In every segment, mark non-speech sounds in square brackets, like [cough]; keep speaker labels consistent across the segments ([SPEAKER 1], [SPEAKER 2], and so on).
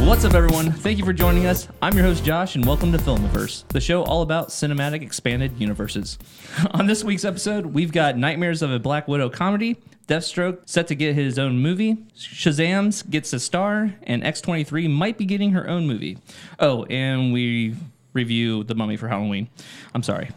[SPEAKER 1] What's up, everyone? Thank you for joining us. I'm your host, Josh, and welcome to Filmiverse, the show all about cinematic expanded universes. [laughs] On this week's episode, we've got Nightmares of a Black Widow comedy, Deathstroke set to get his own movie, Shazam's gets a star, and X23 might be getting her own movie. Oh, and we review The Mummy for Halloween. I'm sorry.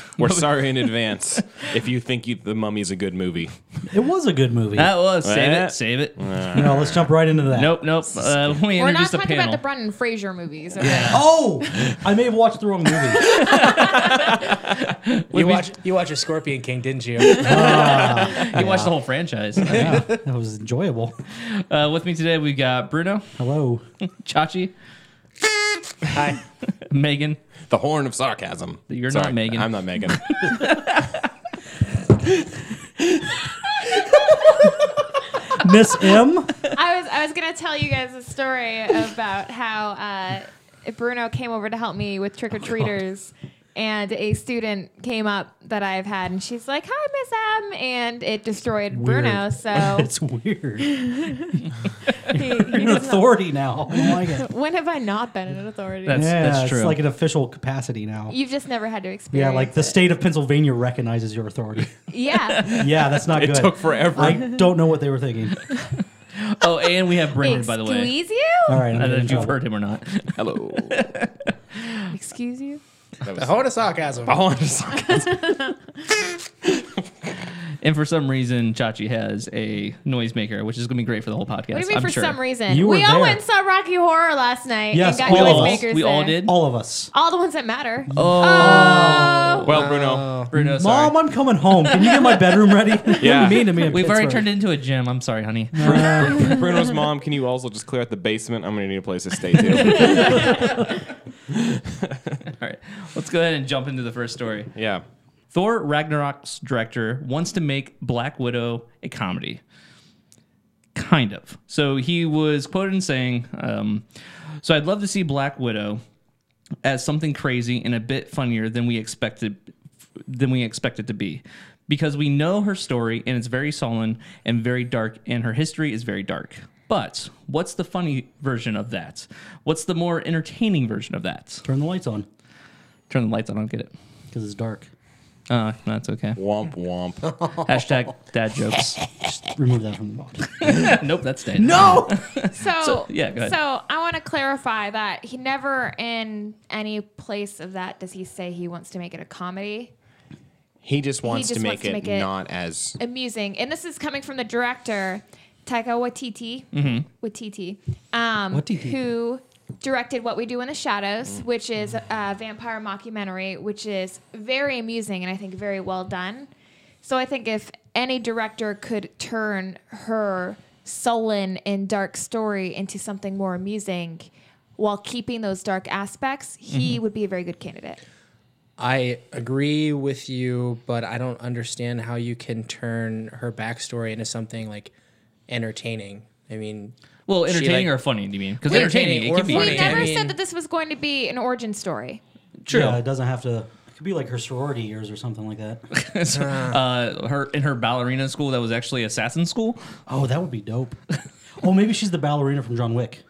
[SPEAKER 1] [laughs]
[SPEAKER 2] We're sorry in advance if you think you, the Mummy's a good movie.
[SPEAKER 3] It was a good movie.
[SPEAKER 1] That was save
[SPEAKER 2] Eh.
[SPEAKER 1] it, save it.
[SPEAKER 3] no, let's jump right into that.
[SPEAKER 1] Uh, Nope, nope. Uh, we
[SPEAKER 4] We're not
[SPEAKER 1] introduced a
[SPEAKER 4] talking about
[SPEAKER 1] panel.
[SPEAKER 4] the Brendan Fraser movies.
[SPEAKER 3] Oh, I may have watched the wrong movie.
[SPEAKER 1] [laughs]
[SPEAKER 5] You watched you watched a Scorpion King, didn't [laughs] you?
[SPEAKER 1] you watched the whole franchise. [laughs]
[SPEAKER 3] yeah, that was enjoyable.
[SPEAKER 1] Uh, with me today, we got Bruno,
[SPEAKER 3] Hello.
[SPEAKER 1] Chachi,
[SPEAKER 5] Hi.
[SPEAKER 1] [laughs] Megan.
[SPEAKER 2] The Horn of Sarcasm.
[SPEAKER 1] You're not Megan.
[SPEAKER 2] I'm not
[SPEAKER 1] [laughs]
[SPEAKER 2] Megan.
[SPEAKER 3] Miss M.
[SPEAKER 4] I was I was gonna tell you guys a story about how uh, Bruno came over to help me with
[SPEAKER 3] Oh,
[SPEAKER 4] trick or treaters, and a student came up that I've had, and she's like, "Hi, Miss M," and it destroyed
[SPEAKER 3] [laughs]
[SPEAKER 4] Bruno.
[SPEAKER 3] Weird.
[SPEAKER 4] So
[SPEAKER 3] It's weird. You're
[SPEAKER 4] he, he doesn't-
[SPEAKER 3] an authority now. I don't like it.
[SPEAKER 4] when have I not been an authority?
[SPEAKER 1] That's-
[SPEAKER 3] yeah,
[SPEAKER 1] that's true.
[SPEAKER 3] it's like an official capacity now.
[SPEAKER 4] You've just never had to experience.
[SPEAKER 3] Yeah, like the
[SPEAKER 4] it.
[SPEAKER 3] state of Pennsylvania recognizes your
[SPEAKER 1] [laughs]
[SPEAKER 3] authority. [laughs]
[SPEAKER 4] Yeah,
[SPEAKER 3] Yeah, that's not
[SPEAKER 2] It
[SPEAKER 3] good.
[SPEAKER 2] took forever.
[SPEAKER 3] I don't know what they were thinking.
[SPEAKER 1] Oh, and we have Brendan, by the way.
[SPEAKER 4] excuse you.
[SPEAKER 3] All
[SPEAKER 1] [laughs]
[SPEAKER 3] right, I'm
[SPEAKER 1] I don't know
[SPEAKER 3] getting in
[SPEAKER 1] if you've
[SPEAKER 3] trouble.
[SPEAKER 1] heard him or not. [laughs]
[SPEAKER 2] Hello.
[SPEAKER 4] Excuse you.
[SPEAKER 2] That
[SPEAKER 5] The
[SPEAKER 2] was,
[SPEAKER 5] Horn of Sarcasm.
[SPEAKER 2] the Horn of
[SPEAKER 1] [laughs]
[SPEAKER 2] Sarcasm.
[SPEAKER 1] And for some reason, Chachi has a noisemaker, which is going to be great for the whole podcast.
[SPEAKER 4] What do you mean
[SPEAKER 1] I'm
[SPEAKER 4] for
[SPEAKER 1] sure.
[SPEAKER 4] some reason?
[SPEAKER 3] You
[SPEAKER 4] we
[SPEAKER 3] were
[SPEAKER 4] all
[SPEAKER 3] there.
[SPEAKER 4] went and saw Rocky Horror last night
[SPEAKER 3] Yes,
[SPEAKER 4] and
[SPEAKER 1] We
[SPEAKER 4] got
[SPEAKER 3] all of
[SPEAKER 1] all,
[SPEAKER 3] us.
[SPEAKER 4] noisemakers.
[SPEAKER 1] we all
[SPEAKER 4] there.
[SPEAKER 1] did.
[SPEAKER 3] All of us.
[SPEAKER 4] All the ones that matter. Uh,
[SPEAKER 1] Oh,
[SPEAKER 2] Well, Bruno.
[SPEAKER 1] Bruno, Oh, sorry.
[SPEAKER 3] Mom, I'm coming home. Can you get my
[SPEAKER 1] [laughs]
[SPEAKER 3] bedroom ready?
[SPEAKER 2] Yeah.
[SPEAKER 3] you mean to me. in
[SPEAKER 1] We've already
[SPEAKER 3] Pittsburgh?
[SPEAKER 1] turned it into a gym. I'm sorry, honey.
[SPEAKER 2] Bruno's mom, can you also just clear out the basement? I'm going to need a place to
[SPEAKER 1] [laughs]
[SPEAKER 2] stay too.
[SPEAKER 1] [laughs] All right, let's go ahead and jump into the first story.
[SPEAKER 2] yeah.
[SPEAKER 1] Thor Ragnarok's director wants to make Black Widow a comedy. Kind of. So he was quoted in saying, um, So I'd love to see Black Widow as something crazy and a bit funnier than we expected than we expect it to be. Because we know her story and it's very sullen and very dark and her history is very dark. But what's the funny version of that? What's the more entertaining version of that?
[SPEAKER 3] Turn the lights on
[SPEAKER 1] Turn the lights on, I don't get it.
[SPEAKER 3] because it's dark.
[SPEAKER 1] Uh, that's okay.
[SPEAKER 2] Womp
[SPEAKER 4] [laughs]
[SPEAKER 2] womp.
[SPEAKER 1] Hashtag dad jokes.
[SPEAKER 3] Just remove that from the box.
[SPEAKER 1] nope, that's dead. No.
[SPEAKER 4] So,
[SPEAKER 1] So- yeah, go ahead.
[SPEAKER 4] So I want to clarify that he never, in any place of that, does he say he wants to make it a comedy.
[SPEAKER 2] He just wants
[SPEAKER 4] just
[SPEAKER 2] to
[SPEAKER 4] wants
[SPEAKER 2] make
[SPEAKER 4] to
[SPEAKER 2] it
[SPEAKER 4] make it-
[SPEAKER 2] not as.
[SPEAKER 4] Amusing, and this is coming from the director Taika Waititi,
[SPEAKER 5] Mm-hmm.
[SPEAKER 4] Waititi, um,
[SPEAKER 3] Waititi.
[SPEAKER 4] who directed What We Do in the Shadows, which is a vampire mockumentary, which is very amusing and I think very well done. So I think if any director could turn her sullen and dark story into something more amusing while keeping those dark aspects, he
[SPEAKER 5] Mm-hmm.
[SPEAKER 4] would be a very good candidate.
[SPEAKER 5] I agree with you, but I don't understand how you can turn her backstory into something like entertaining. I mean,
[SPEAKER 1] Well,
[SPEAKER 5] She,
[SPEAKER 1] entertaining
[SPEAKER 5] like-
[SPEAKER 1] or funny? Do you mean? Because
[SPEAKER 5] Entertaining
[SPEAKER 1] entertaining, it
[SPEAKER 5] or
[SPEAKER 1] can be
[SPEAKER 5] funny.
[SPEAKER 4] He
[SPEAKER 5] I
[SPEAKER 4] never
[SPEAKER 1] entertaining.
[SPEAKER 5] mean-
[SPEAKER 4] said that this was going to be an origin story.
[SPEAKER 1] True.
[SPEAKER 3] Yeah, it doesn't have to. It could be like her sorority years or something like
[SPEAKER 1] [laughs]
[SPEAKER 3] that.
[SPEAKER 1] So, uh, her in her ballerina school that was actually assassin school.
[SPEAKER 3] Oh, that would be dope. [laughs] oh, maybe she's the ballerina from John Wick.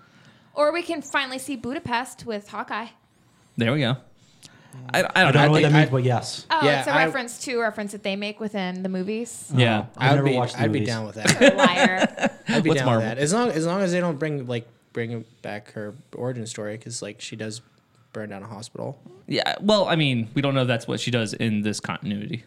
[SPEAKER 4] Or we can finally see Budapest with Hawkeye.
[SPEAKER 1] There we go. I, I don't,
[SPEAKER 3] I don't know what
[SPEAKER 1] think-
[SPEAKER 3] that means, but yes.
[SPEAKER 4] Oh,
[SPEAKER 5] Yeah,
[SPEAKER 4] it's a
[SPEAKER 5] I-
[SPEAKER 4] reference to a reference that they make within the movies.
[SPEAKER 1] yeah.
[SPEAKER 3] I've
[SPEAKER 5] I'd
[SPEAKER 3] never
[SPEAKER 5] be,
[SPEAKER 3] watched the
[SPEAKER 5] I'd be
[SPEAKER 3] movies.
[SPEAKER 5] down
[SPEAKER 1] [laughs]
[SPEAKER 5] with that.
[SPEAKER 4] Liar.
[SPEAKER 5] [laughs] I'd be
[SPEAKER 1] What's
[SPEAKER 5] down
[SPEAKER 1] Marvel?
[SPEAKER 5] with that. As long as long as they don't bring like bring back her origin story, because like she does burn down a hospital.
[SPEAKER 1] yeah. Well, I mean, we don't know if that's what she does in this continuity.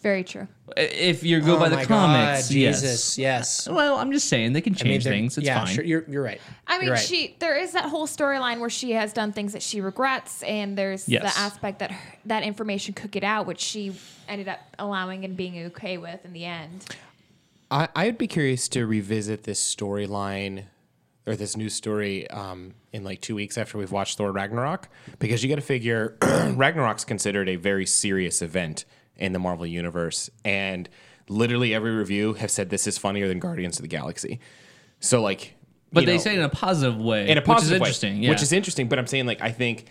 [SPEAKER 4] Very true.
[SPEAKER 1] I- If you go by the
[SPEAKER 5] Oh my
[SPEAKER 1] comics, yes.
[SPEAKER 5] Jesus, yes.
[SPEAKER 1] Well, I'm just saying they can
[SPEAKER 5] I mean,
[SPEAKER 1] change
[SPEAKER 5] they're-
[SPEAKER 1] things. It's
[SPEAKER 5] yeah,
[SPEAKER 1] fine.
[SPEAKER 5] Sure, you're, you're right.
[SPEAKER 4] I mean,
[SPEAKER 5] You're right.
[SPEAKER 4] she there is that whole storyline where she has done things that she regrets, and there's
[SPEAKER 1] Yes.
[SPEAKER 4] the aspect that her, that information could get out, which she ended up allowing and being okay with in the end.
[SPEAKER 2] I, I'd be curious to revisit this storyline or this new story um, in like two weeks after we've watched Thor Ragnarok because you got to figure [clears throat] Ragnarok's considered a very serious event in the Marvel Universe. And literally every review have said this is funnier than Guardians of the Galaxy. So, like,
[SPEAKER 1] but
[SPEAKER 2] you
[SPEAKER 1] they
[SPEAKER 2] know,
[SPEAKER 1] say it in a positive way.
[SPEAKER 2] in a positive
[SPEAKER 1] which is
[SPEAKER 2] way,
[SPEAKER 1] interesting. Yeah.
[SPEAKER 2] which is interesting. But I'm saying like I think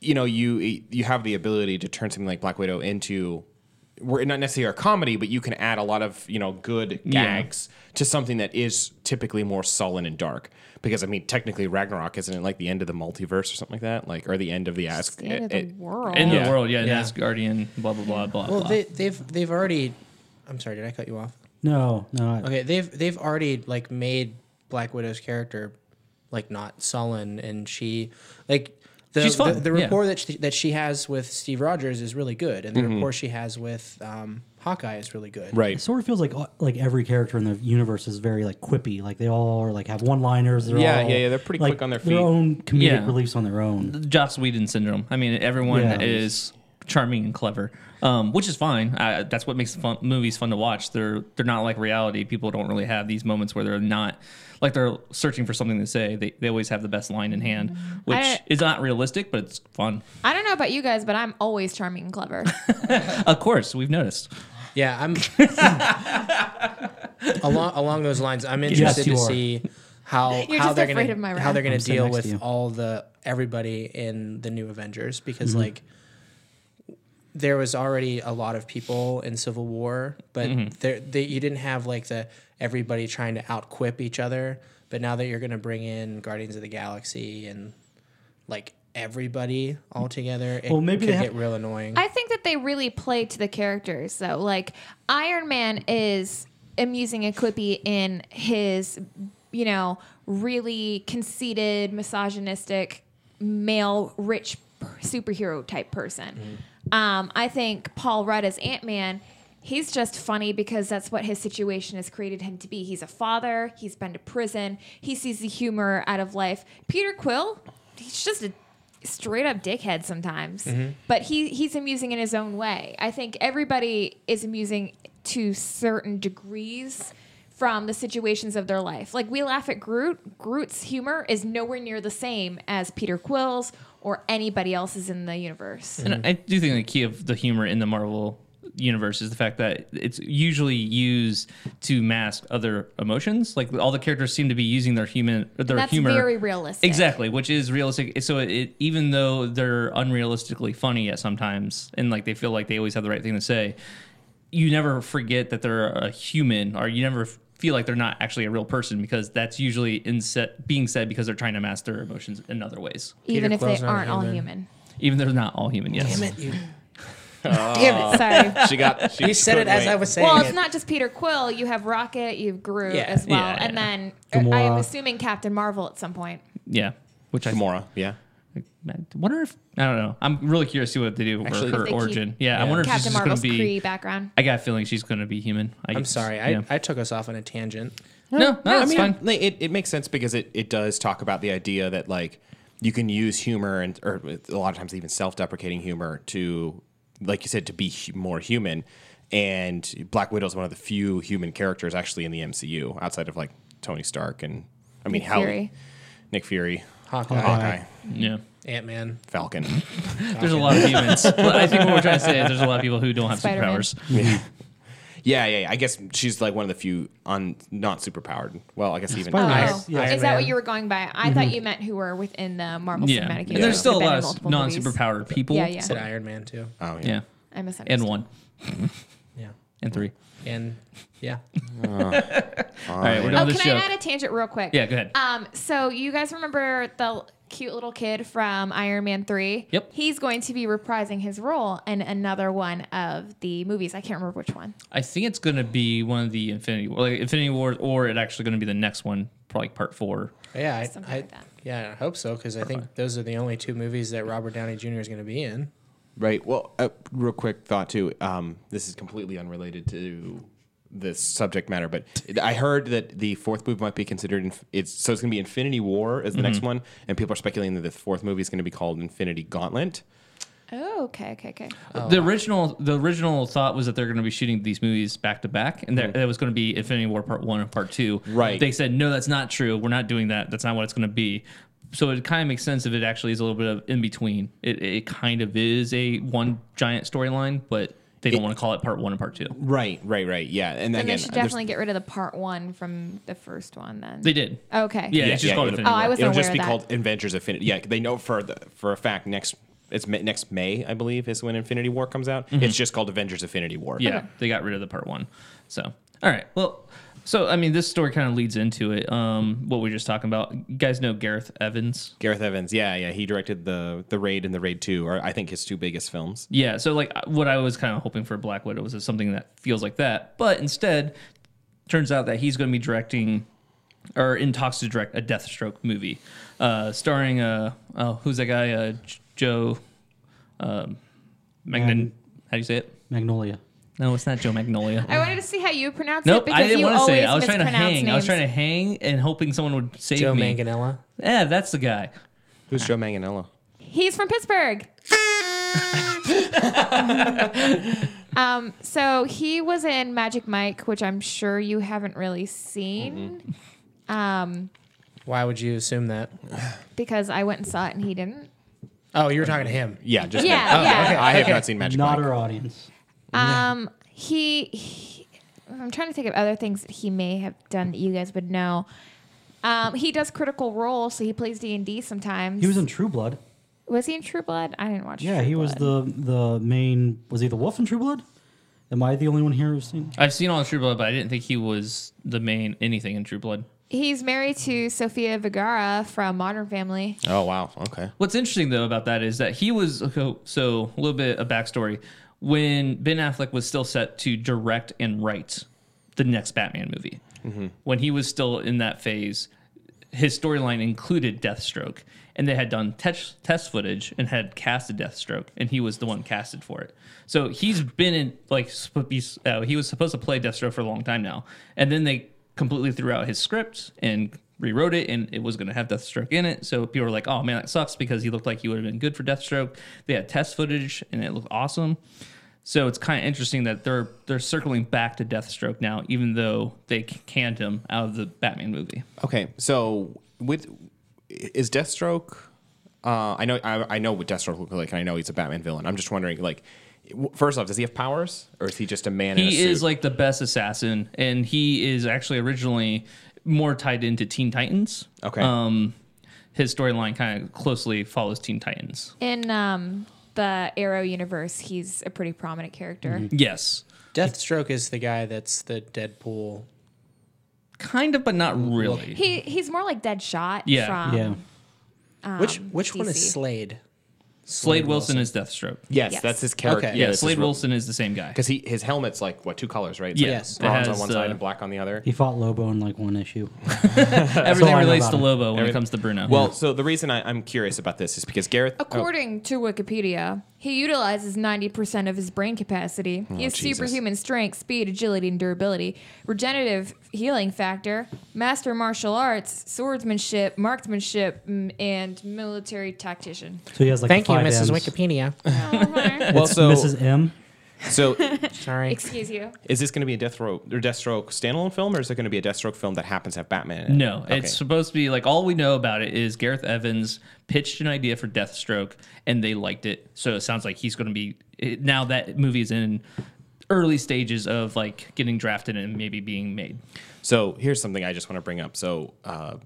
[SPEAKER 2] you know you you have the ability to turn something like Black Widow into we're not necessarily a comedy, but you can add a lot of you know good gags to something that is typically more sullen and dark. Because I mean, technically Ragnarok isn't it like the end of the multiverse or something like that, like or the end of the ask. eh,
[SPEAKER 4] the end of the world.
[SPEAKER 1] in
[SPEAKER 2] Yeah.
[SPEAKER 1] the world. Yeah,
[SPEAKER 5] Yeah.
[SPEAKER 1] yeah. Asgardian, blah blah blah blah.
[SPEAKER 5] Well,
[SPEAKER 1] blah.
[SPEAKER 5] they, they've they've already. I'm sorry, did I cut you off?
[SPEAKER 3] No, no. I-
[SPEAKER 5] Okay, they've they've already like made Black Widow's character like not sullen, and she like the
[SPEAKER 1] She's fun,
[SPEAKER 5] the, the
[SPEAKER 1] yeah. Mm-hmm.
[SPEAKER 5] rapport that she, that she has with Steve Rogers is really good, and the rapport she has with um, Hawkeye is really good.
[SPEAKER 3] It
[SPEAKER 2] right.
[SPEAKER 4] [laughs]
[SPEAKER 3] sort of feels like uh, like every character in the universe is very like quippy. Like they all are like have one liners.
[SPEAKER 2] Yeah, yeah, yeah, they're pretty quick on their feet.
[SPEAKER 3] Their own comedic
[SPEAKER 1] Yeah.
[SPEAKER 3] reliefs on their own.
[SPEAKER 1] Joss Whedon syndrome. I mean, everyone
[SPEAKER 3] Yeah.
[SPEAKER 1] is charming and clever, um, which is fine. I, that's what makes fun, movies fun to watch. They're they're not like reality. People don't really have these moments where they're not like they're searching for something to say. They they always have the best line in hand, which
[SPEAKER 4] Mm-hmm. I-
[SPEAKER 1] is not realistic, but it's fun.
[SPEAKER 4] I don't know about you guys, but I'm always charming and clever.
[SPEAKER 1] Of course, we've noticed.
[SPEAKER 5] Yeah,
[SPEAKER 4] [laughs]
[SPEAKER 5] I'm along along those lines. I'm interested
[SPEAKER 3] you
[SPEAKER 5] to
[SPEAKER 3] are.
[SPEAKER 5] see how
[SPEAKER 4] You're
[SPEAKER 5] how
[SPEAKER 4] just
[SPEAKER 5] they're
[SPEAKER 4] afraid of my
[SPEAKER 5] gonna how
[SPEAKER 4] wrath.
[SPEAKER 5] they're gonna
[SPEAKER 3] I'm sitting
[SPEAKER 5] deal
[SPEAKER 3] next to
[SPEAKER 5] with
[SPEAKER 3] you.
[SPEAKER 5] all the everybody in the new Avengers because
[SPEAKER 3] Mm-hmm.
[SPEAKER 5] like there was already a lot of people in Civil War, but
[SPEAKER 3] Mm-hmm.
[SPEAKER 5] there they, you didn't have like the everybody trying to outquip each other. But now that you're gonna bring in Guardians of the Galaxy and like everybody all together, it
[SPEAKER 3] Well, maybe
[SPEAKER 5] could
[SPEAKER 3] they have-
[SPEAKER 5] get real annoying.
[SPEAKER 4] I think that they really play to the characters, though. Like Iron Man is amusing and quippy in his, you know, really conceited, misogynistic, male, rich per- superhero type person. Um, I think Paul Rudd as Ant Man. He's just funny because that's what his situation has created him to be. He's a father. He's been to prison. He sees the humor out of life. Peter Quill, he's just a straight up dickhead sometimes, but he he's amusing in his own way. I think everybody is amusing to certain degrees from the situations of their life. Like we laugh at Groot, Groot's humor is nowhere near the same as Peter Quill's or anybody else's in the universe.
[SPEAKER 1] And I do think the key of the humor in the Marvel universe is the fact that it's usually used to mask other emotions. Like all the characters seem to be using their human their
[SPEAKER 4] That's
[SPEAKER 1] humor
[SPEAKER 4] very realistic.
[SPEAKER 1] Exactly, which is realistic. So it, even though they're unrealistically funny at sometimes, and like they feel like they always have the right thing to say, you never forget that they're a human, or you never f- feel like they're not actually a real person because that's usually in set, being said because they're trying to mask their emotions in other ways,
[SPEAKER 4] Even
[SPEAKER 5] Peter
[SPEAKER 4] if
[SPEAKER 5] Quill's
[SPEAKER 4] they
[SPEAKER 5] not
[SPEAKER 4] aren't all
[SPEAKER 5] human.
[SPEAKER 4] human.
[SPEAKER 1] even though they're not all human. Yes,
[SPEAKER 5] Damn it, you, Oh.
[SPEAKER 4] Damn it, sorry.
[SPEAKER 5] [laughs]
[SPEAKER 2] She got. She
[SPEAKER 5] you said it
[SPEAKER 2] couldn't
[SPEAKER 5] as I
[SPEAKER 2] wait.
[SPEAKER 5] was saying.
[SPEAKER 4] Well,
[SPEAKER 5] it.
[SPEAKER 4] it's not just Peter Quill. You have Rocket, you have Groot
[SPEAKER 5] Yeah.
[SPEAKER 4] as well,
[SPEAKER 1] Yeah, yeah.
[SPEAKER 4] and then uh, I am
[SPEAKER 3] Gamora.
[SPEAKER 4] assuming Captain Marvel at some point.
[SPEAKER 1] yeah. Which I
[SPEAKER 2] Gamora. Yeah.
[SPEAKER 1] I wonder if I don't know. I'm really curious to see what they do with
[SPEAKER 2] Actually-
[SPEAKER 1] her
[SPEAKER 4] If they
[SPEAKER 1] origin.
[SPEAKER 4] keep-
[SPEAKER 1] Yeah, I wonder if she's
[SPEAKER 4] Captain
[SPEAKER 1] just going
[SPEAKER 4] Marvel's
[SPEAKER 1] to be.
[SPEAKER 4] Kree background.
[SPEAKER 1] I got a feeling she's going to be human. I
[SPEAKER 5] I'm
[SPEAKER 1] guess.
[SPEAKER 5] sorry. I,
[SPEAKER 1] Yeah.
[SPEAKER 5] I took us off on a tangent.
[SPEAKER 1] no, no, that's
[SPEAKER 2] I mean,
[SPEAKER 1] fine.
[SPEAKER 2] like, It, it makes sense because it, it does talk about the idea that like you can use humor and or a lot of times even self-deprecating humor to like you said to be hu- more human. And Black Widow is one of the few human characters actually in the MCU outside of like Tony Stark and I mean
[SPEAKER 4] Nick
[SPEAKER 2] how
[SPEAKER 4] Fury.
[SPEAKER 2] Nick Fury,
[SPEAKER 5] Hawkeye,
[SPEAKER 2] Hawkeye,
[SPEAKER 1] Yeah.
[SPEAKER 5] Ant Man.
[SPEAKER 2] Falcon.
[SPEAKER 1] There's a lot of
[SPEAKER 4] [laughs]
[SPEAKER 1] humans. But I think what we're trying to say is there's a lot of people who don't have
[SPEAKER 4] Spider-Man.
[SPEAKER 1] superpowers.
[SPEAKER 2] yeah, yeah, yeah. I guess she's like one of the few on not superpowered. Well, I guess even
[SPEAKER 4] Oh,
[SPEAKER 5] Spider-Man.
[SPEAKER 4] is that
[SPEAKER 5] Iron
[SPEAKER 4] what
[SPEAKER 5] Man.
[SPEAKER 4] you were going by? I
[SPEAKER 5] Mm-hmm.
[SPEAKER 4] thought you meant who were within the Marvel
[SPEAKER 1] Yeah.
[SPEAKER 4] Cinematic Universe.
[SPEAKER 1] And There's still a
[SPEAKER 4] They've been
[SPEAKER 1] lot
[SPEAKER 4] in
[SPEAKER 1] of
[SPEAKER 4] multiple
[SPEAKER 1] non
[SPEAKER 4] movies.
[SPEAKER 1] superpowered people.
[SPEAKER 4] Yeah, yeah.
[SPEAKER 5] Said Iron Man too.
[SPEAKER 2] Oh yeah.
[SPEAKER 1] Yeah.
[SPEAKER 4] I
[SPEAKER 1] And
[SPEAKER 4] misunderstood.
[SPEAKER 1] one
[SPEAKER 5] Yeah.
[SPEAKER 1] and three.
[SPEAKER 5] And yeah.
[SPEAKER 1] All right, we're done
[SPEAKER 4] Oh,
[SPEAKER 1] with
[SPEAKER 4] can
[SPEAKER 1] this
[SPEAKER 4] I
[SPEAKER 1] joke.
[SPEAKER 4] add a tangent real quick?
[SPEAKER 1] Yeah, go ahead.
[SPEAKER 4] Um, so you guys remember the l- cute little kid from Iron Man Three?
[SPEAKER 1] Yep.
[SPEAKER 4] He's going to be reprising his role in another one of the movies. I can't remember which one.
[SPEAKER 1] I think it's going to be one of the Infinity War, like Infinity Wars, or it actually going to be the next one, probably part four.
[SPEAKER 5] Yeah, I,
[SPEAKER 4] Something
[SPEAKER 5] I,
[SPEAKER 4] like that.
[SPEAKER 5] yeah, I hope so because I think those are the only two movies that Robert Downey Jr. is going to be in.
[SPEAKER 2] Right. Well, uh, real quick thought too. Um, this is completely unrelated to this subject matter, but I heard that the fourth movie might be considered. Inf- it's so it's going to be Infinity War as the
[SPEAKER 1] Mm-hmm.
[SPEAKER 2] next one, and people are speculating that the fourth movie is going to be called Infinity Gauntlet.
[SPEAKER 4] Oh, okay, okay, okay.
[SPEAKER 1] The original, the original thought was that they're going to be shooting these movies back to back, and that that was going to be Infinity War Part One and Part Two.
[SPEAKER 2] Right.
[SPEAKER 1] They said no, that's not true. We're not doing that. That's not what it's going to be. So it kind of makes sense if it actually is a little bit of in between. It it kind of is a one giant storyline, but they don't want to call it Part One and Part Two.
[SPEAKER 2] Right. Right. Right. Yeah. And
[SPEAKER 4] Then
[SPEAKER 2] again,
[SPEAKER 4] they should
[SPEAKER 2] there's-
[SPEAKER 4] definitely get rid of the part one from the first one. Then
[SPEAKER 1] They did.
[SPEAKER 4] Okay.
[SPEAKER 1] Yeah,
[SPEAKER 2] Yeah,
[SPEAKER 1] it's just
[SPEAKER 2] yeah,
[SPEAKER 1] called
[SPEAKER 2] yeah.
[SPEAKER 1] Infinity
[SPEAKER 4] Oh, I
[SPEAKER 1] War.
[SPEAKER 4] was- wasn't
[SPEAKER 2] it'll
[SPEAKER 4] aware
[SPEAKER 2] just
[SPEAKER 4] of
[SPEAKER 2] be
[SPEAKER 4] that.
[SPEAKER 2] called Avengers Infinity. Yeah, they know for the, for a fact next it's ma- next May, I believe, is when Infinity War comes out. It's just called Avengers Infinity War.
[SPEAKER 1] Mm-hmm. Yeah, they got rid of the part one. So, all right. Well, so I mean, this story kind of leads into it. Um, what we are just talking about. You guys know Gareth Evans.
[SPEAKER 2] Gareth Evans. Yeah, yeah, he directed the the Raid and the Raid Two, or I think his two biggest films.
[SPEAKER 1] Yeah. So like, I- what I was kind of hoping for Black Widow was something that feels like that, but instead, turns out that he's going to be directing, or in talks to direct a Deathstroke movie, uh, starring uh, oh, who's that guy? Uh, J- Joe, um, Magnan.
[SPEAKER 3] Um,
[SPEAKER 1] How do you say it?
[SPEAKER 3] Magnolia.
[SPEAKER 1] No, it's not Joe Magnolia.
[SPEAKER 4] I wanted to see how you pronounce it
[SPEAKER 1] Nope,
[SPEAKER 4] because
[SPEAKER 1] I didn't
[SPEAKER 4] you
[SPEAKER 1] want to
[SPEAKER 4] always
[SPEAKER 1] say it. I was trying to
[SPEAKER 4] mispronounce
[SPEAKER 1] hang. I was
[SPEAKER 4] names.
[SPEAKER 1] trying to hang and hoping someone would save
[SPEAKER 5] Joe
[SPEAKER 1] me.
[SPEAKER 5] Manganella.
[SPEAKER 1] Yeah, that's the guy.
[SPEAKER 2] Who's Joe Manganiello?
[SPEAKER 4] He's from
[SPEAKER 1] [laughs]
[SPEAKER 4] Pittsburgh. um, so he was in Magic Mike, which I'm sure you haven't really
[SPEAKER 1] Mm-hmm.
[SPEAKER 4] seen, um,
[SPEAKER 5] Why would you assume that?
[SPEAKER 4] because I went and saw it and he didn't.
[SPEAKER 5] Oh, you were talking to him.
[SPEAKER 2] Yeah, just
[SPEAKER 4] Yeah,
[SPEAKER 2] Manganiello.
[SPEAKER 4] yeah.
[SPEAKER 2] Okay, I have not seen Magic
[SPEAKER 3] Not
[SPEAKER 2] Mike.
[SPEAKER 3] our audience.
[SPEAKER 4] Um, he, he, I'm trying to think of other things that he may have done that you guys would know. Um, he does Critical Role, so he plays D and D sometimes.
[SPEAKER 3] He was in True Blood.
[SPEAKER 4] Was he in True Blood? I didn't watch.
[SPEAKER 3] Yeah,
[SPEAKER 4] True
[SPEAKER 3] he was
[SPEAKER 4] Blood.
[SPEAKER 3] the the main. Was he the wolf in True Blood? Am I the only one here who's seen?
[SPEAKER 1] I've seen all of True Blood, but I didn't think he was the main anything in True Blood.
[SPEAKER 4] He's married to Sofia Vergara from Modern Family.
[SPEAKER 2] Oh wow. Okay.
[SPEAKER 1] What's interesting though about that is that he was so- so a little bit of backstory. When Ben Affleck was still set to direct and write the next Batman movie, when he was still in that phase, his storyline included Deathstroke, and they had done test test footage and had casted Deathstroke, and he was the one casted for it. So he's been in like sp- he's- uh, he was supposed to play Deathstroke for a long time now, and then they completely threw out his script and rewrote it, and it was going to have Deathstroke in it. So people were like, "Oh man, that sucks," because he looked like he would have been good for Deathstroke. They had test footage, and it looked awesome. So it's kind of interesting that they're they're circling back to Deathstroke now, even though they c- canned him out of the Batman movie.
[SPEAKER 2] Okay. So with is Deathstroke? Uh, I know. I, I know what Deathstroke looked like. and I know he's a Batman villain. I'm just wondering, like, w- first off, does he have powers, or is he just a man? in a
[SPEAKER 1] he
[SPEAKER 2] suit?
[SPEAKER 1] is like the best assassin and he is actually originally more tied into teen titans
[SPEAKER 2] Okay.
[SPEAKER 1] um his storyline kind of closely follows teen titans
[SPEAKER 4] In um, the Arrow universe, he's a pretty prominent character.
[SPEAKER 3] Mm-hmm.
[SPEAKER 1] yes
[SPEAKER 5] Deathstroke is the guy that's the Deadpool.
[SPEAKER 1] kind of but not really
[SPEAKER 4] He he's more like Deadshot.
[SPEAKER 1] Yeah.
[SPEAKER 4] from,
[SPEAKER 3] yeah,
[SPEAKER 4] Um,
[SPEAKER 5] which which one is
[SPEAKER 4] DC.
[SPEAKER 5] Slade?
[SPEAKER 1] slade wilson is deathstroke
[SPEAKER 2] yes,
[SPEAKER 4] Yes.
[SPEAKER 2] that's his character.
[SPEAKER 5] Okay.
[SPEAKER 1] yeah,
[SPEAKER 5] this
[SPEAKER 1] slade wilson is the same guy
[SPEAKER 2] Because he his helmet's like what two colors, right? It's
[SPEAKER 1] Yeah.
[SPEAKER 2] like
[SPEAKER 5] Yes.
[SPEAKER 2] bronze
[SPEAKER 1] It
[SPEAKER 2] on
[SPEAKER 1] has
[SPEAKER 2] one
[SPEAKER 1] the-
[SPEAKER 2] side and black on the other.
[SPEAKER 3] he fought Lobo in like one issue. all
[SPEAKER 1] everything
[SPEAKER 3] I know
[SPEAKER 1] relates
[SPEAKER 3] about
[SPEAKER 1] to
[SPEAKER 3] him.
[SPEAKER 1] lobo when it
[SPEAKER 2] Everything-
[SPEAKER 1] comes to bruno
[SPEAKER 2] Well, so the reason I, I'm curious about this is because Gareth. oh.
[SPEAKER 4] According to Wikipedia, he utilizes 90% of his brain capacity.
[SPEAKER 3] Oh,
[SPEAKER 4] he has
[SPEAKER 2] Jesus.
[SPEAKER 4] superhuman strength, speed, agility, and durability, regenerative healing factor, master martial arts, swordsmanship, marksmanship, mm, and
[SPEAKER 3] [laughs]
[SPEAKER 4] military tactician.
[SPEAKER 3] So he has like
[SPEAKER 5] Thank
[SPEAKER 3] the five
[SPEAKER 5] you, Mrs.
[SPEAKER 3] M's.
[SPEAKER 5] Wikipedia.
[SPEAKER 3] Oh,
[SPEAKER 2] well, so
[SPEAKER 3] Mrs. M.
[SPEAKER 2] so
[SPEAKER 4] [laughs]
[SPEAKER 5] Sorry.
[SPEAKER 4] Excuse you.
[SPEAKER 2] is this going to be a Deathstroke or Deathstroke standalone film, or is it going to be a Deathstroke film that happens to have Batman? In it?
[SPEAKER 1] No,
[SPEAKER 2] Okay.
[SPEAKER 1] it's supposed to be like all we know about it is Gareth Evans pitched an idea for Deathstroke and they liked it. So it sounds like he's going to be it- now that movie is in early stages of like getting drafted and maybe being made.
[SPEAKER 2] So here's something I just want to bring up. So uh,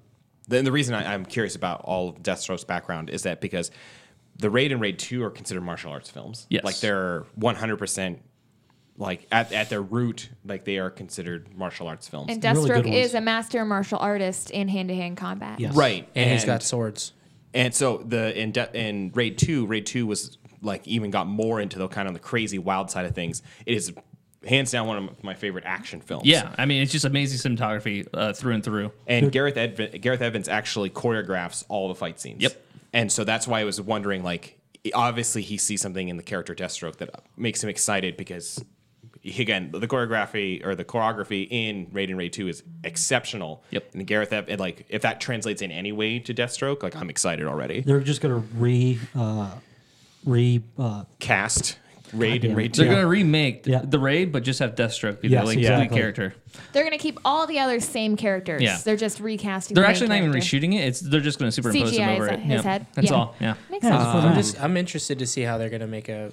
[SPEAKER 2] then the reason I, I'm curious about all of Deathstroke's background is that because the Raid and Raid Two are considered martial arts films.
[SPEAKER 1] Yes.
[SPEAKER 2] like they're 100 percent like at, at their root, like they are considered martial arts films.
[SPEAKER 4] And
[SPEAKER 3] Really good
[SPEAKER 4] Deathstroke
[SPEAKER 3] ones.
[SPEAKER 4] is a master martial artist in hand to hand combat.
[SPEAKER 3] Yes.
[SPEAKER 2] right,
[SPEAKER 5] and, he's got swords.
[SPEAKER 2] And so the in de- in raid two, raid two was like even got more into the kind of the crazy wild side of things. It is hands down one of my favorite action films.
[SPEAKER 1] Yeah, I mean it's just amazing cinematography uh, through and through.
[SPEAKER 2] And Gareth Edv- Gareth Evans actually choreographs all the fight scenes.
[SPEAKER 1] Yep.
[SPEAKER 2] And so that's why I was wondering, like, obviously he sees something in the character Deathstroke that makes him excited because, again, the choreography or the choreography in Raid and Raid Two is exceptional.
[SPEAKER 1] Yep.
[SPEAKER 2] And Gareth, Ev- and like, if that translates in any way to Deathstroke, like, I'm excited already.
[SPEAKER 3] They're just gonna re, uh, re. Uh,
[SPEAKER 2] Cast Raid and
[SPEAKER 3] Goddamn.
[SPEAKER 2] Raid Two.
[SPEAKER 1] They're going to remake th-
[SPEAKER 3] Yeah.
[SPEAKER 1] the raid, but just have Deathstroke be
[SPEAKER 3] Yes,
[SPEAKER 1] the like,
[SPEAKER 3] exactly.
[SPEAKER 1] lead character.
[SPEAKER 4] They're going to keep all the other same characters.
[SPEAKER 1] Yeah.
[SPEAKER 4] They're just recasting.
[SPEAKER 1] They're
[SPEAKER 4] the main
[SPEAKER 1] actually not even
[SPEAKER 4] character.
[SPEAKER 1] reshooting it. It's they're just going to superimpose
[SPEAKER 4] CGI
[SPEAKER 1] him over
[SPEAKER 4] is
[SPEAKER 1] it.
[SPEAKER 4] his
[SPEAKER 1] Yeah.
[SPEAKER 4] head.
[SPEAKER 1] That's
[SPEAKER 4] Yeah.
[SPEAKER 1] all. Yeah.
[SPEAKER 4] Makes
[SPEAKER 3] yeah,
[SPEAKER 4] sense.
[SPEAKER 3] it's for that.
[SPEAKER 5] I'm just I'm interested to see how they're gonna make a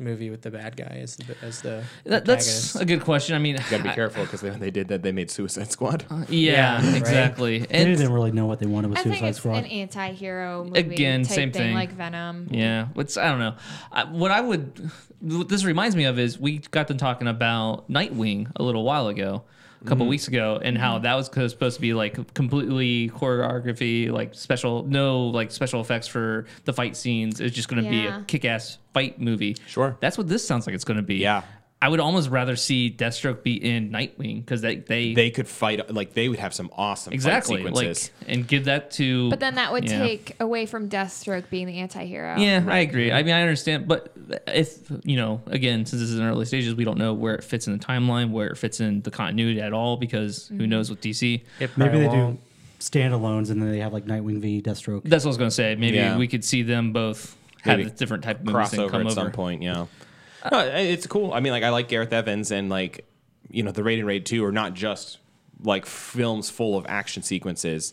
[SPEAKER 5] movie with the bad guy as the as the
[SPEAKER 1] That, that's
[SPEAKER 5] protagonist.
[SPEAKER 1] a good question. I mean,
[SPEAKER 2] Gotta
[SPEAKER 1] [laughs]
[SPEAKER 2] be
[SPEAKER 1] I- Uh,
[SPEAKER 2] careful because when they did that, they made Suicide Squad.
[SPEAKER 1] yeah,
[SPEAKER 5] Yeah, right.
[SPEAKER 1] exactly.
[SPEAKER 3] They
[SPEAKER 1] And
[SPEAKER 3] didn't really know what they wanted with
[SPEAKER 4] I think
[SPEAKER 3] Suicide
[SPEAKER 4] it's an
[SPEAKER 3] Squad.
[SPEAKER 4] anti-hero movie
[SPEAKER 1] Again,
[SPEAKER 4] type
[SPEAKER 1] same thing.
[SPEAKER 4] like Venom.
[SPEAKER 1] Yeah, what's I don't know. I, what I would, what this reminds me of is we got them talking about Nightwing a little while ago, a couple
[SPEAKER 2] Mm-hmm.
[SPEAKER 1] weeks ago, and how that was co- supposed to be like completely choreography, like special, no like special effects for the fight scenes. It's just going to be
[SPEAKER 4] Yeah.
[SPEAKER 1] a kick-ass fight movie.
[SPEAKER 2] Sure.
[SPEAKER 1] that's what this sounds like. It's going to be.
[SPEAKER 2] Yeah.
[SPEAKER 1] I would almost rather see Deathstroke be in Nightwing because they, they
[SPEAKER 2] They could fight like they would have some awesome
[SPEAKER 1] exactly
[SPEAKER 2] fight
[SPEAKER 1] like
[SPEAKER 2] sequences.
[SPEAKER 1] and give that to.
[SPEAKER 4] But then that would
[SPEAKER 1] Yeah.
[SPEAKER 4] take away from Deathstroke being the anti-hero.
[SPEAKER 1] Yeah, I agree. I mean, I understand, but if you know, again, since this is in early stages, we don't know where it fits in the timeline, where it fits in the continuity at all, because who
[SPEAKER 4] Mm-hmm.
[SPEAKER 1] knows with DC.
[SPEAKER 5] It
[SPEAKER 3] Maybe
[SPEAKER 5] probably
[SPEAKER 3] they do
[SPEAKER 5] won't.
[SPEAKER 3] standalones and then they have like Nightwing v Deathstroke.
[SPEAKER 1] That's what I was gonna say. Maybe
[SPEAKER 2] Yeah.
[SPEAKER 1] we could see them both have
[SPEAKER 2] Maybe
[SPEAKER 1] a different type of movies and
[SPEAKER 2] crossover
[SPEAKER 1] come
[SPEAKER 2] at
[SPEAKER 1] over. Uh,
[SPEAKER 2] some point. Yeah, no, i- it's cool. I mean, like I like Gareth Evans, and like you know, the Raid and Raid Two are not just like films full of action sequences.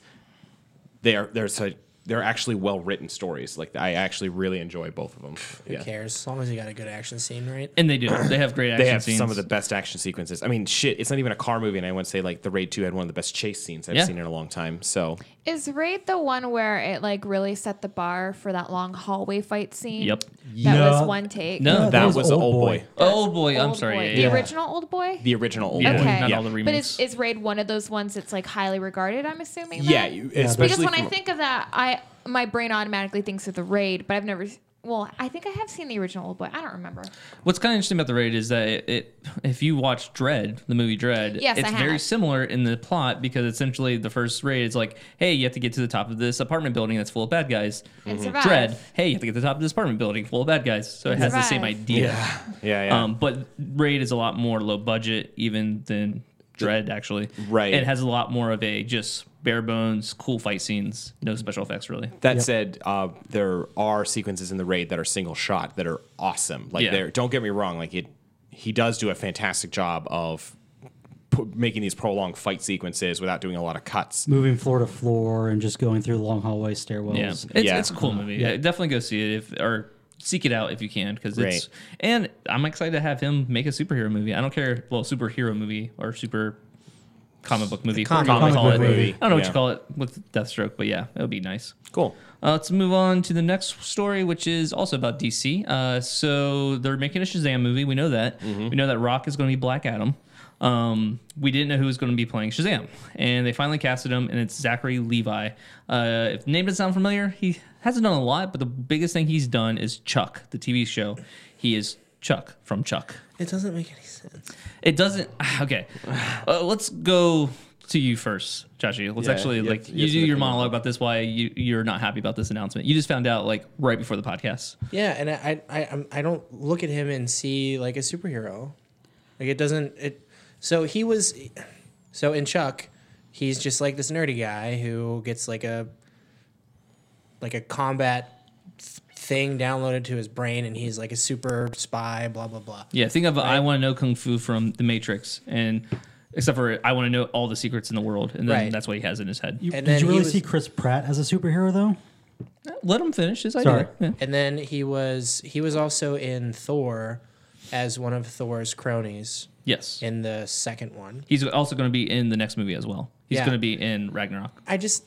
[SPEAKER 2] They are there's a they're actually well written stories. Like I actually really enjoy both of them.
[SPEAKER 5] Who cares? As long as you got a good action scene, right?
[SPEAKER 1] And they do. They have great action
[SPEAKER 2] They have
[SPEAKER 1] scenes.
[SPEAKER 2] some of the best action sequences. I mean, shit, it's not even a car movie, and I want to say like the Raid Two had one of the best chase scenes I've
[SPEAKER 1] Yeah.
[SPEAKER 2] seen in a long time. So
[SPEAKER 4] Is Raid the one where it like really set the bar for that long hallway fight scene?
[SPEAKER 1] Yep.
[SPEAKER 4] That
[SPEAKER 3] Yeah.
[SPEAKER 4] was one take.
[SPEAKER 1] No,
[SPEAKER 3] No,
[SPEAKER 1] that.
[SPEAKER 2] that
[SPEAKER 3] was
[SPEAKER 2] was,
[SPEAKER 3] Old
[SPEAKER 2] Old, boy.
[SPEAKER 3] Boy.
[SPEAKER 1] Oh boy, I'm
[SPEAKER 4] Old
[SPEAKER 1] sorry.
[SPEAKER 4] Boy.
[SPEAKER 1] Yeah,
[SPEAKER 4] The
[SPEAKER 1] yeah.
[SPEAKER 4] original Old Boy.
[SPEAKER 2] the original Old
[SPEAKER 1] Yeah,
[SPEAKER 2] Boy.
[SPEAKER 4] Okay.
[SPEAKER 1] Not
[SPEAKER 2] yeah.
[SPEAKER 1] all the
[SPEAKER 4] But
[SPEAKER 1] remakes.
[SPEAKER 4] is, is Raid one of those ones that's like highly regarded? I'm assuming.
[SPEAKER 2] yeah,
[SPEAKER 4] then?
[SPEAKER 2] you-
[SPEAKER 3] because
[SPEAKER 2] especially
[SPEAKER 4] because when I
[SPEAKER 2] from-
[SPEAKER 4] think of that, I my brain automatically thinks of the Raid, but I've never. Well, I think I have seen the original Old Boy. I don't remember.
[SPEAKER 1] What's kind of interesting about the raid is that it, it if you watch Dread, the movie Dread,
[SPEAKER 4] Yes,
[SPEAKER 1] it's
[SPEAKER 4] I have.
[SPEAKER 1] very similar in the plot because essentially the first raid is like, hey, you have to get to the top of this apartment building that's full of bad guys.
[SPEAKER 4] And
[SPEAKER 1] Mm-hmm.
[SPEAKER 4] survive.
[SPEAKER 1] Hmm. Dread, hey, you have to get to the top of this apartment building full of bad guys. So it has the same
[SPEAKER 4] survive.
[SPEAKER 1] idea.
[SPEAKER 2] yeah, yeah.
[SPEAKER 1] Um, but Raid is a lot more low budget even than Dread actually.
[SPEAKER 2] Right.
[SPEAKER 1] It has a lot more of a just bare bones, cool fight scenes, no special effects really.
[SPEAKER 2] That said, uh, there are sequences in the raid that are single shot that are awesome. Like
[SPEAKER 1] Yeah.
[SPEAKER 2] there, don't get me wrong. Like it, he does do a fantastic job of pu- making these prolonged fight sequences without doing a lot of cuts.
[SPEAKER 3] Moving floor to floor and just going through long hallway stairwells.
[SPEAKER 1] Yeah, it's,
[SPEAKER 2] Yeah.
[SPEAKER 1] it's a cool movie. Yeah, definitely go see it if or seek it out if you can because it's and I'm excited to have him make a superhero movie. I don't care, well, superhero movie or super comic book movie.
[SPEAKER 5] Comic
[SPEAKER 1] whatever you
[SPEAKER 3] book
[SPEAKER 1] call it.
[SPEAKER 3] movie.
[SPEAKER 1] I don't know what
[SPEAKER 2] Yeah.
[SPEAKER 1] you call it with Deathstroke, but yeah, it would be nice.
[SPEAKER 2] Cool.
[SPEAKER 1] Uh, let's move on to the next story, which is also about DC. Uh, so they're making a Shazam movie. We know that. We know that Rock is going to be Black Adam. Um, we didn't know who was going to be playing Shazam, and they finally casted him, and it's Zachary Levi. Uh, if the name doesn't sound familiar, he hasn't done a lot, but the biggest thing he's done is Chuck, the TV show. He is Chuck from Chuck.
[SPEAKER 5] It doesn't make any sense.
[SPEAKER 1] It doesn't. [sighs] Okay, uh, let's go to you first, Chachi. Let's
[SPEAKER 2] Yeah,
[SPEAKER 1] actually
[SPEAKER 2] yeah,
[SPEAKER 1] like
[SPEAKER 2] yeah,
[SPEAKER 1] you
[SPEAKER 2] it's
[SPEAKER 1] do
[SPEAKER 2] gonna
[SPEAKER 1] your
[SPEAKER 2] come up.
[SPEAKER 1] monologue about this. Why you you're not happy about this announcement? You just found out like right before the podcast.
[SPEAKER 5] Yeah, and I I I, I'm- I don't look at him and see like a superhero. Like it doesn't it. So he was, so in Chuck, he's just like this nerdy guy who gets like a, like a combat th- thing downloaded to his brain, and he's like a super spy. Blah blah blah.
[SPEAKER 1] Yeah, think of I want to know kung fu from The Matrix, and except for I want to know all the secrets in the world, and then
[SPEAKER 5] Right.
[SPEAKER 1] that's what he has in his head.
[SPEAKER 3] You,
[SPEAKER 5] And
[SPEAKER 3] did
[SPEAKER 5] then
[SPEAKER 3] you
[SPEAKER 5] he
[SPEAKER 3] really
[SPEAKER 5] was-
[SPEAKER 3] see Chris Pratt as a superhero though?
[SPEAKER 1] Let him finish his
[SPEAKER 3] Sorry.
[SPEAKER 1] idea. Yeah.
[SPEAKER 5] And then he was he was also in Thor, as one of Thor's cronies
[SPEAKER 1] Yes,
[SPEAKER 5] in the second one.
[SPEAKER 1] he's also going to be in the next movie as well. He's
[SPEAKER 5] Yeah.
[SPEAKER 1] going to be in Ragnarok.
[SPEAKER 5] I just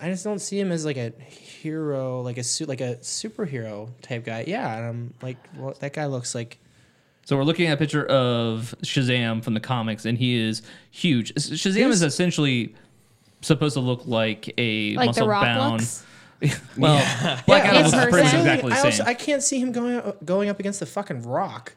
[SPEAKER 5] I just don't see him as like a hero, like a suit, like a superhero type guy. Yeah, and I'm like, well, that guy looks like
[SPEAKER 1] So we're looking at a picture of Shazam from the comics, and he is huge. S- Shazam is essentially supposed to look like a
[SPEAKER 4] Like The
[SPEAKER 1] muscle
[SPEAKER 4] Rock
[SPEAKER 1] bound.
[SPEAKER 4] looks?
[SPEAKER 1] [laughs] Well, Black
[SPEAKER 5] Yeah,
[SPEAKER 1] Adam
[SPEAKER 4] in
[SPEAKER 1] looks pretty
[SPEAKER 4] person.
[SPEAKER 1] exactly the
[SPEAKER 5] I,
[SPEAKER 1] same.
[SPEAKER 5] also, I can't see him going up, going up against the fucking rock.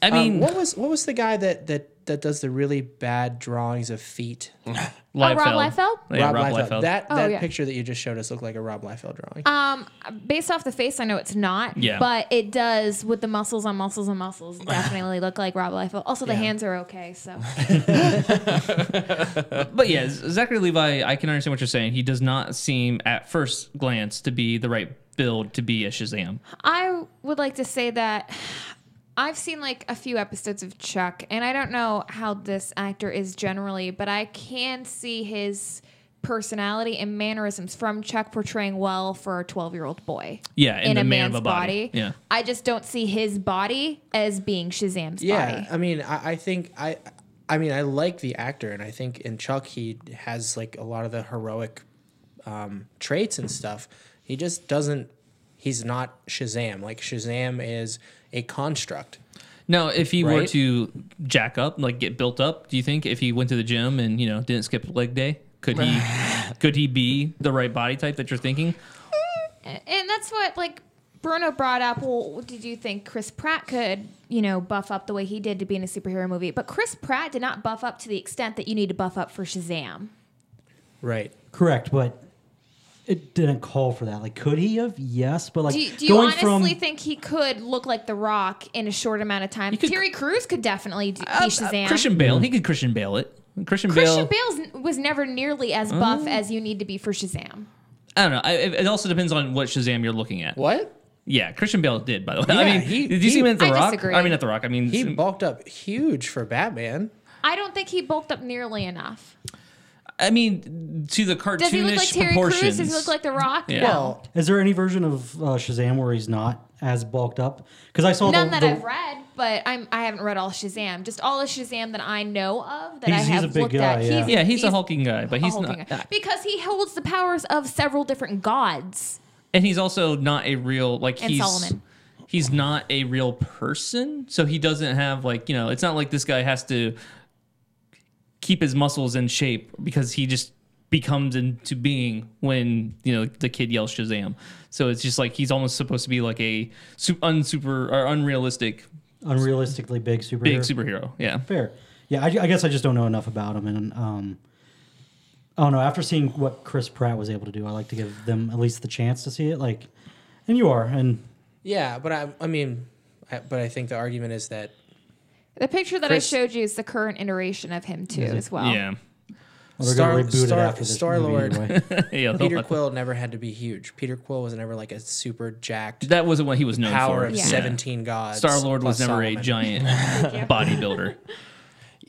[SPEAKER 1] I
[SPEAKER 5] Um,
[SPEAKER 1] mean,
[SPEAKER 5] what was what was the guy that that that does the really bad drawings of feet?
[SPEAKER 1] Liefeld.
[SPEAKER 4] Oh, Rob Liefeld?
[SPEAKER 1] Yeah, Rob Liefeld.
[SPEAKER 5] That
[SPEAKER 4] Oh,
[SPEAKER 5] that
[SPEAKER 4] yeah.
[SPEAKER 5] picture that you just showed us looked like a Rob Liefeld drawing.
[SPEAKER 4] Um, based off the face, I know it's not.
[SPEAKER 1] Yeah.
[SPEAKER 4] But it does with the muscles on muscles on
[SPEAKER 1] [laughs]
[SPEAKER 4] muscles definitely look like Rob Liefeld. Also, the
[SPEAKER 5] Yeah.
[SPEAKER 4] hands are okay. So
[SPEAKER 1] But yeah, Z- Zachary Levi, I can understand what you're saying. He does not seem, at first glance, to be the right build to be a Shazam.
[SPEAKER 4] I would like to say that I've seen like a few episodes of Chuck, and I don't know how this actor is generally, but I can see his personality and mannerisms from Chuck portraying well for a 12 year old boy.
[SPEAKER 1] Yeah, in
[SPEAKER 4] in,
[SPEAKER 1] the
[SPEAKER 4] a
[SPEAKER 1] man of a
[SPEAKER 4] man's
[SPEAKER 1] body. Yeah.
[SPEAKER 4] I just don't see his body as being Shazam's
[SPEAKER 5] Yeah,
[SPEAKER 4] body.
[SPEAKER 5] I mean, I, I think I, I mean, I like the actor, and I think in Chuck he has like a lot of the heroic um, traits and stuff. He just doesn't. He's not Shazam. Like Shazam is a construct.
[SPEAKER 1] Now, if he were
[SPEAKER 5] Right?
[SPEAKER 1] to jack up, like get built up, do you think if he went to the gym and you know didn't skip leg day, could
[SPEAKER 5] [laughs]
[SPEAKER 1] he could he be the right body type that you're thinking?
[SPEAKER 4] And that's what like Bruno brought up. Well, did you think Chris Pratt could, you know, buff up the way he did to be in a superhero movie? But Chris Pratt did not buff up to the extent that you need to buff up for Shazam.
[SPEAKER 5] Right.
[SPEAKER 3] Correct, but it didn't call for that. Like, could he have? Yes, but like
[SPEAKER 4] Do you, do you
[SPEAKER 3] going
[SPEAKER 4] honestly
[SPEAKER 3] from
[SPEAKER 4] think he could look like The Rock in a short amount of time?
[SPEAKER 1] could- Uh,
[SPEAKER 4] Terry Crews could definitely do, be Shazam.
[SPEAKER 1] Christian Bale,
[SPEAKER 5] Mm.
[SPEAKER 1] he could Christian Bale it. Christian,
[SPEAKER 4] Christian
[SPEAKER 1] Bale, Oh.
[SPEAKER 4] Bale's n- was never nearly as buff as you need to be for Shazam.
[SPEAKER 1] I don't know. I, it it also depends on what Shazam you're looking at.
[SPEAKER 5] What?
[SPEAKER 1] Yeah, Christian Bale did, by the way. I
[SPEAKER 5] Yeah,
[SPEAKER 1] mean,
[SPEAKER 5] he-
[SPEAKER 1] did you see
[SPEAKER 5] he-
[SPEAKER 1] him at The
[SPEAKER 4] I
[SPEAKER 1] Rock?
[SPEAKER 4] disagree.
[SPEAKER 1] I mean, at The Rock. I mean,
[SPEAKER 5] He
[SPEAKER 1] s-
[SPEAKER 5] bulked up huge for Batman.
[SPEAKER 4] I don't think he bulked up nearly enough.
[SPEAKER 1] I mean, to the cartoonish
[SPEAKER 4] Does he look like Terry Crews?
[SPEAKER 1] proportions.
[SPEAKER 4] Does he look like The Rock?
[SPEAKER 1] Yeah.
[SPEAKER 4] No.
[SPEAKER 5] Well,
[SPEAKER 3] Is there any version of uh, Shazam where he's not as bulked up? Because I saw
[SPEAKER 4] None
[SPEAKER 3] the,
[SPEAKER 4] that
[SPEAKER 3] the-
[SPEAKER 4] I've read, but I'm I haven't read all Shazam. Just all the Shazam that I know of that I
[SPEAKER 3] He's- he's
[SPEAKER 4] have
[SPEAKER 3] a big
[SPEAKER 4] looked
[SPEAKER 3] guy,
[SPEAKER 4] at.
[SPEAKER 3] yeah.
[SPEAKER 1] yeah, he's, a hulking guy, but
[SPEAKER 4] a
[SPEAKER 1] he's
[SPEAKER 4] hulking
[SPEAKER 1] not.
[SPEAKER 4] guy. because he holds the powers of several different gods.
[SPEAKER 1] and he's also not a real like
[SPEAKER 4] And
[SPEAKER 1] he's
[SPEAKER 4] Solomon.
[SPEAKER 1] he's not a real person so he doesn't have like you know it's not like this guy has to keep his muscles in shape because he just becomes into being when you know the kid yells shazam so it's just like he's almost supposed to be like a su- unsuper or unrealistic
[SPEAKER 3] unrealistically big superhero.
[SPEAKER 1] big superhero yeah
[SPEAKER 3] Fair. Yeah, I, I guess I just don't know enough about him, and um, I don't know. After seeing what Chris Pratt was able to do, I like to give them at least the chance to see it. Like, and you are, and
[SPEAKER 5] yeah, but I, I mean, I, but I think the argument is that
[SPEAKER 4] The picture that
[SPEAKER 5] Chris-
[SPEAKER 4] I showed you is the current iteration of him too, as well.
[SPEAKER 1] yeah [laughs]
[SPEAKER 3] well, they're going to
[SPEAKER 5] Star-
[SPEAKER 3] reboot
[SPEAKER 5] Star-
[SPEAKER 3] it after this
[SPEAKER 5] Star-Lord.
[SPEAKER 3] movie anyway.
[SPEAKER 1] yeah they'll
[SPEAKER 5] [laughs] Peter
[SPEAKER 1] have to-
[SPEAKER 5] Quill never had to be huge. Peter Quill was never like a super jacked
[SPEAKER 1] that wasn't what he was known
[SPEAKER 5] power
[SPEAKER 1] for
[SPEAKER 5] of
[SPEAKER 4] Yeah.
[SPEAKER 5] seventeen gods.
[SPEAKER 1] star lord was
[SPEAKER 5] plus
[SPEAKER 1] never a
[SPEAKER 5] Solomon. [laughs]
[SPEAKER 1] giant bodybuilder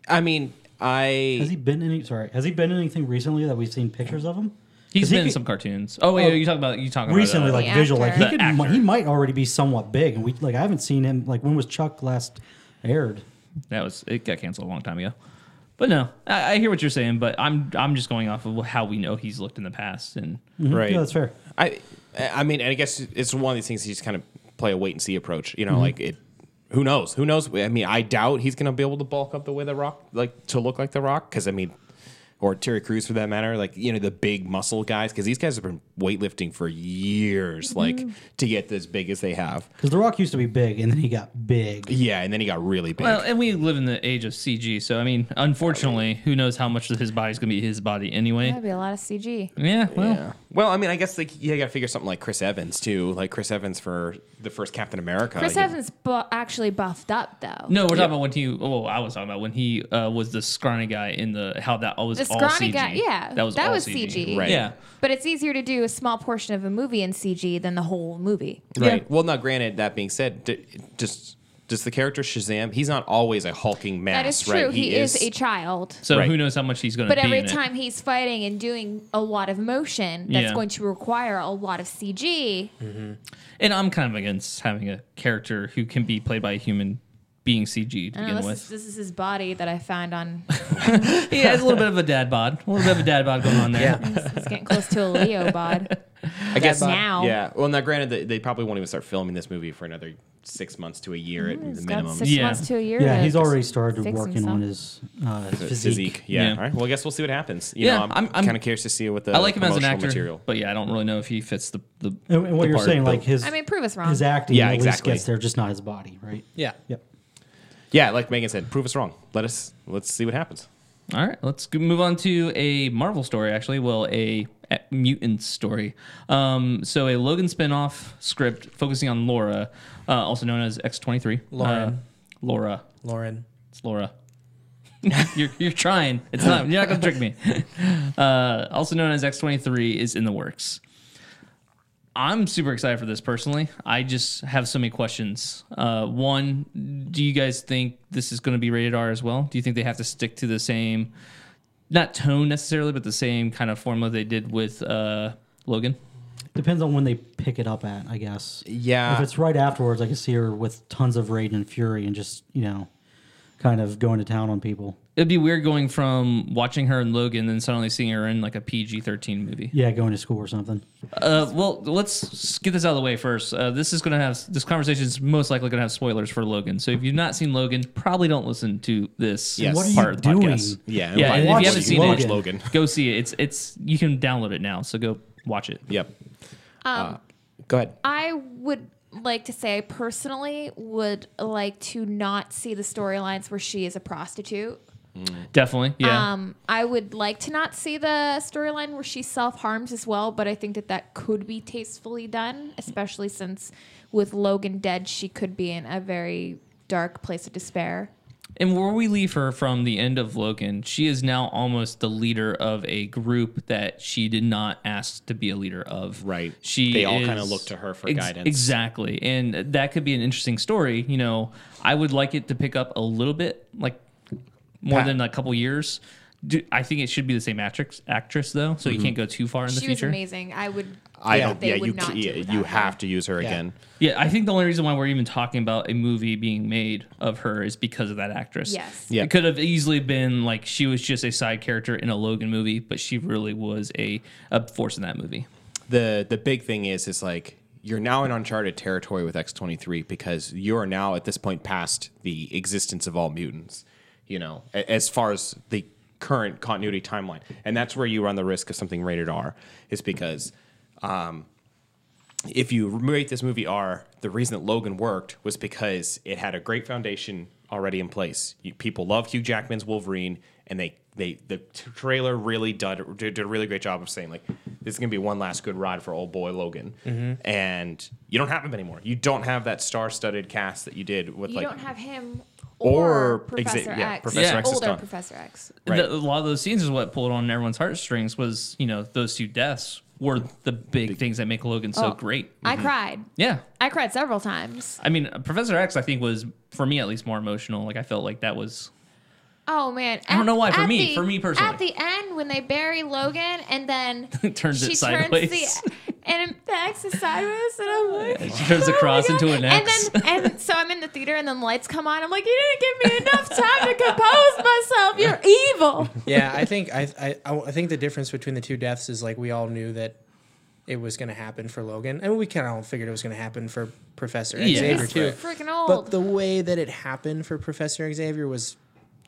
[SPEAKER 2] I mean,
[SPEAKER 3] Has he
[SPEAKER 2] I
[SPEAKER 3] been in any? Sorry, has he been in anything recently that we've seen pictures of him? 'Cause
[SPEAKER 1] he's
[SPEAKER 3] he
[SPEAKER 1] been in
[SPEAKER 3] could-
[SPEAKER 1] some cartoons oh wait you talking about you talking
[SPEAKER 3] recently,
[SPEAKER 1] about uh,
[SPEAKER 3] like
[SPEAKER 4] The
[SPEAKER 3] visual, like he
[SPEAKER 1] actor.
[SPEAKER 3] could,
[SPEAKER 1] The actor.
[SPEAKER 3] he might already be somewhat big, and we like I haven't seen him. Like, when was Chuck last aired?
[SPEAKER 1] that was it got canceled a long time ago. But no, I, I hear what you're saying, but I'm I'm just going off of how we know he's looked in the past, and
[SPEAKER 2] right.
[SPEAKER 3] Yeah, that's fair.
[SPEAKER 2] I I mean, and I guess it's one of these things you just kind of play a wait and see approach. You know, like it. Who knows? Who knows? I mean, I doubt he's going to be able to bulk up the way the Rock, like to look like the Rock, because I mean, or Terry Crews for that matter, like you know the big muscle guys, because these guys have been weightlifting for years, like to get as big as they have.
[SPEAKER 3] Because The Rock used to be big, and then he got big.
[SPEAKER 2] Yeah, and then he got really big.
[SPEAKER 1] well, and we live in the age of CG, so I mean, unfortunately, who knows how much of his body's gonna be his body anyway?
[SPEAKER 4] That'd be a lot of CG.
[SPEAKER 3] Uh,
[SPEAKER 1] Yeah, well,
[SPEAKER 2] yeah. Well, I mean, I guess like you got to figure something like Chris Evans too, like Chris Evans for the first Captain America.
[SPEAKER 4] Chris
[SPEAKER 2] you know.
[SPEAKER 4] Evans bu- actually buffed up though.
[SPEAKER 1] no, we're talking about when he. Oh, I was talking about when he uh, was the scrawny guy in the how that was
[SPEAKER 4] The
[SPEAKER 1] all
[SPEAKER 4] scrawny
[SPEAKER 1] CG.
[SPEAKER 4] guy, yeah,
[SPEAKER 1] that was
[SPEAKER 4] that
[SPEAKER 1] all
[SPEAKER 4] was CG.
[SPEAKER 2] Right.
[SPEAKER 1] Yeah,
[SPEAKER 4] But it's easier to do a small portion of a movie in CG than the whole movie.
[SPEAKER 2] Right. Well, now, granted, that being said, d- just just the character Shazam, he's not always a hulking mass,
[SPEAKER 4] that is true.
[SPEAKER 2] right?
[SPEAKER 4] He, is, a child.
[SPEAKER 1] so
[SPEAKER 2] Right.
[SPEAKER 1] who knows how much he's gonna.
[SPEAKER 4] But
[SPEAKER 1] be
[SPEAKER 4] every
[SPEAKER 1] in it.
[SPEAKER 4] time he's fighting and doing a lot of motion, that's
[SPEAKER 1] Yeah.
[SPEAKER 4] going to require a lot of CG.
[SPEAKER 1] and I'm kind of against having a character who can be played by a human being CG to
[SPEAKER 4] Uh,
[SPEAKER 1] begin
[SPEAKER 4] this,
[SPEAKER 1] with.
[SPEAKER 4] is, this is his body that I found on.
[SPEAKER 1] [laughs] yeah, it's a little bit of a dad bod, a little bit of a dad bod going on there.
[SPEAKER 5] Yeah.
[SPEAKER 4] He's, he's getting close to a Leo
[SPEAKER 1] [laughs]
[SPEAKER 4] bod.
[SPEAKER 2] I guess
[SPEAKER 4] now.
[SPEAKER 2] Yeah. Well, now, granted, they, they probably won't even start filming this movie for another six months to a year at the
[SPEAKER 4] Oh, He's got
[SPEAKER 2] minimum.
[SPEAKER 4] six
[SPEAKER 1] Yeah.
[SPEAKER 4] months to a year.
[SPEAKER 3] Yeah,
[SPEAKER 4] to-
[SPEAKER 3] he's already started
[SPEAKER 4] fix
[SPEAKER 3] working
[SPEAKER 4] himself.
[SPEAKER 3] on his uh,
[SPEAKER 2] Physique.
[SPEAKER 3] physique.
[SPEAKER 2] Yeah.
[SPEAKER 1] Yeah.
[SPEAKER 2] All right. Well, I guess we'll see what happens. You
[SPEAKER 1] Yeah,
[SPEAKER 2] know, I'm,
[SPEAKER 1] I'm- I'm-
[SPEAKER 2] kind of curious to see what the
[SPEAKER 1] I like him as an
[SPEAKER 2] promotional
[SPEAKER 1] actor,
[SPEAKER 2] material.
[SPEAKER 1] but yeah, I don't really know if he fits the the.
[SPEAKER 3] And, and what
[SPEAKER 1] the
[SPEAKER 3] you're
[SPEAKER 1] part,
[SPEAKER 3] saying,
[SPEAKER 1] but-
[SPEAKER 3] like his,
[SPEAKER 4] I mean, prove us wrong.
[SPEAKER 3] his acting,
[SPEAKER 2] Yeah,
[SPEAKER 3] at
[SPEAKER 2] exactly.
[SPEAKER 3] least gets there, just not his body, right?
[SPEAKER 5] Yeah.
[SPEAKER 3] Yep.
[SPEAKER 2] Yeah, like Megan said, prove us wrong. Let us let's see what happens.
[SPEAKER 1] all right, let's go- move on to a Marvel story. Actually, well, a, a mutant story. Um, so a Logan spinoff script focusing on Laura, uh, also known as X twenty three.
[SPEAKER 5] Lauren.
[SPEAKER 1] Laura.
[SPEAKER 5] Lauren.
[SPEAKER 1] It's Laura. [laughs] you're, you're trying. It's not. You're not gonna trick me. Uh, also known as X23 is in the works. I'm super excited for this personally. I just have so many questions. Uh, one, do you guys think this is going to be rated R as well? Do you think they have to stick to the same not tone necessarily, but the same kind of formula they did with uh, Logan.
[SPEAKER 3] Depends on when they pick it up at, I guess.
[SPEAKER 2] Yeah.
[SPEAKER 3] If it's right afterwards, I can see her with tons of rage and fury and just, you know, kind of going to town on people.
[SPEAKER 1] It'd be weird going from watching her in Logan and suddenly seeing her in like a PG thirteen movie.
[SPEAKER 3] Yeah, going to school or something.
[SPEAKER 1] Uh, well, let's get this out of the way first. Uh, this is going to have this conversation is most likely going to have spoilers for Logan. So if you've not seen Logan, probably don't listen to this
[SPEAKER 2] Yes.
[SPEAKER 3] What are you
[SPEAKER 1] part of the
[SPEAKER 3] doing?
[SPEAKER 1] podcast.
[SPEAKER 2] Yeah,
[SPEAKER 1] yeah.
[SPEAKER 2] why-
[SPEAKER 1] And if
[SPEAKER 3] why
[SPEAKER 1] you
[SPEAKER 3] would
[SPEAKER 1] haven't
[SPEAKER 3] you
[SPEAKER 1] seen
[SPEAKER 3] watch
[SPEAKER 1] it,
[SPEAKER 2] Logan?
[SPEAKER 1] go see it. It's it's you can download it now. So go watch it.
[SPEAKER 2] Yep. Uh, go ahead.
[SPEAKER 4] I would like to say I personally would like to not see the storylines where she is a prostitute.
[SPEAKER 1] Definitely. Yeah.
[SPEAKER 4] Um, I would like to not see the storyline where she self harms as well, but I think that that could be tastefully done, especially since with Logan dead, she could be in a very dark place of despair.
[SPEAKER 1] And where we leave her from the end of Logan, she is now almost the leader of a group that she did not ask to be a leader of.
[SPEAKER 2] Right.
[SPEAKER 1] She
[SPEAKER 2] They all kinda
[SPEAKER 1] is-
[SPEAKER 2] look to her for guidance.
[SPEAKER 1] Exactly. And that could be an interesting story. You know, I would like it to pick up a little bit, like more
[SPEAKER 2] Pat-
[SPEAKER 1] than a couple years. Do, I think it should be the same actress, actress though, so you
[SPEAKER 2] Mm-hmm.
[SPEAKER 1] can't go too far in the
[SPEAKER 4] she
[SPEAKER 1] future.
[SPEAKER 4] was amazing. I would.
[SPEAKER 2] I
[SPEAKER 4] think
[SPEAKER 2] don't.
[SPEAKER 4] They
[SPEAKER 2] Yeah,
[SPEAKER 4] would
[SPEAKER 2] you
[SPEAKER 4] not
[SPEAKER 2] ca- yeah,
[SPEAKER 4] do without
[SPEAKER 2] you
[SPEAKER 4] her.
[SPEAKER 2] have to use her again.
[SPEAKER 1] Yeah, I think the only reason why we're even talking about a movie being made of her is because of that actress.
[SPEAKER 4] Yes.
[SPEAKER 2] Yeah.
[SPEAKER 1] It could have easily been like she was just a side character in a Logan movie, but she really was a, a force in that movie.
[SPEAKER 2] the the big thing is is like you're now in uncharted territory with X23 because you are now at this point past the existence of all mutants, you know, a- as far as the current continuity timeline. And that's where you run the risk of something rated R is because if you rate this movie R, the reason that Logan worked was because it had a great foundation already in place. You, people love Hugh Jackman's Wolverine, and they they the t- trailer really did, did a really great job of saying like this is gonna be one last good ride for old boy Logan. And you don't have him anymore. You don't have that star-studded cast that you did with
[SPEAKER 4] You
[SPEAKER 2] like
[SPEAKER 4] don't have him
[SPEAKER 2] Or
[SPEAKER 4] or,
[SPEAKER 2] exa-
[SPEAKER 4] Professor
[SPEAKER 2] yeah,
[SPEAKER 4] X.
[SPEAKER 2] Professor
[SPEAKER 1] X
[SPEAKER 2] is
[SPEAKER 4] older
[SPEAKER 2] gone.
[SPEAKER 4] Professor X.
[SPEAKER 2] Right.
[SPEAKER 1] The- a lot of those scenes is what pulled on everyone's heartstrings was, you know, those two deaths were the big, things that make Logan so
[SPEAKER 4] Oh.
[SPEAKER 1] great.
[SPEAKER 4] I
[SPEAKER 2] Mm-hmm.
[SPEAKER 4] cried.
[SPEAKER 1] Yeah.
[SPEAKER 4] I cried several times.
[SPEAKER 1] I mean, Professor X, I think was for me at least more emotional. Like I felt like that
[SPEAKER 4] [laughs]
[SPEAKER 1] was
[SPEAKER 4] Oh man!
[SPEAKER 1] I don't know why, for
[SPEAKER 4] at
[SPEAKER 1] me- for me personally.
[SPEAKER 4] At the end, when they bury Logan, and then
[SPEAKER 1] [laughs] Turns it
[SPEAKER 4] she
[SPEAKER 1] sideways.
[SPEAKER 4] turns the [laughs] and the X is sideways, and I'm like, "Oh
[SPEAKER 1] she turns the
[SPEAKER 4] my
[SPEAKER 1] cross
[SPEAKER 4] God.
[SPEAKER 1] into an X.
[SPEAKER 4] And then, and so I'm in the theater, and then lights come on. I'm like, you didn't give me enough time to compose
[SPEAKER 1] [laughs]
[SPEAKER 4] myself. You're evil.
[SPEAKER 5] [laughs] yeah, I think I, I I I think the difference between the two deaths is like we all knew that it was going to happen for Logan, and we kind of all figured it was going to happen for Professor
[SPEAKER 1] Yeah.
[SPEAKER 5] Xavier
[SPEAKER 1] He's
[SPEAKER 5] too.
[SPEAKER 4] freaking
[SPEAKER 5] But
[SPEAKER 4] old.
[SPEAKER 5] the way that it happened for Professor Xavier was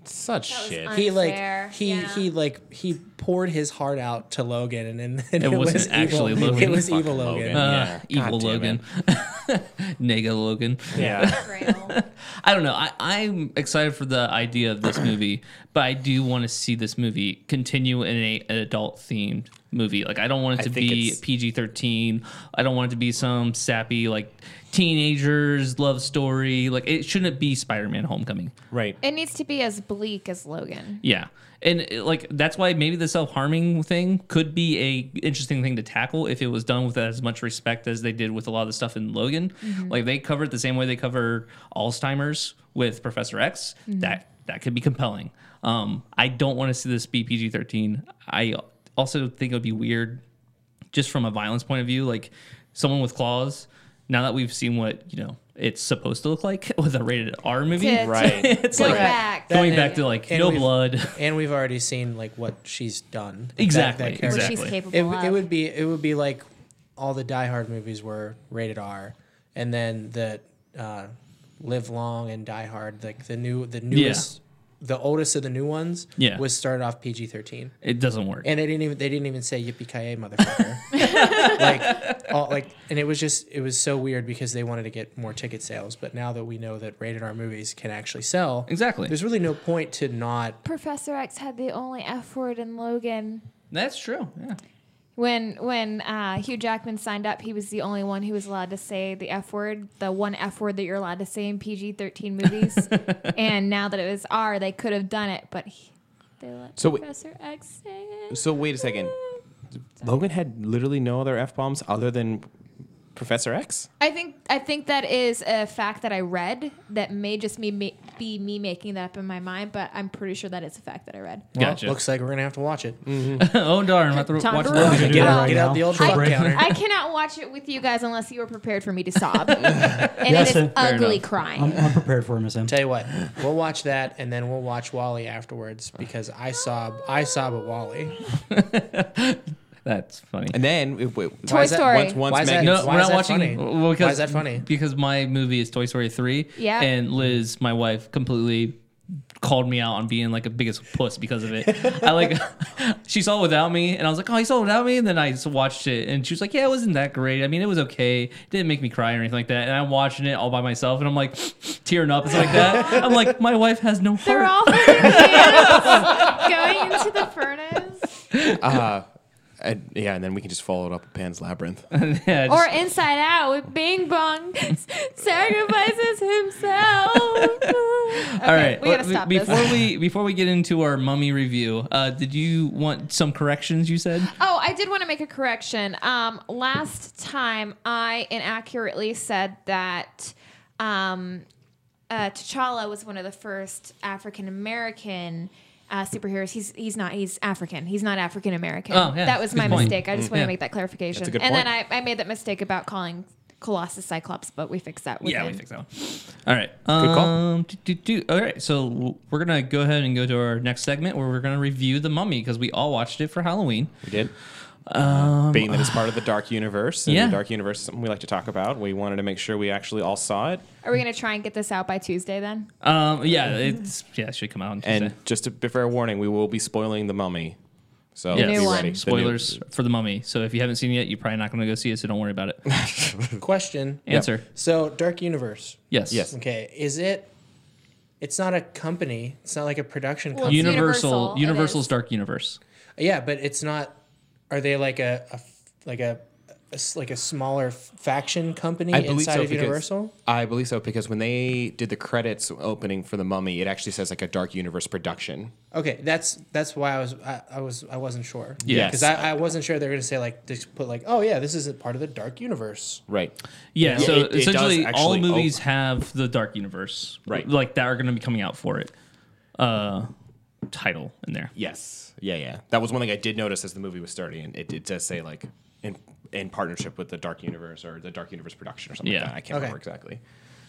[SPEAKER 2] such
[SPEAKER 4] was
[SPEAKER 2] shit.
[SPEAKER 4] un-
[SPEAKER 5] he
[SPEAKER 4] Unfair,
[SPEAKER 5] like he
[SPEAKER 4] yeah.
[SPEAKER 5] he like he poured his heart out to Logan, and [laughs] and, and
[SPEAKER 1] It wasn't actually
[SPEAKER 5] evil.
[SPEAKER 1] Logan.
[SPEAKER 5] It was evil
[SPEAKER 2] Fucking
[SPEAKER 5] Logan.
[SPEAKER 1] [laughs]
[SPEAKER 2] Logan.
[SPEAKER 1] Uh,
[SPEAKER 2] Yeah.
[SPEAKER 1] evil
[SPEAKER 2] God damn
[SPEAKER 1] Logan. [laughs] Nega
[SPEAKER 2] [laughs]
[SPEAKER 1] Logan.
[SPEAKER 2] yeah.
[SPEAKER 1] I don't know. I, I'm excited for the idea of this movie, but I do want to see this movie continue in a, an adult themed movie. Like I don't want it to
[SPEAKER 2] think
[SPEAKER 1] be
[SPEAKER 2] it's-
[SPEAKER 1] PG thirteen. I don't want it to be some sappy like teenagers love story. Like it shouldn't be Spider Man Homecoming.
[SPEAKER 2] right.
[SPEAKER 4] [laughs] It needs to be as bleak as Logan.
[SPEAKER 1] Yeah. And uh, like that's why maybe the self harming thing could be a interesting thing to tackle if it was done with as much respect as they did with a lot of the stuff in Logan.
[SPEAKER 4] Mm-hmm.
[SPEAKER 1] Like they cover it the same way they cover Alzheimer's with Professor X.
[SPEAKER 4] Mm-hmm.
[SPEAKER 1] That that could be compelling. Um, I don't want to see this be PG thirteen. I also think it would be weird just from a violence point of view, like someone with claws. Now that we've seen what you know it's supposed to look like [laughs] with a rated R movie,
[SPEAKER 4] To- to
[SPEAKER 1] [laughs]
[SPEAKER 2] Right.
[SPEAKER 1] it's
[SPEAKER 4] Go
[SPEAKER 1] like
[SPEAKER 4] back.
[SPEAKER 5] That-
[SPEAKER 1] going
[SPEAKER 5] and-
[SPEAKER 1] back to like
[SPEAKER 5] and
[SPEAKER 1] no
[SPEAKER 5] we've-
[SPEAKER 1] blood. [laughs]
[SPEAKER 5] And we've already seen like what she's done. That- that
[SPEAKER 1] Exactly,
[SPEAKER 5] character.
[SPEAKER 4] What
[SPEAKER 1] Exactly.
[SPEAKER 4] she's capable
[SPEAKER 5] It,
[SPEAKER 4] of.
[SPEAKER 5] it would be it would be like all the Die Hard movies were rated R, and then the uh, Live Long and Die Hard, like the new the newest, the oldest of the new ones,
[SPEAKER 1] Yeah.
[SPEAKER 5] was started off PG thirteen,
[SPEAKER 1] It doesn't work.
[SPEAKER 5] and they didn't even they didn't even say yippee ki yay motherfucker, like all, like, and it was just it was so weird because they wanted to get more ticket sales, but now that we know that rated R movies can actually sell,
[SPEAKER 1] Exactly.
[SPEAKER 5] there's really no point to not
[SPEAKER 4] Professor X had the only F word in Logan.
[SPEAKER 1] That's true. Yeah.
[SPEAKER 4] When when uh, Hugh Jackman signed up, he was the only one who was allowed to say the F word, the one F word that you're allowed to say in PG thirteen movies. and now that it was R, they could have done it, but he, they let
[SPEAKER 2] So we-
[SPEAKER 4] Professor X say it.
[SPEAKER 2] So wait a second. Logan had literally no other f bombs other than Professor X?
[SPEAKER 4] I think I think that is a fact that I read that may just me ma- be me making that up in my mind, but I'm pretty sure that is a fact that I read.
[SPEAKER 5] Well,
[SPEAKER 1] Gotcha.
[SPEAKER 5] "Oh, looks like we're gonna have to watch it.
[SPEAKER 1] [laughs] oh darn! I'm about to
[SPEAKER 4] Tom
[SPEAKER 1] watch
[SPEAKER 4] Cruise.
[SPEAKER 1] that.
[SPEAKER 3] Should we
[SPEAKER 5] Get
[SPEAKER 3] do that
[SPEAKER 5] out- get out
[SPEAKER 3] now?
[SPEAKER 5] the old
[SPEAKER 3] Short
[SPEAKER 5] truck
[SPEAKER 3] break?
[SPEAKER 5] counter.
[SPEAKER 4] I cannot watch it with you guys unless you were prepared for me to sob, and
[SPEAKER 3] Yes,
[SPEAKER 4] it is
[SPEAKER 3] sir. Fair
[SPEAKER 4] ugly
[SPEAKER 1] enough.
[SPEAKER 4] crying.
[SPEAKER 3] I'm, I'm prepared for it,
[SPEAKER 5] [laughs]
[SPEAKER 3] Miss M.
[SPEAKER 5] Tell you what, we'll watch that and then we'll watch Wally afterwards because I sob, I sob at Wally.
[SPEAKER 1] That's funny.
[SPEAKER 2] And then if, wait,
[SPEAKER 4] Toy Story.
[SPEAKER 2] Once, once
[SPEAKER 5] Why is that-
[SPEAKER 2] Megan-
[SPEAKER 5] No,
[SPEAKER 1] we're
[SPEAKER 5] why
[SPEAKER 1] not
[SPEAKER 5] is that
[SPEAKER 1] watching.
[SPEAKER 5] funny?
[SPEAKER 1] well,
[SPEAKER 5] Why
[SPEAKER 1] because-
[SPEAKER 5] is that funny?
[SPEAKER 1] Because my movie is Toy Story three.
[SPEAKER 4] Yeah.
[SPEAKER 1] And Liz, my wife, completely called me out on being like a biggest puss because of it. I like [laughs] she saw it without me, and I was like, oh, you saw it without me. And then I just watched it, and she was like, yeah, it wasn't that great. I mean, it was okay. It didn't make me cry or anything like that. And I'm watching it all by myself, and I'm like [laughs] tearing up and stuff like that. I'm like, my wife has no heart.
[SPEAKER 4] They're all
[SPEAKER 1] [laughs]
[SPEAKER 4] holding hands going into the furnace
[SPEAKER 2] uh, I- yeah, and then we can just follow it up with Pan's Labyrinth.
[SPEAKER 1] [laughs] yeah,
[SPEAKER 4] or
[SPEAKER 1] just-
[SPEAKER 4] inside out with Bing Bong [laughs] s- sacrifices himself.
[SPEAKER 1] all right.
[SPEAKER 4] we
[SPEAKER 1] Well,
[SPEAKER 4] gotta stop
[SPEAKER 1] be-
[SPEAKER 4] this.
[SPEAKER 1] before we before we get into our mummy review, uh, did you want some corrections? You said.
[SPEAKER 4] Oh, I did want to make a correction. Um, last time I inaccurately said that um, uh, T'Challa was one of the first African American uh, superheroes. He's he's not. He's African. He's not African American.
[SPEAKER 1] Oh, yeah.
[SPEAKER 4] that was
[SPEAKER 1] Good
[SPEAKER 4] my
[SPEAKER 1] point. Mm-hmm.
[SPEAKER 4] mistake. I just want
[SPEAKER 1] Yeah.
[SPEAKER 4] to make that clarification.
[SPEAKER 2] That's a good
[SPEAKER 4] and then
[SPEAKER 2] point.
[SPEAKER 4] I, I made that mistake about calling Colossus Cyclops, but [laughs] we fixed that.
[SPEAKER 1] Yeah, we
[SPEAKER 4] within.
[SPEAKER 1] fixed that one. All right.
[SPEAKER 2] Good call.
[SPEAKER 1] Um, do, do, do. All right. So w- we're going to go ahead and go to our next segment where we're going to review The Mummy because we all watched it for Halloween.
[SPEAKER 2] We did. Being that it's part of the Dark Universe, and
[SPEAKER 1] Yeah.
[SPEAKER 2] the Dark Universe is something we like to talk about. We wanted to make sure we actually all saw it.
[SPEAKER 4] Are we gonna try and get this out by Tuesday then?
[SPEAKER 1] Um, yeah,
[SPEAKER 4] [laughs]
[SPEAKER 1] it's yeah, it should come out. On
[SPEAKER 2] And
[SPEAKER 1] Tuesday.
[SPEAKER 2] just a bit fair warning, we will be spoiling the mummy. So
[SPEAKER 1] Yes.
[SPEAKER 4] new
[SPEAKER 2] be
[SPEAKER 4] one.
[SPEAKER 2] ready. The new-
[SPEAKER 1] spoilers for The Mummy. So if you haven't seen it yet, you're probably not going to go see it. So don't worry
[SPEAKER 2] [laughs]
[SPEAKER 1] about it.
[SPEAKER 5] Question.
[SPEAKER 1] Answer.
[SPEAKER 5] So Dark Universe.
[SPEAKER 1] Yes.
[SPEAKER 2] Yes.
[SPEAKER 5] Okay, is it? It's not a company. It's not like a production
[SPEAKER 4] Well,
[SPEAKER 5] company.
[SPEAKER 4] it's
[SPEAKER 1] Universal.
[SPEAKER 4] Universal, it
[SPEAKER 1] Universal's
[SPEAKER 4] is.
[SPEAKER 1] Dark Universe.
[SPEAKER 5] Yeah, but it's not. Are they like a, a f- like a, a s- like a smaller faction company
[SPEAKER 2] I believe
[SPEAKER 5] inside
[SPEAKER 2] so
[SPEAKER 5] of
[SPEAKER 2] because-
[SPEAKER 5] Universal?
[SPEAKER 2] I believe so because when they did the credits opening for the mummy, it actually says like a Dark Universe production.
[SPEAKER 5] Okay, that's that's why I was I, I was I wasn't sure.
[SPEAKER 1] Yes.
[SPEAKER 5] because I, I wasn't sure they were gonna say like just put like oh yeah this isn't part of the Dark Universe.
[SPEAKER 2] Right.
[SPEAKER 1] Yeah.
[SPEAKER 2] Yeah,
[SPEAKER 1] so
[SPEAKER 2] it- it does
[SPEAKER 1] essentially, all
[SPEAKER 2] actually
[SPEAKER 1] movies
[SPEAKER 2] open-
[SPEAKER 1] have the Dark Universe,
[SPEAKER 2] Right.
[SPEAKER 1] Like that are going to be coming out for it. Uh, title in there.
[SPEAKER 2] Yes. Yeah, yeah. That was one thing I did notice as the movie was starting. It, it does say like in in partnership with the Dark Universe or the Dark Universe production or something
[SPEAKER 1] Yeah.
[SPEAKER 2] like that. I can't
[SPEAKER 5] Okay.
[SPEAKER 2] remember exactly.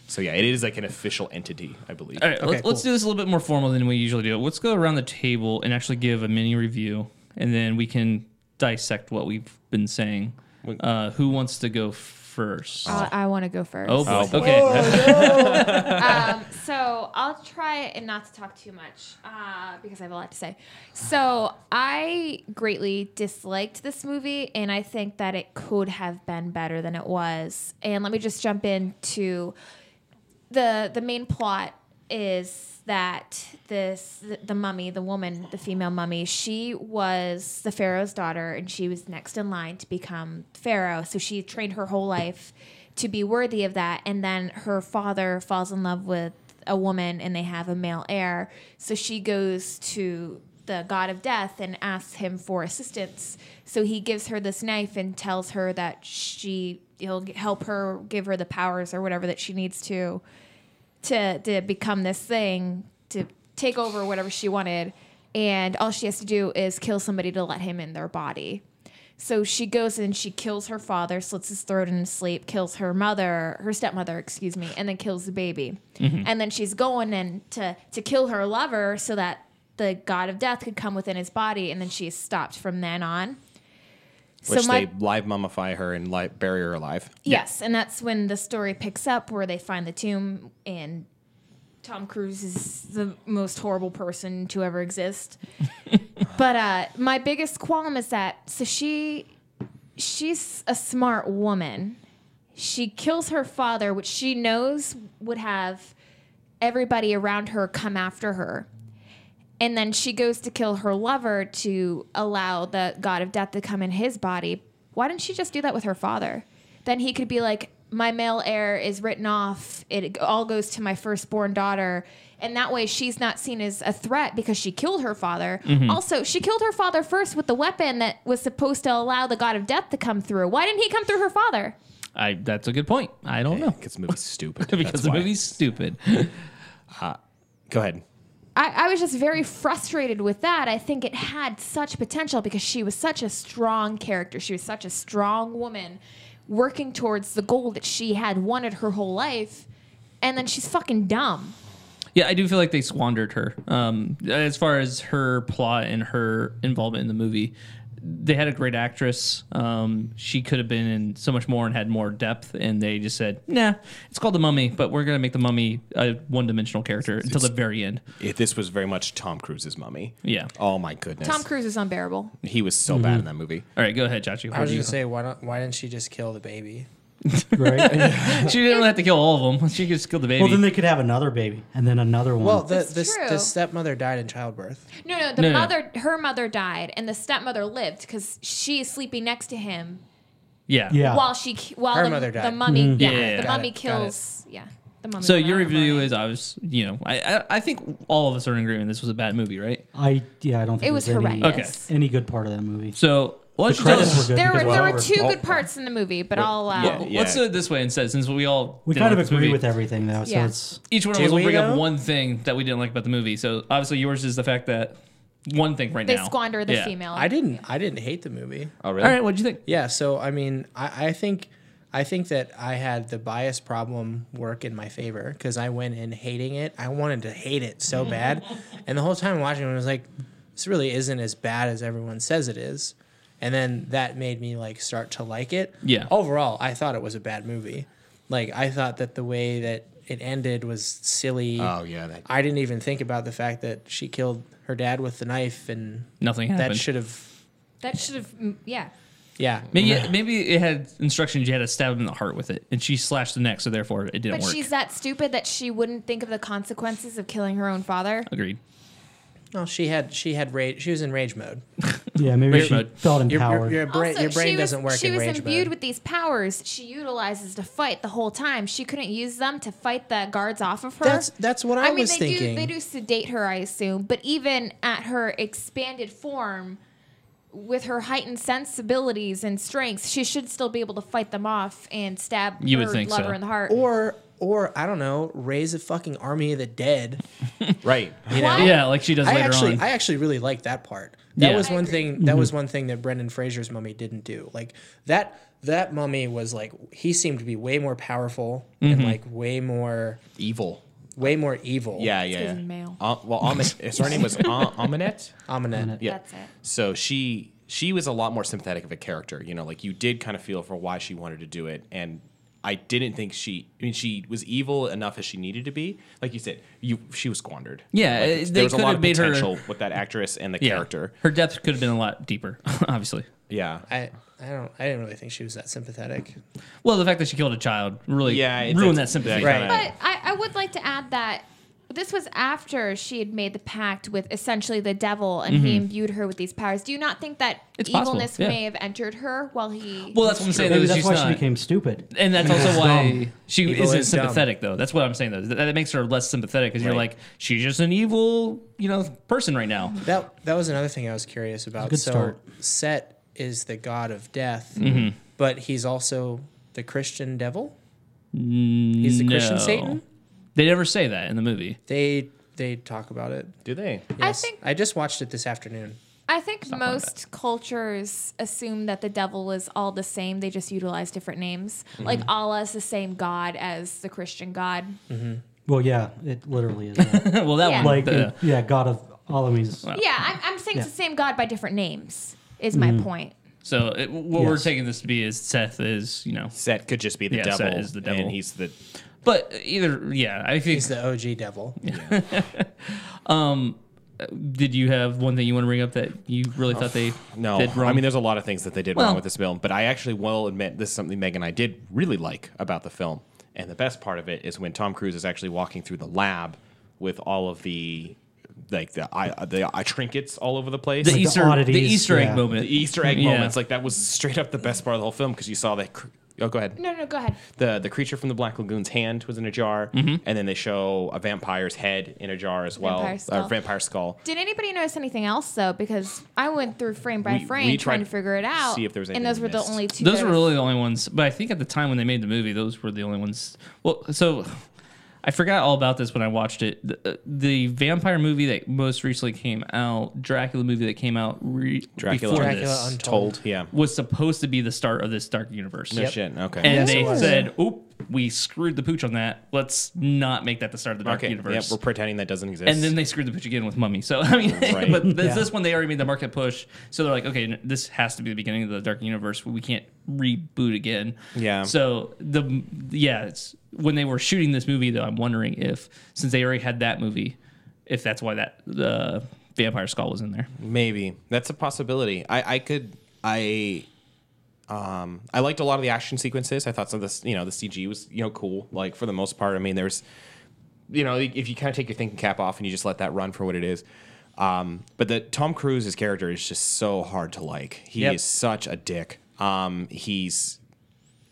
[SPEAKER 2] So yeah, it is like an official entity, I believe.
[SPEAKER 1] All right, let's,
[SPEAKER 5] cool.
[SPEAKER 1] let's do this a little bit more formal than we usually do. Let's go around the table and actually give a mini review, and then we can dissect what we've been saying. Uh, who wants to go first?
[SPEAKER 4] I, Uh, I want to go first.
[SPEAKER 1] Oh, boy.
[SPEAKER 2] Oh, boy.
[SPEAKER 1] okay.
[SPEAKER 4] um, so I'll try and not to talk too much uh, because I have a lot to say. So I greatly disliked this movie, and I think that it could have been better than it was. And let me just jump into the the main plot is that this the, the mummy, the woman, the female mummy, she was the pharaoh's daughter and she was next in line to become pharaoh. So she trained her whole life to be worthy of that and then her father falls in love with a woman and they have a male heir. So she goes to the god of death and asks him for assistance. So he gives her this knife and tells her that she he'll g- help her give her the powers or whatever that she needs to to to become this thing to take over whatever she wanted and all she has to do is kill somebody to let him in their body so she goes and she kills her father slits his throat in his sleep kills her mother her stepmother excuse me and then kills the baby
[SPEAKER 2] Mm-hmm.
[SPEAKER 4] and then she's going and to to kill her lover so that the god of death could come within his body and then she is stopped from then on
[SPEAKER 2] Which they live mummify her and live, bury her alive.
[SPEAKER 4] Yes, and that's when the story picks up where they find the tomb and Tom Cruise is the most horrible person to ever exist. but uh, my biggest qualm is that so she she's a smart woman. She kills her father, which she knows would have everybody around her come after her. And then she goes to kill her lover to allow the god of death to come in his body. Why didn't she just do that with her father? Then he could be like, my male heir is written off. It all goes to my firstborn daughter. And that way she's not seen as a threat because she killed her father. Also, she killed her father first with the weapon that was supposed to allow the god of death to come through. Why didn't he come through her father?
[SPEAKER 1] [laughs] I that's a good point. I don't know
[SPEAKER 2] Because the movie's stupid.
[SPEAKER 1] [laughs] because
[SPEAKER 2] [laughs] That's
[SPEAKER 1] the
[SPEAKER 2] why.
[SPEAKER 1] movie's stupid.
[SPEAKER 2] Go ahead.
[SPEAKER 4] I, I was just very frustrated with that. I think it had such potential because she was such a strong character. She was such a strong woman working towards the goal that she had wanted her whole life. And then she's fucking dumb.
[SPEAKER 1] Yeah, I do feel like they squandered her. Um, as far as her plot and her involvement in the movie, they had a great actress. Um, she could have been in so much more and had more depth, and they just said, "Nah, it's called the Mummy, but we're gonna make the Mummy a one-dimensional character until the very end."
[SPEAKER 2] If this was very much Tom Cruise's mummy.
[SPEAKER 1] Yeah. Mm-hmm.
[SPEAKER 2] Oh my goodness.
[SPEAKER 4] Tom Cruise is unbearable.
[SPEAKER 2] He was so bad in that movie.
[SPEAKER 1] All right, go ahead, Chachi.
[SPEAKER 5] I
[SPEAKER 1] What
[SPEAKER 5] was
[SPEAKER 1] do you-
[SPEAKER 5] gonna say, why don't why didn't she just kill the baby?
[SPEAKER 3] right?
[SPEAKER 1] [laughs] She didn't really have to kill all of them. [laughs] She could just kill the baby.
[SPEAKER 3] well, then they could have another baby and then another one.
[SPEAKER 5] Well, the
[SPEAKER 4] That's
[SPEAKER 5] the, s-
[SPEAKER 4] true.
[SPEAKER 5] the stepmother died in childbirth.
[SPEAKER 4] No, no, the
[SPEAKER 1] No, no.
[SPEAKER 4] mother, her mother died, and the stepmother lived because she is sleeping next to him
[SPEAKER 1] yeah.
[SPEAKER 3] yeah.
[SPEAKER 4] while she ki- while
[SPEAKER 5] Her
[SPEAKER 4] the,
[SPEAKER 5] mother
[SPEAKER 4] the
[SPEAKER 5] died.
[SPEAKER 4] mummy yeah,
[SPEAKER 1] Mm-hmm. Yeah, yeah, yeah.
[SPEAKER 4] the
[SPEAKER 1] Got
[SPEAKER 4] mummy
[SPEAKER 5] it, got it.
[SPEAKER 4] kills yeah the mummy.
[SPEAKER 1] So
[SPEAKER 4] went
[SPEAKER 1] your
[SPEAKER 4] on her
[SPEAKER 1] review
[SPEAKER 4] body.
[SPEAKER 1] is, I was, you know, I, I, I think all of us are in agreement. This was a bad movie, right?
[SPEAKER 3] I yeah, I don't think
[SPEAKER 4] it was
[SPEAKER 3] there's any,
[SPEAKER 4] horrendous.
[SPEAKER 3] any good part of that movie.
[SPEAKER 1] So why don't you tell
[SPEAKER 3] Credits
[SPEAKER 1] us?
[SPEAKER 3] were good
[SPEAKER 4] There were
[SPEAKER 3] because
[SPEAKER 4] there
[SPEAKER 3] we
[SPEAKER 4] were
[SPEAKER 3] all-
[SPEAKER 4] two good parts in the movie, but I'll uh,
[SPEAKER 2] Yeah.
[SPEAKER 1] Let's do it this way instead, since we all
[SPEAKER 3] We
[SPEAKER 1] didn't
[SPEAKER 3] kind of
[SPEAKER 1] like this
[SPEAKER 3] agree
[SPEAKER 1] movie.
[SPEAKER 3] with everything though, so
[SPEAKER 4] Yeah.
[SPEAKER 3] it's
[SPEAKER 1] Each one of
[SPEAKER 5] Do
[SPEAKER 1] us will
[SPEAKER 5] we,
[SPEAKER 1] bring up
[SPEAKER 5] though?
[SPEAKER 1] one thing that we didn't like about the movie. So obviously, yours is the fact that one thing right
[SPEAKER 4] they
[SPEAKER 1] now
[SPEAKER 4] squander the
[SPEAKER 1] Yeah.
[SPEAKER 4] female.
[SPEAKER 5] I didn't I didn't hate the movie.
[SPEAKER 2] Oh
[SPEAKER 1] All right, what'd you think?
[SPEAKER 5] Yeah, so I mean, I, I think I think that I had the bias problem work in my favor because I went in hating it. I wanted to hate it so
[SPEAKER 4] [laughs]
[SPEAKER 5] bad, and the whole time watching it, I was like, "This really isn't as bad as everyone says it is." And then that made me like start to like it.
[SPEAKER 1] Yeah.
[SPEAKER 5] Overall, I thought it was a bad movie. Like I thought that the way that it ended was silly.
[SPEAKER 1] Mm-hmm.
[SPEAKER 2] Oh, yeah, that-
[SPEAKER 5] I didn't even think about the fact that she killed her dad with the knife, and
[SPEAKER 1] Nothing happened.
[SPEAKER 5] that should have.
[SPEAKER 4] That should have yeah.
[SPEAKER 5] Yeah.
[SPEAKER 1] Maybe
[SPEAKER 5] [laughs]
[SPEAKER 1] it, maybe it had instructions you had to stab him in the heart with it, and she slashed the neck, so therefore it didn't
[SPEAKER 4] But
[SPEAKER 1] work.
[SPEAKER 4] she's that stupid that she wouldn't think of the consequences of killing her own father.
[SPEAKER 1] Agreed.
[SPEAKER 5] No, she had she had rage. She was in rage mode.
[SPEAKER 3] yeah, maybe
[SPEAKER 1] Rage
[SPEAKER 3] she
[SPEAKER 1] mode.
[SPEAKER 3] felt
[SPEAKER 5] Your, your,
[SPEAKER 3] empowered.
[SPEAKER 5] your brain,
[SPEAKER 4] Also,
[SPEAKER 5] your brain
[SPEAKER 4] she was-
[SPEAKER 5] doesn't work
[SPEAKER 4] She
[SPEAKER 5] in
[SPEAKER 4] was
[SPEAKER 5] rage
[SPEAKER 4] imbued
[SPEAKER 5] mode.
[SPEAKER 4] with these powers she utilizes to fight the whole time. She couldn't use them to fight the guards off of her.
[SPEAKER 5] That's- that's what I was
[SPEAKER 4] they Do,
[SPEAKER 5] thinking.
[SPEAKER 4] they do sedate her, I assume, but even at her expanded form, with her heightened sensibilities and strengths, she should still be able to fight them off and stab
[SPEAKER 1] You
[SPEAKER 4] her
[SPEAKER 1] would think
[SPEAKER 4] lover
[SPEAKER 1] so.
[SPEAKER 4] in the heart.
[SPEAKER 5] or or I don't know, raise a fucking army of the dead.
[SPEAKER 2] Right.
[SPEAKER 5] You know?
[SPEAKER 4] What?
[SPEAKER 1] Yeah, like she does
[SPEAKER 5] I
[SPEAKER 1] later
[SPEAKER 5] actually
[SPEAKER 1] on.
[SPEAKER 5] I actually really liked that part. That
[SPEAKER 1] Yeah.
[SPEAKER 5] was
[SPEAKER 1] I
[SPEAKER 5] one thing that was one thing that Brendan Fraser's mummy didn't do. Like that that mummy was like he seemed to be way more powerful and
[SPEAKER 1] Mm-hmm.
[SPEAKER 5] like way more
[SPEAKER 2] Evil.
[SPEAKER 5] way more evil.
[SPEAKER 2] Yeah, yeah.
[SPEAKER 4] Excuse
[SPEAKER 2] yeah.
[SPEAKER 4] me, male.
[SPEAKER 2] Uh, well, Amin- so her name was uh, Aminette.
[SPEAKER 5] Ominette.
[SPEAKER 2] Yeah.
[SPEAKER 4] That's it.
[SPEAKER 2] So she she was a lot more sympathetic of a character. You know, like you did kind of feel for why she wanted to do it, and I didn't think she. I mean, she was evil enough as she needed to be. Like you said, you she was squandered.
[SPEAKER 1] Yeah,
[SPEAKER 2] Like,
[SPEAKER 1] uh, they
[SPEAKER 2] there was a
[SPEAKER 1] could
[SPEAKER 2] lot
[SPEAKER 1] have
[SPEAKER 2] of
[SPEAKER 1] made her-
[SPEAKER 2] potential with that actress and the
[SPEAKER 1] yeah.
[SPEAKER 2] character.
[SPEAKER 1] Her depth could have been a lot deeper, [laughs] obviously.
[SPEAKER 2] Yeah.
[SPEAKER 5] I I don't I didn't really think she was that sympathetic.
[SPEAKER 1] Well, the fact that she killed a child really
[SPEAKER 2] Yeah, it-
[SPEAKER 1] ruined that
[SPEAKER 2] that's-
[SPEAKER 1] sympathy.
[SPEAKER 2] that
[SPEAKER 5] Right.
[SPEAKER 4] But I, I would like to add that this was after she had made the pact with essentially the devil and he imbued her with these powers. Do you not think that
[SPEAKER 1] Mm-hmm. It's possible,
[SPEAKER 4] evilness
[SPEAKER 1] yeah.
[SPEAKER 4] may have entered her while he.
[SPEAKER 1] Well, that's what I'm saying.
[SPEAKER 3] Maybe
[SPEAKER 1] though,
[SPEAKER 3] that's
[SPEAKER 1] she's
[SPEAKER 3] why
[SPEAKER 1] not-
[SPEAKER 3] she became stupid.
[SPEAKER 1] And that's also why she
[SPEAKER 5] Evil
[SPEAKER 1] isn't
[SPEAKER 5] is dumb.
[SPEAKER 1] sympathetic, though. That's what I'm saying, though. That, that makes her less sympathetic because you're
[SPEAKER 2] Right.
[SPEAKER 1] like, she's just an evil, you know, person right now.
[SPEAKER 5] That that was another thing I was curious about.
[SPEAKER 3] good
[SPEAKER 5] so
[SPEAKER 3] start.
[SPEAKER 5] Set is the god of death,
[SPEAKER 1] Mm-hmm.
[SPEAKER 5] but he's also the Christian devil. He's the Christian
[SPEAKER 1] No.
[SPEAKER 5] Satan.
[SPEAKER 1] They never say that in the movie. [laughs]
[SPEAKER 5] They they talk about it.
[SPEAKER 2] Do they?
[SPEAKER 4] I
[SPEAKER 5] Yes.
[SPEAKER 4] think-
[SPEAKER 5] I just watched it this afternoon.
[SPEAKER 4] I think most cultures assume that the devil is all the same. They just utilize different names.
[SPEAKER 1] Mm-hmm.
[SPEAKER 4] Like Allah is the same God as the Christian God.
[SPEAKER 3] Well, yeah, it literally is. that.
[SPEAKER 1] well, that
[SPEAKER 4] Yeah.
[SPEAKER 1] one,
[SPEAKER 3] like,
[SPEAKER 1] the-
[SPEAKER 3] yeah, God of all enemies.
[SPEAKER 4] Yeah, I'm, I'm saying it's the same God by different names, is my
[SPEAKER 1] Mm-hmm.
[SPEAKER 4] point.
[SPEAKER 1] so it, what we're
[SPEAKER 3] Yes.
[SPEAKER 1] taking this to be is Seth is, you know,
[SPEAKER 2] Set could just be the
[SPEAKER 1] Yeah,
[SPEAKER 2] devil.
[SPEAKER 1] Set is the devil.
[SPEAKER 2] And he's the
[SPEAKER 1] but either, yeah, I think.
[SPEAKER 5] He's the OG devil.
[SPEAKER 1] Did you have one thing you want to bring up that you really thought they
[SPEAKER 2] No,
[SPEAKER 1] did wrong?
[SPEAKER 2] I mean, there's a lot of things that they did
[SPEAKER 1] Well-
[SPEAKER 2] wrong with this film, but I actually will admit this is something Megan and I did really like about the film. And the best part of it is when Tom Cruise is actually walking through the lab with all of the like the eye, the eye trinkets all over the place.
[SPEAKER 1] the
[SPEAKER 2] Like,
[SPEAKER 1] Easter, the
[SPEAKER 3] oddities,
[SPEAKER 1] Easter egg
[SPEAKER 3] yeah.
[SPEAKER 1] moment.
[SPEAKER 2] the Easter egg
[SPEAKER 1] Yeah.
[SPEAKER 2] moments, like that was straight up the best part of the whole film because you saw that cr- Oh, go ahead.
[SPEAKER 4] No, no, go ahead.
[SPEAKER 2] The the creature from the Black Lagoon's hand was in a jar,
[SPEAKER 1] Mm-hmm.
[SPEAKER 2] and then they show a vampire's head in a jar as well.
[SPEAKER 4] Vampire
[SPEAKER 2] Uh,
[SPEAKER 4] skull.
[SPEAKER 2] vampire skull.
[SPEAKER 4] Did anybody notice anything else though? Because I went through frame by
[SPEAKER 2] We-
[SPEAKER 4] frame
[SPEAKER 2] we tried
[SPEAKER 4] trying to
[SPEAKER 2] to
[SPEAKER 4] figure it out.
[SPEAKER 2] see if there was
[SPEAKER 4] and
[SPEAKER 2] anything
[SPEAKER 4] those were
[SPEAKER 2] missed.
[SPEAKER 4] the only two.
[SPEAKER 1] Those
[SPEAKER 4] that-
[SPEAKER 1] were really the only ones. But I think at the time when they made the movie, those were the only ones. Well, so I forgot all about this when I watched it. The, uh, the vampire movie that most recently came out, Dracula movie that came out re-
[SPEAKER 2] Dracula
[SPEAKER 1] before
[SPEAKER 5] Dracula
[SPEAKER 1] this,
[SPEAKER 5] Untold.
[SPEAKER 2] Told. Yeah.
[SPEAKER 1] was supposed to be the start of this dark universe.
[SPEAKER 2] No shit. Okay.
[SPEAKER 1] And
[SPEAKER 5] Yes, it
[SPEAKER 1] they
[SPEAKER 5] was.
[SPEAKER 1] said, "Oop, we screwed the pooch on that. Let's not make that the start of the dark
[SPEAKER 2] okay. Yeah,
[SPEAKER 1] universe."
[SPEAKER 2] we're pretending that doesn't exist.
[SPEAKER 1] and then they screwed the pooch again with Mummy. So [laughs] I mean,
[SPEAKER 2] Right.
[SPEAKER 1] but this,
[SPEAKER 3] Yeah.
[SPEAKER 1] this one they already made the market push. So they're like, okay, n- this has to be the beginning of the Dark Universe. We can't reboot again.
[SPEAKER 2] Yeah.
[SPEAKER 1] So the yeah, it's when they were shooting this movie though. I'm wondering if since they already had that movie, if that's why that the vampire skull was in there.
[SPEAKER 2] Maybe that's a possibility. I, I could I um I liked a lot of the action sequences. I thought some of this you know the CG was you know cool. Like for the most part, I mean there's you know if you kind of take your thinking cap off and you just let that run for what it is. Um, but the Tom Cruise's character is just so hard to like. He
[SPEAKER 1] Yep.
[SPEAKER 2] is such a dick. Um, he's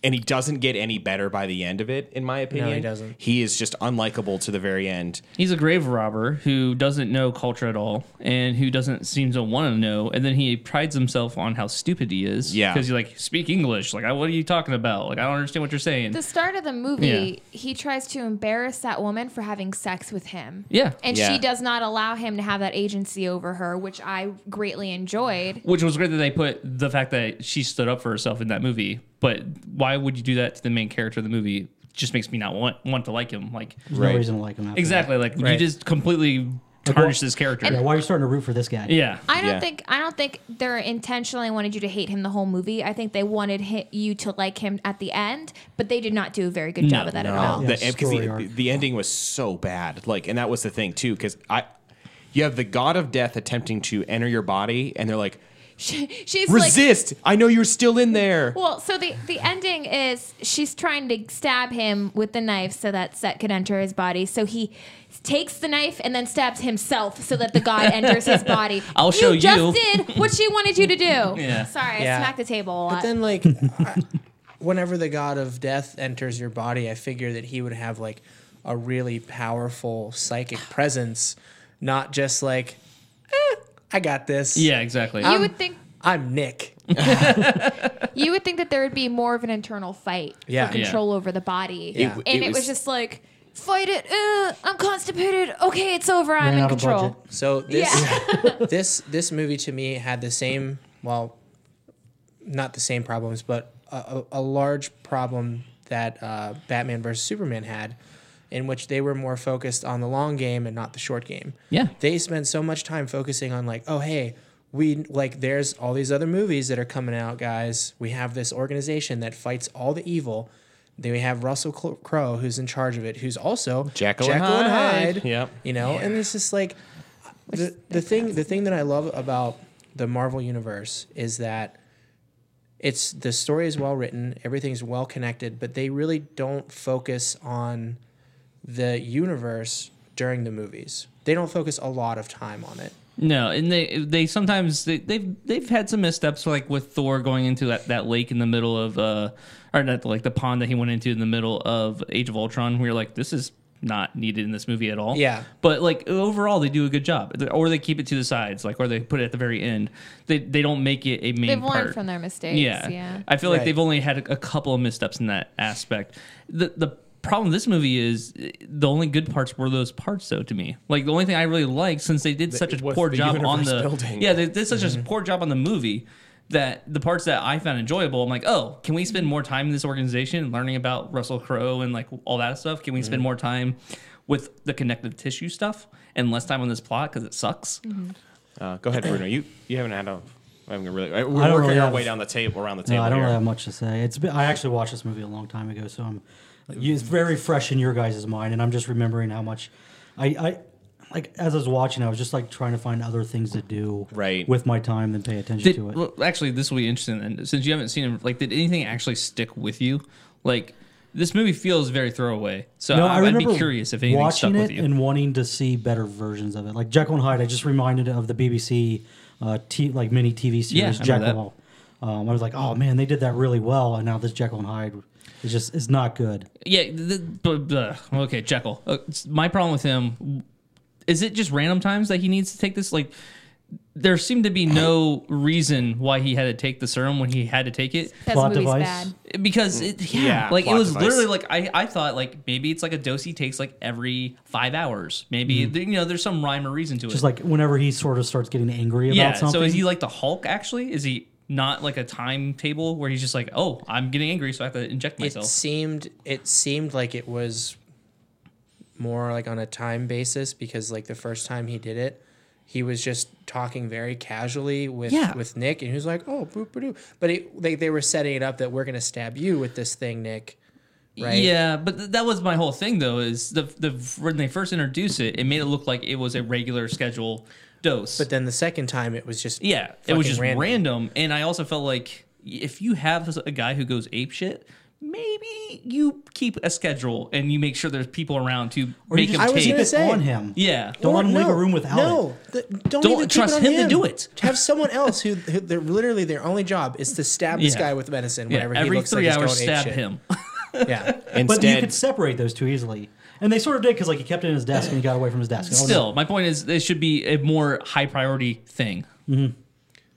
[SPEAKER 2] and he doesn't get any better by the end of it, in my opinion.
[SPEAKER 5] doesn't.
[SPEAKER 2] He is just unlikable to the very end.
[SPEAKER 1] He's a grave robber who doesn't know culture at all and who doesn't seem to want to know. And then he prides himself on how stupid he is.
[SPEAKER 2] Yeah.
[SPEAKER 1] Because you like speak English. Like, I- what are you talking about? Like, I don't understand what you're saying.
[SPEAKER 4] The start of the movie, he tries to embarrass that woman for having sex with him.
[SPEAKER 1] yeah.
[SPEAKER 4] And
[SPEAKER 2] Yeah.
[SPEAKER 4] she does not allow him to have that agency over her, which I greatly enjoyed.
[SPEAKER 1] Which was great that they put the fact that she stood up for herself in that movie. But why would you do that to the main character of the movie? Just makes me not want want to like him. Like
[SPEAKER 3] There's
[SPEAKER 2] Right.
[SPEAKER 3] no reason to like him. After
[SPEAKER 1] exactly. Like
[SPEAKER 5] Right.
[SPEAKER 1] you just completely tarnish this character.
[SPEAKER 3] That. Yeah, why are you starting to root for this guy?
[SPEAKER 1] yeah.
[SPEAKER 4] I don't
[SPEAKER 2] Yeah.
[SPEAKER 4] think I don't think they're intentionally wanted you to hate him the whole movie. I think they wanted hi- you to like him at the end, but they did not do a very good job of that at all.
[SPEAKER 3] Yeah,
[SPEAKER 2] the, because
[SPEAKER 3] story
[SPEAKER 2] the,
[SPEAKER 3] arc.
[SPEAKER 2] the ending was so bad. Like, and that was the thing too, because I, you have the god of death attempting to enter your body, and they're like,
[SPEAKER 4] [laughs] She, she's like
[SPEAKER 2] resist. I know you're still in there.
[SPEAKER 4] well, so the the ending is she's trying to stab him with the knife so that Set could enter his body. So he takes the knife and then stabs himself so that the god enters
[SPEAKER 1] [laughs]
[SPEAKER 4] his body.
[SPEAKER 1] I'll show you.
[SPEAKER 4] just did what she wanted you to do.
[SPEAKER 1] [laughs] Yeah.
[SPEAKER 4] Sorry,
[SPEAKER 5] Yeah.
[SPEAKER 4] I smacked the table a lot.
[SPEAKER 5] But then,
[SPEAKER 3] [laughs]
[SPEAKER 5] like, I- whenever the god of death enters your body, I figure that he would have like a really powerful psychic presence, not just like, "Eh, I got this.
[SPEAKER 1] Yeah. Exactly.
[SPEAKER 3] um,
[SPEAKER 4] you would think
[SPEAKER 5] I'm Nick.
[SPEAKER 4] you would think that there would be more of an internal fight
[SPEAKER 5] Yeah.
[SPEAKER 4] for control over the body.
[SPEAKER 5] Yeah.
[SPEAKER 4] And
[SPEAKER 2] it
[SPEAKER 4] it, was,
[SPEAKER 2] was-
[SPEAKER 4] just like, fight it. Uh, I'm constipated. Okay, it's over. I'm
[SPEAKER 3] Ran
[SPEAKER 4] in
[SPEAKER 3] out of
[SPEAKER 4] control.
[SPEAKER 3] budget.
[SPEAKER 5] So this this this movie to me had the same well, not the same problems, but a, a, a large problem that uh, Batman versus Superman had, in which they were more focused on the long game and not the short game.
[SPEAKER 1] Yeah.
[SPEAKER 5] they spend so much time focusing on like, oh hey, we like there's all these other movies that are coming out, guys. We have this organization that fights all the evil. Then we have Russell Cl- Crowe, who's in charge of it, who's also
[SPEAKER 2] Jekyll and Hyde. Yep.
[SPEAKER 5] you know and it's just like the, the thing the thing that i love about the marvel universe is that it's the story is well written everything's well connected but they really don't focus on the universe during the movies they don't focus a lot of time on it
[SPEAKER 1] No, and they they sometimes they, they've they've had some missteps like with Thor going into that, that lake in the middle of uh or not like the pond that he went into in the middle of Age of Ultron. We were like, this is not needed in this movie at all.
[SPEAKER 5] Yeah.
[SPEAKER 1] but like overall, they do a good job, or they keep it to the sides, like or they put it at the very end. They they don't make it a main.
[SPEAKER 4] They've
[SPEAKER 1] part.
[SPEAKER 4] learned from their mistakes. Yeah.
[SPEAKER 1] I feel
[SPEAKER 5] Right.
[SPEAKER 1] like they've only had a, a couple of missteps in that aspect. The the problem with this movie is eh, the only good parts were those parts though to me. Like the only thing I really liked since they did such a
[SPEAKER 2] was
[SPEAKER 1] poor
[SPEAKER 2] the
[SPEAKER 1] job on
[SPEAKER 2] universe
[SPEAKER 1] the
[SPEAKER 2] building. Mm-hmm.
[SPEAKER 1] Yeah, they did such a poor job on the movie that the parts that I found enjoyable, I'm like, "Oh, can we spend more time in this organization learning about Russell Crowe and like all that stuff? Can we
[SPEAKER 2] Mm-hmm.
[SPEAKER 1] spend more time with the connective tissue stuff and less time on this plot cuz it sucks?"
[SPEAKER 2] Uh, go ahead, Bruno. You you haven't had a. I'm really. We're
[SPEAKER 3] I don't
[SPEAKER 2] working
[SPEAKER 3] really
[SPEAKER 2] our
[SPEAKER 3] have-
[SPEAKER 2] way down the table around the table.
[SPEAKER 3] No, I don't
[SPEAKER 2] here.
[SPEAKER 3] really have much to say. It's been, I actually watched this movie a long time ago, so I'm you- it's very fresh in your guys' mind, and I'm just remembering how much I, I like as I was watching, I was just like trying to find other things to do
[SPEAKER 2] Right.
[SPEAKER 3] with my time than pay attention
[SPEAKER 1] Did,
[SPEAKER 3] to it.
[SPEAKER 1] well, actually, this will be interesting. And since you haven't seen him, like, did anything actually stick with you? Like, this movie feels very throwaway. So I, would be curious if anything
[SPEAKER 3] watching
[SPEAKER 1] stuck
[SPEAKER 3] it
[SPEAKER 1] with you.
[SPEAKER 3] and wanting to see better versions of it. Like Jekyll and Hyde, I just reminded of the BBC uh, t- like mini TV
[SPEAKER 1] Yeah, I
[SPEAKER 3] series
[SPEAKER 1] remember
[SPEAKER 3] Jekyll.
[SPEAKER 1] that.
[SPEAKER 3] Hall. Um, I was like, oh man, they did that really well, and now this Jekyll and Hyde is just is not good.
[SPEAKER 1] Yeah. The, blah, blah. Okay, Jekyll. Uh, s- my problem with him is it just random times that he needs to take this? Like, there seemed to be no reason why he had to take the serum when he had to take it.
[SPEAKER 4] That's
[SPEAKER 3] Plot
[SPEAKER 4] movie's
[SPEAKER 3] device.
[SPEAKER 4] bad.
[SPEAKER 1] Because it, yeah,
[SPEAKER 2] Yeah,
[SPEAKER 1] like it
[SPEAKER 2] plot
[SPEAKER 1] was
[SPEAKER 2] device.
[SPEAKER 1] literally like I, I thought like maybe it's like a dose he takes like every five hours. Maybe you know there's some rhyme or reason to it.
[SPEAKER 3] Mm-hmm. Just like whenever he sort of starts getting angry about
[SPEAKER 1] yeah.
[SPEAKER 3] something.
[SPEAKER 1] So is he like the Hulk actually? Is he not like a timetable where he's just like oh I'm getting angry so I have to inject
[SPEAKER 5] it
[SPEAKER 1] myself?
[SPEAKER 5] seemed it seemed like it was more like on a time basis because like the first time he did it he was just talking very casually with
[SPEAKER 1] Yeah.
[SPEAKER 5] with Nick and he was like oh boop, boop, boop. but it, they they were setting it up that we're going to stab you with this thing Nick right
[SPEAKER 1] Yeah, but th- that was my whole thing though. Is the the when they first introduced it, it made it look like it was a regular schedule dose.
[SPEAKER 5] but then the second time it was just
[SPEAKER 1] yeah, it was
[SPEAKER 5] fucking
[SPEAKER 1] just random.
[SPEAKER 5] random.
[SPEAKER 1] And I also felt like if you have a guy who goes ape shit, maybe you keep a schedule and you make sure there's people around to
[SPEAKER 3] or you
[SPEAKER 1] make him
[SPEAKER 3] just
[SPEAKER 5] I was
[SPEAKER 1] take.
[SPEAKER 3] keep
[SPEAKER 5] gonna
[SPEAKER 3] it
[SPEAKER 5] say-
[SPEAKER 3] on him.
[SPEAKER 1] yeah,
[SPEAKER 3] Don't let him leave a room without
[SPEAKER 5] no, th- don't,
[SPEAKER 1] Don't
[SPEAKER 5] even keep
[SPEAKER 1] trust
[SPEAKER 5] it on
[SPEAKER 1] him to do it.
[SPEAKER 5] [laughs] Have someone else who, who they're literally their only job is to stab this
[SPEAKER 1] Yeah.
[SPEAKER 5] guy with medicine
[SPEAKER 1] yeah.
[SPEAKER 5] whenever he
[SPEAKER 1] every
[SPEAKER 5] looks
[SPEAKER 1] three
[SPEAKER 5] like he's
[SPEAKER 1] hours
[SPEAKER 5] going ape
[SPEAKER 1] stab
[SPEAKER 5] shit. Oh,
[SPEAKER 1] him. [laughs]
[SPEAKER 5] Yeah,
[SPEAKER 3] But you
[SPEAKER 2] Instead,
[SPEAKER 3] could separate those two easily, and they sort of did because like he kept it in his desk and he got away from his desk. Oh, no.
[SPEAKER 1] Still, my point is it should be a more high priority thing.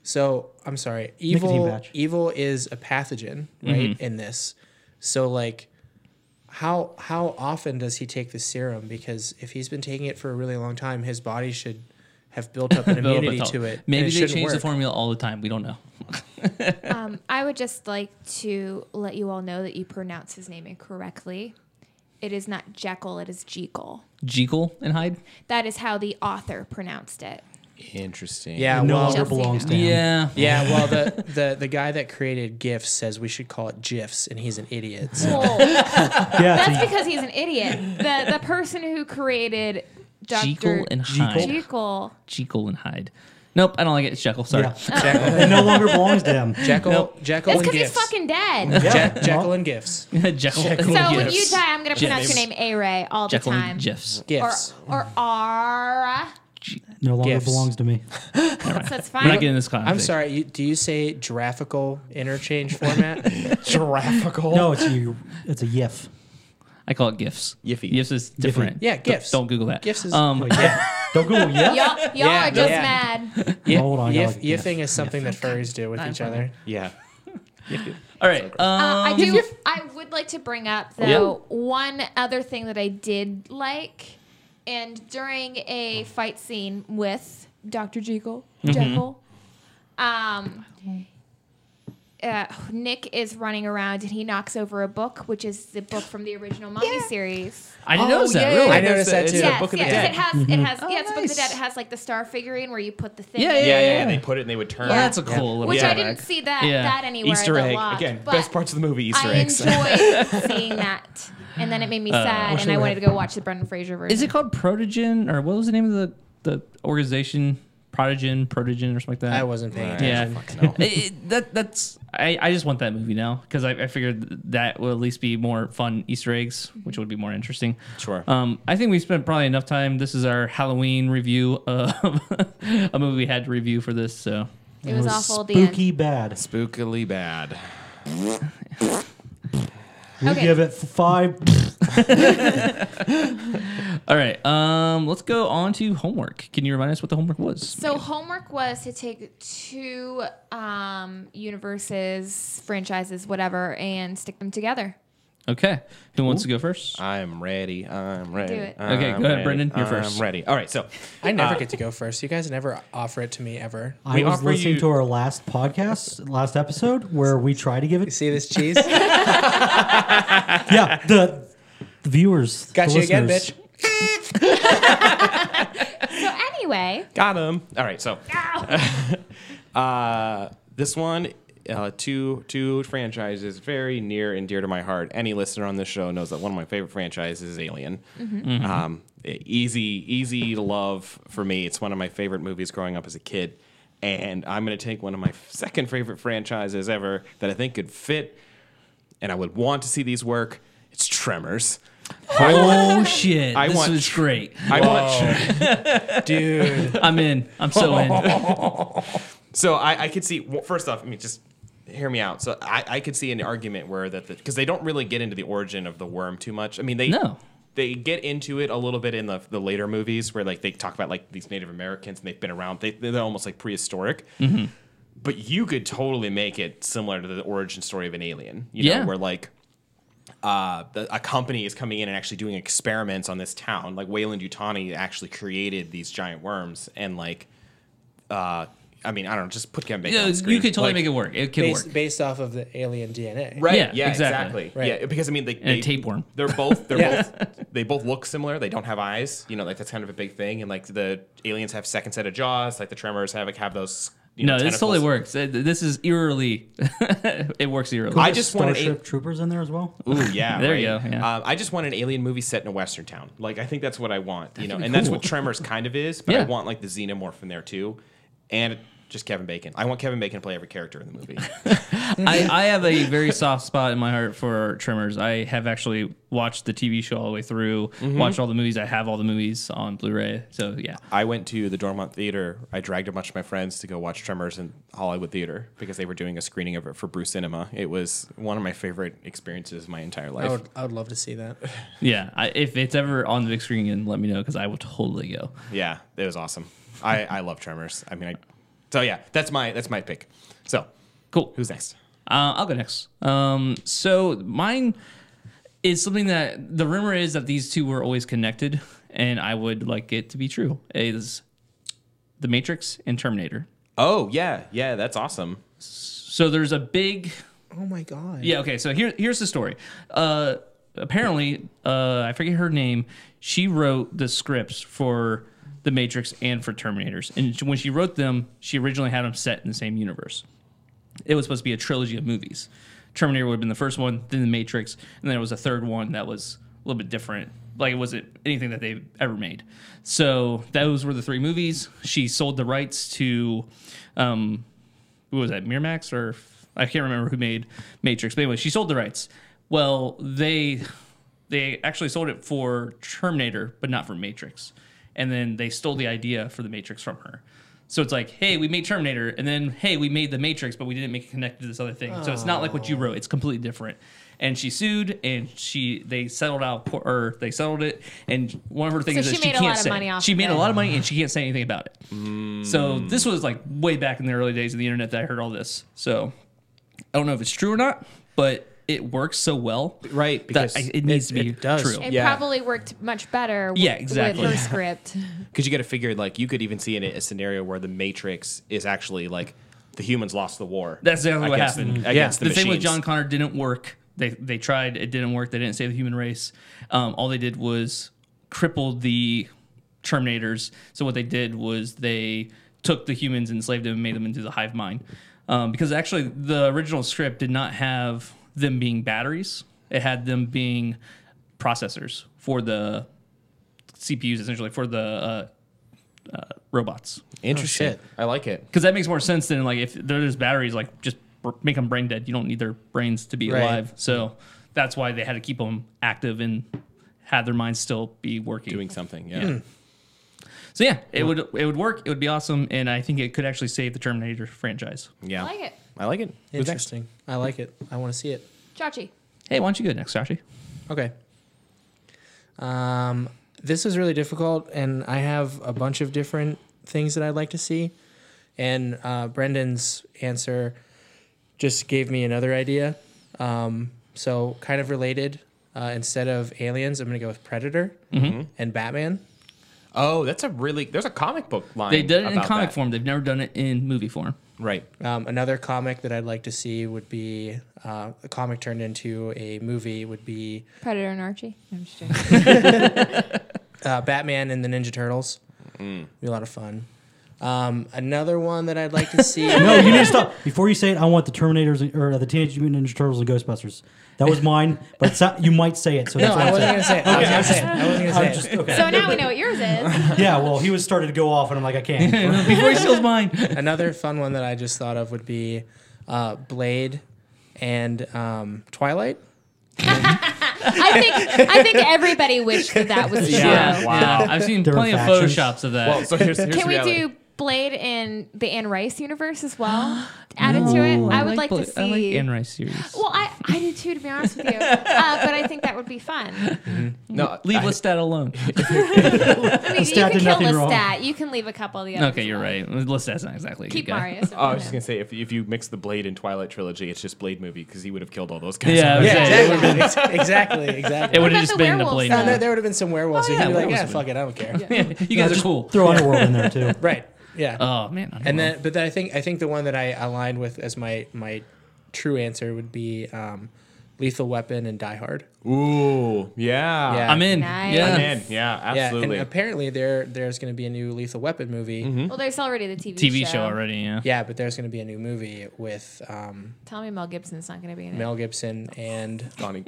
[SPEAKER 5] So I'm sorry.
[SPEAKER 3] Nicotine
[SPEAKER 5] Evil
[SPEAKER 3] patch.
[SPEAKER 5] evil is a pathogen, right?
[SPEAKER 1] Mm-hmm.
[SPEAKER 5] In this. So like how how often does he take the serum? Because if he's been taking it for a really long time, his body should have built
[SPEAKER 1] [laughs]
[SPEAKER 5] up an
[SPEAKER 1] But- but
[SPEAKER 5] immunity
[SPEAKER 1] tell-
[SPEAKER 5] to it. and
[SPEAKER 1] Maybe
[SPEAKER 5] it
[SPEAKER 1] they
[SPEAKER 5] shouldn't
[SPEAKER 1] change the
[SPEAKER 5] work.
[SPEAKER 1] formula all the time. We don't know.
[SPEAKER 4] Um, I would just like to let you all know that you pronounce his name incorrectly. It is not Jekyll, it is Jekyll.
[SPEAKER 1] Jekyll and Hyde.
[SPEAKER 4] That is how the author pronounced it.
[SPEAKER 2] interesting.
[SPEAKER 5] Yeah,
[SPEAKER 3] It no
[SPEAKER 5] well
[SPEAKER 3] longer
[SPEAKER 4] Just so you
[SPEAKER 3] belongs
[SPEAKER 4] know.
[SPEAKER 3] to him.
[SPEAKER 1] Yeah.
[SPEAKER 5] [laughs] Yeah, well the, the the guy that created GIFs says we should call it GIFs and he's an idiot.
[SPEAKER 4] [laughs]
[SPEAKER 5] So
[SPEAKER 4] Well,
[SPEAKER 3] Yeah, it's
[SPEAKER 4] that's
[SPEAKER 3] a-
[SPEAKER 4] because he's an idiot. The the person who created Dr.
[SPEAKER 1] Jekyll and Hyde.
[SPEAKER 4] Jekyll.
[SPEAKER 1] Jekyll and Hyde. Nope, I don't like it. It's Jekyll. Sorry.
[SPEAKER 3] yeah. it no longer belongs
[SPEAKER 1] [laughs]
[SPEAKER 3] to him.
[SPEAKER 5] Jekyll
[SPEAKER 1] Nope.
[SPEAKER 5] Jekyll
[SPEAKER 4] That's
[SPEAKER 5] and
[SPEAKER 4] because he's
[SPEAKER 5] GIFs.
[SPEAKER 4] fucking dead.
[SPEAKER 5] Je-
[SPEAKER 3] Yeah.
[SPEAKER 5] Jekyll and GIFs.
[SPEAKER 1] [laughs] Jekyll.
[SPEAKER 5] Jekyll
[SPEAKER 4] So
[SPEAKER 5] and
[SPEAKER 4] when
[SPEAKER 5] GIFs.
[SPEAKER 4] you die, I'm gonna pronounce your name A Ray all the
[SPEAKER 1] Jekyll
[SPEAKER 4] time.
[SPEAKER 1] and Jeffs.
[SPEAKER 4] Or
[SPEAKER 5] GIFs.
[SPEAKER 4] or Ara.
[SPEAKER 3] No longer
[SPEAKER 5] Gifts.
[SPEAKER 3] belongs to me.
[SPEAKER 4] So that's
[SPEAKER 1] We're not
[SPEAKER 4] fine.
[SPEAKER 1] getting this conversation.
[SPEAKER 5] I'm sorry, you, do you say giraffical interchange format?
[SPEAKER 2] Giraffical.
[SPEAKER 3] No, it's you. It's a yif.
[SPEAKER 1] I call it GIFs.
[SPEAKER 2] Yiffy.
[SPEAKER 1] GIFs is different.
[SPEAKER 5] Yeah,
[SPEAKER 1] Don't-
[SPEAKER 5] GIFs.
[SPEAKER 1] Don't Google that.
[SPEAKER 5] GIFs is-
[SPEAKER 1] Um, [laughs]
[SPEAKER 3] Don't Google yif.
[SPEAKER 4] Y'all, y'all
[SPEAKER 5] Yeah,
[SPEAKER 4] are just
[SPEAKER 5] yeah.
[SPEAKER 4] mad.
[SPEAKER 5] Yeah,
[SPEAKER 3] Hold on, I
[SPEAKER 5] yiff-
[SPEAKER 3] gotta- yeah.
[SPEAKER 5] yiffing is something that furries do with each other.
[SPEAKER 2] Yeah.
[SPEAKER 1] all right.
[SPEAKER 4] Uh,
[SPEAKER 1] Um,
[SPEAKER 4] I do. I would like to bring up though one other thing that I did like, and during a fight scene with Doctor Jekyll,
[SPEAKER 1] Mm-hmm.
[SPEAKER 4] Jekyll, um, uh, Nick is running around and he knocks over a book, which is the book from the original manga series.
[SPEAKER 1] I didn't notice that.
[SPEAKER 2] Oh, yeah,
[SPEAKER 1] really.
[SPEAKER 2] yeah,
[SPEAKER 5] Oh, I noticed that
[SPEAKER 2] it's
[SPEAKER 5] too.
[SPEAKER 2] the
[SPEAKER 4] yes,
[SPEAKER 2] Book of
[SPEAKER 4] yes,
[SPEAKER 2] the Dead. Mm-hmm.
[SPEAKER 4] it has. It has. Yeah, it's Book of
[SPEAKER 1] Oh,
[SPEAKER 4] the
[SPEAKER 1] nice.
[SPEAKER 4] Dead. It has like the star figurine where you put the thing.
[SPEAKER 1] Yeah,
[SPEAKER 4] in.
[SPEAKER 1] yeah,
[SPEAKER 2] Yeah, yeah, yeah. They put it and they would turn.
[SPEAKER 1] Oh, that's a cool little
[SPEAKER 4] Which I
[SPEAKER 1] throwback.
[SPEAKER 4] didn't see that
[SPEAKER 1] Yeah.
[SPEAKER 4] that anywhere.
[SPEAKER 2] Easter
[SPEAKER 4] in the
[SPEAKER 2] egg.
[SPEAKER 4] log,
[SPEAKER 2] Again,
[SPEAKER 4] but-
[SPEAKER 2] best parts of the movie, Easter
[SPEAKER 4] I
[SPEAKER 2] eggs.
[SPEAKER 4] enjoyed seeing that, and then it made me sad, and I wanted to go watch the Brendan Fraser version.
[SPEAKER 1] Is it called Protogen or what was the name of the, the organization? Protogen, Protogen, or something like that.
[SPEAKER 5] I wasn't paying attention.
[SPEAKER 1] Yeah, It- it- that that's I, I just want that movie now because I, I figured that will at least be more fun Easter eggs, which would be more interesting.
[SPEAKER 2] Sure.
[SPEAKER 1] Um, I think we spent probably enough time. This is our Halloween review of [laughs] a movie we had to review for this. So
[SPEAKER 4] It was awful. at The end.
[SPEAKER 3] Spooky bad.
[SPEAKER 2] [laughs] Spookily bad.
[SPEAKER 3] We
[SPEAKER 4] Okay.
[SPEAKER 3] give it five.
[SPEAKER 1] all right, um, let's go on to homework. Can you remind us what the homework was?
[SPEAKER 4] So homework was to take two um, universes, franchises, whatever, and stick them together.
[SPEAKER 1] Okay, who wants to go first?
[SPEAKER 2] I'm ready. I'm ready.
[SPEAKER 4] Do it.
[SPEAKER 2] I'm
[SPEAKER 1] Okay, go ahead,
[SPEAKER 2] ready,
[SPEAKER 1] Brendan, you're
[SPEAKER 2] I'm
[SPEAKER 1] first.
[SPEAKER 2] ready. All right, so
[SPEAKER 5] I never
[SPEAKER 2] Uh,
[SPEAKER 5] get to go first. You guys never offer it to me ever.
[SPEAKER 3] I
[SPEAKER 2] We
[SPEAKER 3] was
[SPEAKER 2] offer
[SPEAKER 3] listening
[SPEAKER 2] you-
[SPEAKER 3] to our last podcast, last episode, where we try to give
[SPEAKER 5] [laughs] You
[SPEAKER 3] it.
[SPEAKER 5] see this cheese?
[SPEAKER 3] Yeah, the, the viewers.
[SPEAKER 5] Got
[SPEAKER 3] the
[SPEAKER 5] you again,
[SPEAKER 3] listeners.
[SPEAKER 5] bitch.
[SPEAKER 4] So anyway,
[SPEAKER 2] got him. All right, so uh, this one, uh, two two franchises very near and dear to my heart. Any listener on this show knows that one of my favorite franchises is Alien. Um, e- easy easy to love for me. It's one of my favorite movies growing up as a kid. And I'm going to take one of my second favorite franchises ever that I think could fit, and I would want to see these work. It's Tremors.
[SPEAKER 1] Oh [laughs] shit,
[SPEAKER 2] I
[SPEAKER 1] this
[SPEAKER 2] want- [laughs]
[SPEAKER 1] was great.
[SPEAKER 2] I want
[SPEAKER 5] Dude.
[SPEAKER 1] I'm in. I'm so in.
[SPEAKER 2] [laughs] Oh, So I, I could see. Well, first off, I mean, just hear me out. So I, I could see an argument where that because they don't really get into the origin of the worm too much. I mean, they
[SPEAKER 1] No.
[SPEAKER 2] They get into it a little bit in the, the later movies where like they talk about like these Native Americans and they've been around. They, they're almost like prehistoric.
[SPEAKER 1] Mm-hmm.
[SPEAKER 2] But you could totally make it similar to the origin story of an alien. You
[SPEAKER 1] Yeah.
[SPEAKER 2] know, where like uh, the, a company is coming in and actually doing experiments on this town. Like Wayland Utani actually created these giant worms, and like, uh, I mean, I don't know, just put Kevin Bacon.
[SPEAKER 1] Yeah,
[SPEAKER 2] on screen.
[SPEAKER 1] you could totally
[SPEAKER 2] Like,
[SPEAKER 1] make it work. It could
[SPEAKER 5] based,
[SPEAKER 1] work.
[SPEAKER 5] based off of the alien DNA.
[SPEAKER 2] Right.
[SPEAKER 1] Yeah,
[SPEAKER 2] Yeah.
[SPEAKER 1] exactly.
[SPEAKER 2] exactly.
[SPEAKER 5] Right.
[SPEAKER 2] Yeah. Because I mean, they,
[SPEAKER 1] And a
[SPEAKER 2] they
[SPEAKER 1] tapeworm.
[SPEAKER 2] They're both.
[SPEAKER 5] [laughs]
[SPEAKER 2] They're
[SPEAKER 5] Yeah.
[SPEAKER 2] both. They both look similar. They don't have eyes. You know, like that's kind of a big thing. And like the aliens have second set of jaws. Like the tremors have like have those. You know,
[SPEAKER 1] no, this totally
[SPEAKER 2] tentacles.
[SPEAKER 1] works. Uh, This is eerily. [laughs] it works eerily.
[SPEAKER 2] I just want an
[SPEAKER 3] Starship Troopers in there as well.
[SPEAKER 2] Ooh, yeah.
[SPEAKER 1] There
[SPEAKER 2] right.
[SPEAKER 1] you go, yeah.
[SPEAKER 2] Um, I just want an alien movie set in a western town. Like I think that's what I want. you know,
[SPEAKER 1] be
[SPEAKER 2] and that's
[SPEAKER 1] cool.
[SPEAKER 2] what Tremors kind of is. But
[SPEAKER 1] Yeah.
[SPEAKER 2] I want like the xenomorph in there too, and just Kevin Bacon. I want Kevin Bacon to play every character in the movie.
[SPEAKER 1] I, I have a very soft spot in my heart for Tremors. I have actually watched the TV show all the way through, watched all the movies. I have all the movies on Blu-ray. So yeah,
[SPEAKER 2] I went to the Dormont Theater. I dragged a bunch of my friends to go watch Tremors in Hollywood Theater because they were doing a screening of it for Bruce Cinema. It was one of my favorite experiences of my entire
[SPEAKER 5] I
[SPEAKER 2] life.
[SPEAKER 5] would, I would love to see that.
[SPEAKER 1] yeah. I, if it's ever on the big screen, again, let me know because I will totally go.
[SPEAKER 2] Yeah, it was awesome. I, I love Tremors. I mean, I, so yeah, that's my that's my pick. So
[SPEAKER 1] Cool.
[SPEAKER 2] who's next?
[SPEAKER 1] Uh, I'll go next. Um, so mine is something that the rumor is that these two were always connected, and I would like it to be true. Is the Matrix and Terminator?
[SPEAKER 2] Oh yeah, yeah, that's awesome.
[SPEAKER 1] So there's a big
[SPEAKER 5] Oh my god.
[SPEAKER 1] Yeah. Okay. So here, here's the story. Uh, apparently, uh, I forget her name. She wrote the scripts for The Matrix and for Terminators, and she- when she wrote them, she originally had them set in the same universe. It was supposed to be a trilogy of movies. Terminator would have been the first one, then The Matrix, and then there was a third one that was a little bit different. Like it wasn't anything that they've ever made. So those were the three movies. She sold the rights to um, what was that Miramax or I can't remember who made Matrix. But anyway, she sold the rights. Well, they they actually sold it for Terminator, but not for Matrix. And then they stole the idea for the Matrix from her. So it's like, hey, we made Terminator, and then hey, we made the Matrix, but we didn't make it connected to this other thing. So it's not like what you wrote; it's completely different. And she sued, and she they settled out, por- or they settled it. And one of her things is
[SPEAKER 4] So she
[SPEAKER 1] she
[SPEAKER 4] made a
[SPEAKER 1] can't
[SPEAKER 4] lot of
[SPEAKER 1] say.
[SPEAKER 4] money off
[SPEAKER 1] she
[SPEAKER 4] of
[SPEAKER 1] made a
[SPEAKER 4] it.
[SPEAKER 1] lot of money, and she can't say anything about it. So this was like way back in the early days of the internet that I heard all this. So I don't know if it's true or not, but it works so well.
[SPEAKER 2] Right,
[SPEAKER 1] That
[SPEAKER 2] because
[SPEAKER 1] I, it needs to be
[SPEAKER 5] it does.
[SPEAKER 1] true.
[SPEAKER 4] It
[SPEAKER 2] Yeah.
[SPEAKER 4] probably worked much better
[SPEAKER 1] Yeah,
[SPEAKER 4] with-
[SPEAKER 1] exactly.
[SPEAKER 4] with
[SPEAKER 1] [laughs]
[SPEAKER 4] her script.
[SPEAKER 2] because you got to figure like you could even see in it a scenario where the Matrix is actually like the humans lost the war.
[SPEAKER 1] That's exactly what
[SPEAKER 2] against-
[SPEAKER 1] happened.
[SPEAKER 2] Against
[SPEAKER 1] the
[SPEAKER 2] the,
[SPEAKER 1] thing with
[SPEAKER 2] machines.
[SPEAKER 1] John Connor didn't work. They they tried, it didn't work. They didn't save the human race. Um, all they did was cripple the Terminators. So what they did was they took the humans, enslaved them, and made them into the hive mind. Um, because actually, the original script did not have them being batteries. It had them being processors for the CPUs, essentially for the uh, uh, robots
[SPEAKER 2] Interesting.
[SPEAKER 1] Oh,
[SPEAKER 5] shit.
[SPEAKER 2] I like it.
[SPEAKER 1] because that makes more sense than like if there's batteries, like just br- make them brain dead. You don't need their brains to be
[SPEAKER 5] Right.
[SPEAKER 1] alive. So that's why they had to keep them active and had their minds still be working.
[SPEAKER 2] Doing something. Yeah.
[SPEAKER 1] Hmm. so yeah, it would it would work. It would be awesome, and I think it could actually save the Terminator franchise.
[SPEAKER 2] Yeah.
[SPEAKER 4] I like it.
[SPEAKER 2] I like it. Who's next?
[SPEAKER 5] Interesting. I like it. I want to see it.
[SPEAKER 4] Chachi.
[SPEAKER 1] Hey, why don't you go next, Sashi?
[SPEAKER 5] Okay. Um, this is really difficult, and I have a bunch of different things that I'd like to see. And uh, Brendan's answer just gave me another idea. Um, so, kind of related. Uh, instead of aliens, I'm going to go with Predator and Batman.
[SPEAKER 2] Oh, that's a really. There's a comic book line.
[SPEAKER 1] They did it in
[SPEAKER 2] about
[SPEAKER 1] comic
[SPEAKER 2] that.
[SPEAKER 1] form. They've never done it in movie form.
[SPEAKER 2] Right.
[SPEAKER 5] Um, another comic that I'd like to see would be uh, a comic turned into a movie would be
[SPEAKER 4] Predator and Archie. No, I'm just joking.
[SPEAKER 5] uh, Batman and the Ninja Turtles. Be a lot of fun. Um, another one that I'd like
[SPEAKER 1] [laughs]
[SPEAKER 5] to see.
[SPEAKER 3] No, you need to stop. Before you say it, I want the Terminators or the Teenage Mutant Ninja Turtles and Ghostbusters. That was mine, but it's not- you might say it, so that's
[SPEAKER 5] No,
[SPEAKER 3] why
[SPEAKER 5] I
[SPEAKER 3] I'm
[SPEAKER 5] wasn't
[SPEAKER 3] saying.
[SPEAKER 5] gonna say it. I was gonna say it. I wasn't
[SPEAKER 3] I'm
[SPEAKER 5] gonna
[SPEAKER 3] just
[SPEAKER 5] say it.
[SPEAKER 3] okay.
[SPEAKER 4] So now we know what yours is.
[SPEAKER 3] yeah, well, he was starting to go off, and I'm like, I can't.
[SPEAKER 1] Before he steals mine.
[SPEAKER 5] Another fun one that I just thought of would be uh, Blade and um, Twilight.
[SPEAKER 4] I think I think everybody wished that that was true.
[SPEAKER 1] [laughs] Yeah.
[SPEAKER 2] Wow.
[SPEAKER 1] I've seen
[SPEAKER 3] There are
[SPEAKER 1] plenty of
[SPEAKER 3] factions.
[SPEAKER 1] photoshops of that. [laughs]
[SPEAKER 2] Well, so here's, here's
[SPEAKER 4] Can we
[SPEAKER 2] reality.
[SPEAKER 4] do Blade in the Anne Rice universe as well [gasps] added to it. I, would like, to see.
[SPEAKER 1] I like Anne Rice series.
[SPEAKER 4] well, I, I do too, to be honest with you. Uh, but I think that would be fun.
[SPEAKER 2] No,
[SPEAKER 1] Leave
[SPEAKER 2] I-
[SPEAKER 1] Lestat alone.
[SPEAKER 4] I mean, you
[SPEAKER 3] Lestat
[SPEAKER 4] can
[SPEAKER 3] did
[SPEAKER 4] kill
[SPEAKER 3] nothing wrong.
[SPEAKER 4] Lestat. You can leave a couple of the others.
[SPEAKER 1] okay, you're right. Lestat's not exactly a
[SPEAKER 4] Keep
[SPEAKER 1] good guy.
[SPEAKER 4] Marius.
[SPEAKER 2] Oh, I was just gonna say if, if you mix the Blade and Twilight trilogy, it's just Blade movie because he would have killed all those guys.
[SPEAKER 1] Yeah, I
[SPEAKER 2] [laughs]
[SPEAKER 1] was
[SPEAKER 5] Yeah,
[SPEAKER 1] saying,
[SPEAKER 5] exactly. exactly, exactly.
[SPEAKER 1] It would
[SPEAKER 4] about
[SPEAKER 1] have just
[SPEAKER 4] the
[SPEAKER 1] been the
[SPEAKER 4] werewolves,
[SPEAKER 1] blade.
[SPEAKER 4] though?
[SPEAKER 5] No, there, there would have been some werewolves.
[SPEAKER 1] Oh,
[SPEAKER 5] so he'd
[SPEAKER 1] yeah,
[SPEAKER 5] be like,
[SPEAKER 1] werewolves
[SPEAKER 5] yeah,
[SPEAKER 1] would
[SPEAKER 5] fuck it, I don't care.
[SPEAKER 1] [laughs] you guys are
[SPEAKER 3] Just
[SPEAKER 1] cool.
[SPEAKER 3] Throw Underworld in there too.
[SPEAKER 5] Right. Yeah.
[SPEAKER 1] Oh man. I
[SPEAKER 5] and
[SPEAKER 1] don't
[SPEAKER 5] then, but then I think I think the one that I aligned with as my my true answer would be um, Lethal Weapon and Die Hard.
[SPEAKER 2] Ooh, yeah.
[SPEAKER 1] know.
[SPEAKER 5] Yeah.
[SPEAKER 1] I'm in.
[SPEAKER 4] Nice.
[SPEAKER 1] Yeah.
[SPEAKER 2] I'm in. Yeah, absolutely.
[SPEAKER 5] Yeah, and apparently there there's going to be a new Lethal Weapon movie.
[SPEAKER 4] Well, there's already the TV,
[SPEAKER 1] TV show already. Yeah.
[SPEAKER 5] Yeah, but there's going to be a new movie with um,
[SPEAKER 4] Tell me Mel Gibson's not going to be in it.
[SPEAKER 5] Mel Gibson and
[SPEAKER 1] [laughs]
[SPEAKER 2] Donnie.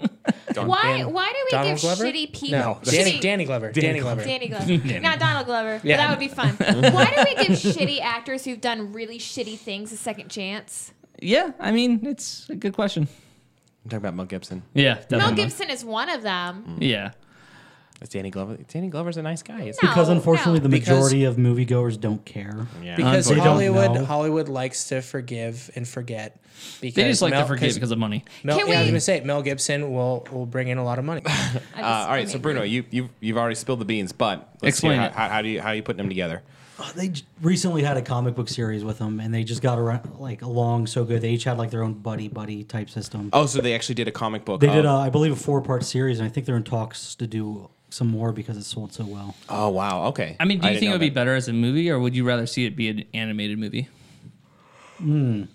[SPEAKER 2] Don-
[SPEAKER 4] why,
[SPEAKER 5] Dan-
[SPEAKER 4] why do we
[SPEAKER 5] Donald
[SPEAKER 4] give
[SPEAKER 5] Glover?
[SPEAKER 4] shitty people
[SPEAKER 5] No, Danny,
[SPEAKER 4] shitty,
[SPEAKER 5] Danny Glover. Danny, Glover.
[SPEAKER 4] Danny
[SPEAKER 5] [laughs]
[SPEAKER 4] Glover. Not Donald Glover.
[SPEAKER 5] Yeah.
[SPEAKER 4] But that would be fun.
[SPEAKER 5] [laughs]
[SPEAKER 4] Why do we give shitty actors who've done really shitty things a second chance?
[SPEAKER 1] Yeah. I mean, it's a good question.
[SPEAKER 2] I'm talking about Mel Gibson.
[SPEAKER 1] Yeah. Definitely.
[SPEAKER 4] Mel Gibson is one of
[SPEAKER 5] Mm.
[SPEAKER 4] them.
[SPEAKER 1] Yeah.
[SPEAKER 2] That's Danny Glover. Danny Glover's a nice guy. Isn't
[SPEAKER 4] No,
[SPEAKER 3] Because unfortunately,
[SPEAKER 4] no.
[SPEAKER 3] the
[SPEAKER 5] Because-
[SPEAKER 3] majority of moviegoers don't care.
[SPEAKER 2] he? Yeah.
[SPEAKER 5] Because
[SPEAKER 1] They
[SPEAKER 3] don't
[SPEAKER 5] Hollywood
[SPEAKER 3] know.
[SPEAKER 5] Hollywood likes to forgive and forget. Because
[SPEAKER 1] They just like
[SPEAKER 5] Mel-
[SPEAKER 1] to forget because of money.
[SPEAKER 5] Mel,
[SPEAKER 4] Can
[SPEAKER 5] yeah, I was
[SPEAKER 4] we-
[SPEAKER 5] gonna say Mel Gibson will will bring in a lot of money.
[SPEAKER 4] I
[SPEAKER 2] uh,
[SPEAKER 4] just-
[SPEAKER 2] all right,
[SPEAKER 4] I
[SPEAKER 2] so
[SPEAKER 4] mean,
[SPEAKER 2] Bruno, you you've, you've already spilled the beans, but let's
[SPEAKER 1] Explain
[SPEAKER 2] hear
[SPEAKER 1] it.
[SPEAKER 2] How, how do you how are you putting them together?
[SPEAKER 3] Uh, They j- recently had a comic book series with them, and they just got around like along so good. They each had like their own buddy buddy type system.
[SPEAKER 2] Oh, so they actually did a comic book.
[SPEAKER 3] They
[SPEAKER 2] of-
[SPEAKER 3] did, uh, I believe, a four part series, and I think they're in talks to do some more because it sold so well.
[SPEAKER 2] oh wow. Okay.
[SPEAKER 1] I mean, do you
[SPEAKER 2] didn't
[SPEAKER 1] think it
[SPEAKER 2] know
[SPEAKER 1] would be
[SPEAKER 2] that.
[SPEAKER 1] better as a movie, or would you rather see it be an animated movie?
[SPEAKER 3] I,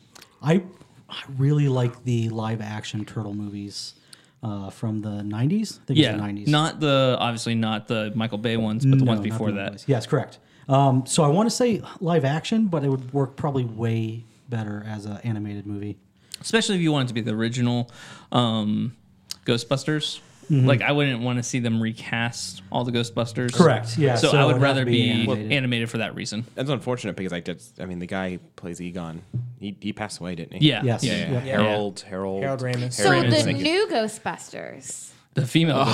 [SPEAKER 3] I really like the live action turtle movies uh, from the '90s. I think it was the '90s.
[SPEAKER 1] Not the obviously not the Michael Bay ones, but the
[SPEAKER 3] No,
[SPEAKER 1] ones
[SPEAKER 3] not
[SPEAKER 1] before
[SPEAKER 3] the
[SPEAKER 1] that.
[SPEAKER 3] movies. Yes, correct. Um, so I want to say live action, but it would work probably way better as an animated movie.
[SPEAKER 1] Especially if you want it to be the original um, Ghostbusters.
[SPEAKER 3] Mm-hmm.
[SPEAKER 1] Like I wouldn't want to see them recast all the Ghostbusters.
[SPEAKER 3] Correct, yeah,
[SPEAKER 1] So,
[SPEAKER 3] so
[SPEAKER 1] I
[SPEAKER 3] it would
[SPEAKER 1] would
[SPEAKER 3] have
[SPEAKER 1] rather
[SPEAKER 3] to
[SPEAKER 1] be,
[SPEAKER 3] be
[SPEAKER 1] animated.
[SPEAKER 3] animated.
[SPEAKER 1] for that reason.
[SPEAKER 2] That's unfortunate because I did. I mean, the guy who plays Egon, he, he passed away, didn't he?
[SPEAKER 1] Yeah.
[SPEAKER 3] Yes.
[SPEAKER 1] Yeah.
[SPEAKER 2] Yeah.
[SPEAKER 1] yeah.
[SPEAKER 5] Yeah.
[SPEAKER 2] Harold. Harold.
[SPEAKER 5] Harold Ramis.
[SPEAKER 4] So
[SPEAKER 2] Harold Ramis,
[SPEAKER 4] the
[SPEAKER 2] thank you.
[SPEAKER 4] new Ghostbusters.
[SPEAKER 1] The female
[SPEAKER 2] Oh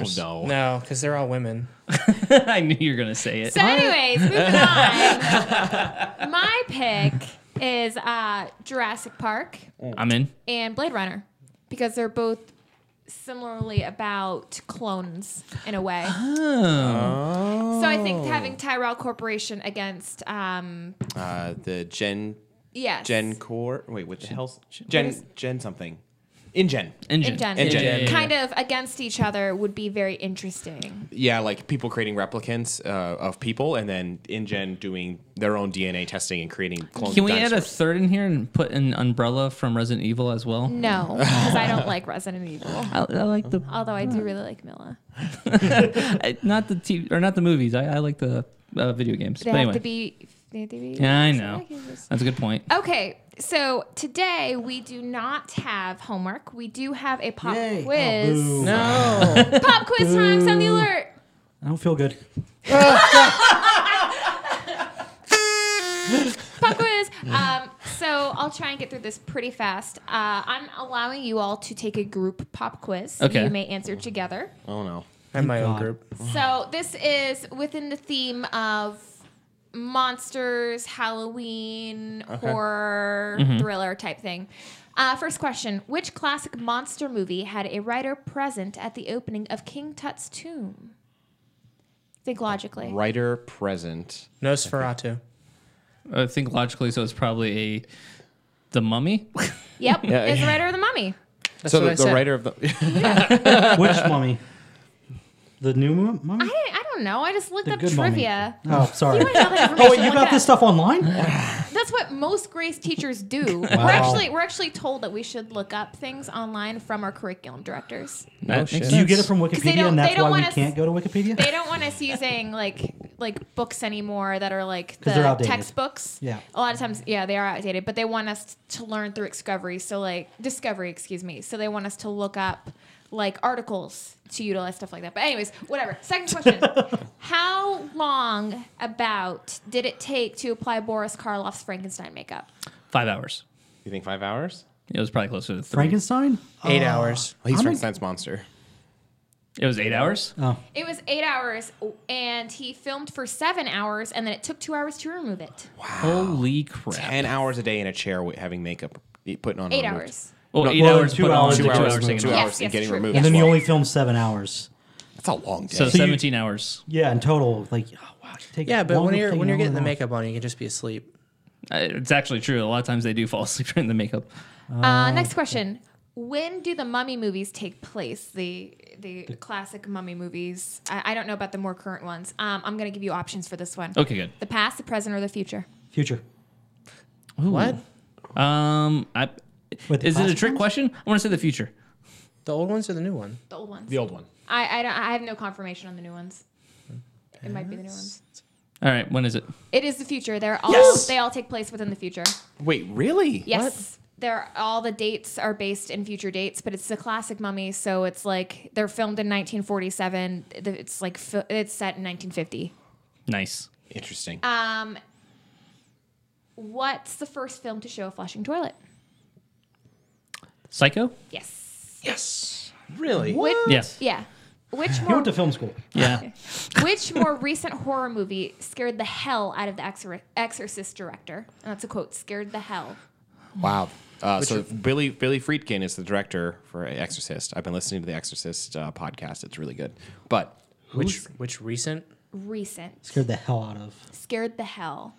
[SPEAKER 1] Ghostbusters.
[SPEAKER 2] no.
[SPEAKER 5] no, because they're all women.
[SPEAKER 1] [laughs] I knew you were gonna say it.
[SPEAKER 4] So, [laughs] anyways, moving on. [laughs] My pick is uh, Jurassic Park
[SPEAKER 1] I'm in.
[SPEAKER 4] and Blade Runner because they're both similarly about clones in a way. So I think having Tyrell Corporation against um
[SPEAKER 2] Uh, the Gen
[SPEAKER 4] yes
[SPEAKER 2] Gen Core. Wait, what the hell? Gen Gen something. In Gen.
[SPEAKER 1] Engine.
[SPEAKER 4] and Jen,
[SPEAKER 2] Ingen.
[SPEAKER 1] Yeah, yeah, yeah.
[SPEAKER 4] kind of against each other would be very interesting.
[SPEAKER 2] Yeah, like people creating replicants uh, of people, and then in Gen doing their own DNA testing and creating clones.
[SPEAKER 1] Can
[SPEAKER 2] of
[SPEAKER 1] we add a
[SPEAKER 2] dinosaurs.
[SPEAKER 1] third in here and put an umbrella from Resident Evil as well?
[SPEAKER 4] [laughs] No, because I don't like Resident Evil.
[SPEAKER 1] I, I like the
[SPEAKER 4] Although I do really like Milla.
[SPEAKER 1] I- not the TV or not the movies. I, I like the uh, video games.
[SPEAKER 4] They
[SPEAKER 1] but
[SPEAKER 4] have
[SPEAKER 1] anyway,
[SPEAKER 4] to be. They have to be
[SPEAKER 1] Yeah, I know. that's a good point.
[SPEAKER 4] Okay, so today we do not have homework. We do have a pop
[SPEAKER 3] Yay.
[SPEAKER 4] quiz.
[SPEAKER 3] Oh, boo.
[SPEAKER 5] [laughs] No,
[SPEAKER 4] [laughs] Pop quiz time. Sound the alert.
[SPEAKER 3] I don't feel good. [laughs]
[SPEAKER 4] Pop quiz. Um, so I'll try and get through this pretty fast. Uh, I'm allowing you all to take a group pop quiz.
[SPEAKER 1] Okay.
[SPEAKER 4] You may answer together.
[SPEAKER 2] Oh no.
[SPEAKER 5] I'm my own
[SPEAKER 3] God.
[SPEAKER 5] group.
[SPEAKER 4] So this is within the theme of monsters, Halloween, horror,
[SPEAKER 3] Mm-hmm.
[SPEAKER 4] thriller type thing. Uh, first question: Which classic monster movie had a writer present at the opening of King Tut's tomb? Think logically.
[SPEAKER 2] Writer present.
[SPEAKER 5] Nosferatu.
[SPEAKER 1] I think logically, so it's probably a the Mummy.
[SPEAKER 3] [laughs]
[SPEAKER 4] Yep,
[SPEAKER 2] Yeah,
[SPEAKER 4] it's
[SPEAKER 2] yeah.
[SPEAKER 4] the writer of the Mummy.
[SPEAKER 5] That's
[SPEAKER 2] so
[SPEAKER 5] what
[SPEAKER 2] the,
[SPEAKER 5] I
[SPEAKER 2] the
[SPEAKER 5] said.
[SPEAKER 2] writer of [laughs] the
[SPEAKER 3] [laughs] Which mummy? The new mu- mummy?
[SPEAKER 4] I didn't, I don't know. I just looked
[SPEAKER 3] The
[SPEAKER 4] up
[SPEAKER 3] good
[SPEAKER 4] trivia.
[SPEAKER 3] mummy. Oh, sorry.
[SPEAKER 4] You have that
[SPEAKER 3] oh, [laughs]
[SPEAKER 4] information,
[SPEAKER 3] wait, you
[SPEAKER 4] look it
[SPEAKER 3] got this
[SPEAKER 4] up.
[SPEAKER 3] stuff online?
[SPEAKER 4] That's what most Grace teachers do. We're actually we're actually told that we should look up things online from our curriculum directors.
[SPEAKER 1] That makes
[SPEAKER 2] shit.
[SPEAKER 1] sense.
[SPEAKER 3] Do you get it from
[SPEAKER 4] they
[SPEAKER 3] Wikipedia,
[SPEAKER 4] don't-
[SPEAKER 3] and
[SPEAKER 4] they
[SPEAKER 3] that's
[SPEAKER 4] don't
[SPEAKER 3] why we
[SPEAKER 4] wanna s-
[SPEAKER 3] can't go to Wikipedia? [laughs]
[SPEAKER 4] They don't want us using like like books anymore that are like
[SPEAKER 3] 'Cause they're
[SPEAKER 4] the
[SPEAKER 3] outdated.
[SPEAKER 4] textbooks.
[SPEAKER 3] Yeah.
[SPEAKER 4] A lot of times, yeah, they are outdated, but they want us to learn through discovery. So like discovery, excuse me. So they want us to look up like articles to utilize stuff like that. But anyways, whatever. Second
[SPEAKER 3] [laughs]
[SPEAKER 4] question: How long about did it take to apply Boris Karloff's Frankenstein makeup?
[SPEAKER 1] Five hours.
[SPEAKER 2] You think five hours?
[SPEAKER 1] It was probably closer to three.
[SPEAKER 4] Oh.
[SPEAKER 3] Frankenstein?
[SPEAKER 5] Eight hours.
[SPEAKER 2] Well, he's
[SPEAKER 3] I'm a-
[SPEAKER 2] Frankenstein's monster.
[SPEAKER 1] It was eight hours.
[SPEAKER 3] Oh,
[SPEAKER 4] It was eight hours, and he filmed for seven hours, and then it took two hours to remove it.
[SPEAKER 1] Holy crap!
[SPEAKER 2] Ten hours a day in a chair wi- having makeup, e, putting on
[SPEAKER 4] Eight
[SPEAKER 2] removed.
[SPEAKER 4] hours.
[SPEAKER 1] Well,
[SPEAKER 2] No,
[SPEAKER 1] Oh, eight
[SPEAKER 3] well,
[SPEAKER 1] hours,
[SPEAKER 3] two
[SPEAKER 1] but on
[SPEAKER 3] hours,
[SPEAKER 1] two
[SPEAKER 2] Two
[SPEAKER 3] Yes,
[SPEAKER 2] hours,
[SPEAKER 1] hours,
[SPEAKER 2] two
[SPEAKER 1] taking
[SPEAKER 4] Yes,
[SPEAKER 1] off.
[SPEAKER 2] hours, and
[SPEAKER 4] yes,
[SPEAKER 2] getting
[SPEAKER 4] true.
[SPEAKER 2] removed.
[SPEAKER 3] and
[SPEAKER 4] Yes.
[SPEAKER 3] then you
[SPEAKER 4] Well-
[SPEAKER 3] only filmed seven hours.
[SPEAKER 2] That's a long day.
[SPEAKER 1] So
[SPEAKER 3] you-
[SPEAKER 1] seventeen hours.
[SPEAKER 3] Yeah, in total, like oh, wow, you take
[SPEAKER 5] Yeah, but
[SPEAKER 3] longer
[SPEAKER 5] when you're
[SPEAKER 3] taking
[SPEAKER 5] when you're
[SPEAKER 3] longer
[SPEAKER 5] getting the
[SPEAKER 3] off.
[SPEAKER 5] makeup on, you can just be asleep.
[SPEAKER 1] Uh, It's actually true. A lot of times they do fall asleep [laughs] during the makeup.
[SPEAKER 4] Uh, next question: When do the Mummy movies take place? The the classic Mummy movies. I, I don't know about the more current ones. Um, I'm gonna give you options for this one:
[SPEAKER 1] Okay, good.
[SPEAKER 4] the past, the present, or the future.
[SPEAKER 3] future.
[SPEAKER 5] What?
[SPEAKER 1] Um, I,
[SPEAKER 3] Wait, the
[SPEAKER 1] is it a
[SPEAKER 3] past
[SPEAKER 1] trick
[SPEAKER 3] ones?
[SPEAKER 1] question? I want to say the future.
[SPEAKER 5] The old ones or the new one?
[SPEAKER 4] The old ones.
[SPEAKER 2] the old one.
[SPEAKER 4] I I, don't, I have no confirmation on the new ones. It might be the new ones.
[SPEAKER 1] All right, when is it?
[SPEAKER 4] It is the future. They're all
[SPEAKER 3] Yes!
[SPEAKER 4] they all take place within the future.
[SPEAKER 2] Wait, really?
[SPEAKER 4] Yes. They're all the dates are based in future dates, but it's the classic mummy, so it's like they're filmed in 1947. Th- It's like fi- it's set in 1950.
[SPEAKER 1] Nice.
[SPEAKER 2] Interesting.
[SPEAKER 4] Um, what's the first film to show a flushing toilet?
[SPEAKER 1] Psycho.
[SPEAKER 4] Yes.
[SPEAKER 2] yes. Really?
[SPEAKER 4] Which,
[SPEAKER 1] Yes.
[SPEAKER 4] yeah. Which
[SPEAKER 3] You
[SPEAKER 4] more
[SPEAKER 3] [laughs] went to film school.
[SPEAKER 1] Yeah.
[SPEAKER 4] which more recent horror movie scared the hell out of the Exor- Exorcist director? And that's a quote: "Scared the hell."
[SPEAKER 2] Wow. Uh, so Billy Billy Friedkin is the director for Exorcist. I've been listening to the Exorcist uh, podcast. It's really good. But
[SPEAKER 5] Which which recent?
[SPEAKER 4] Recent
[SPEAKER 3] Scared the hell out of.
[SPEAKER 4] scared the hell.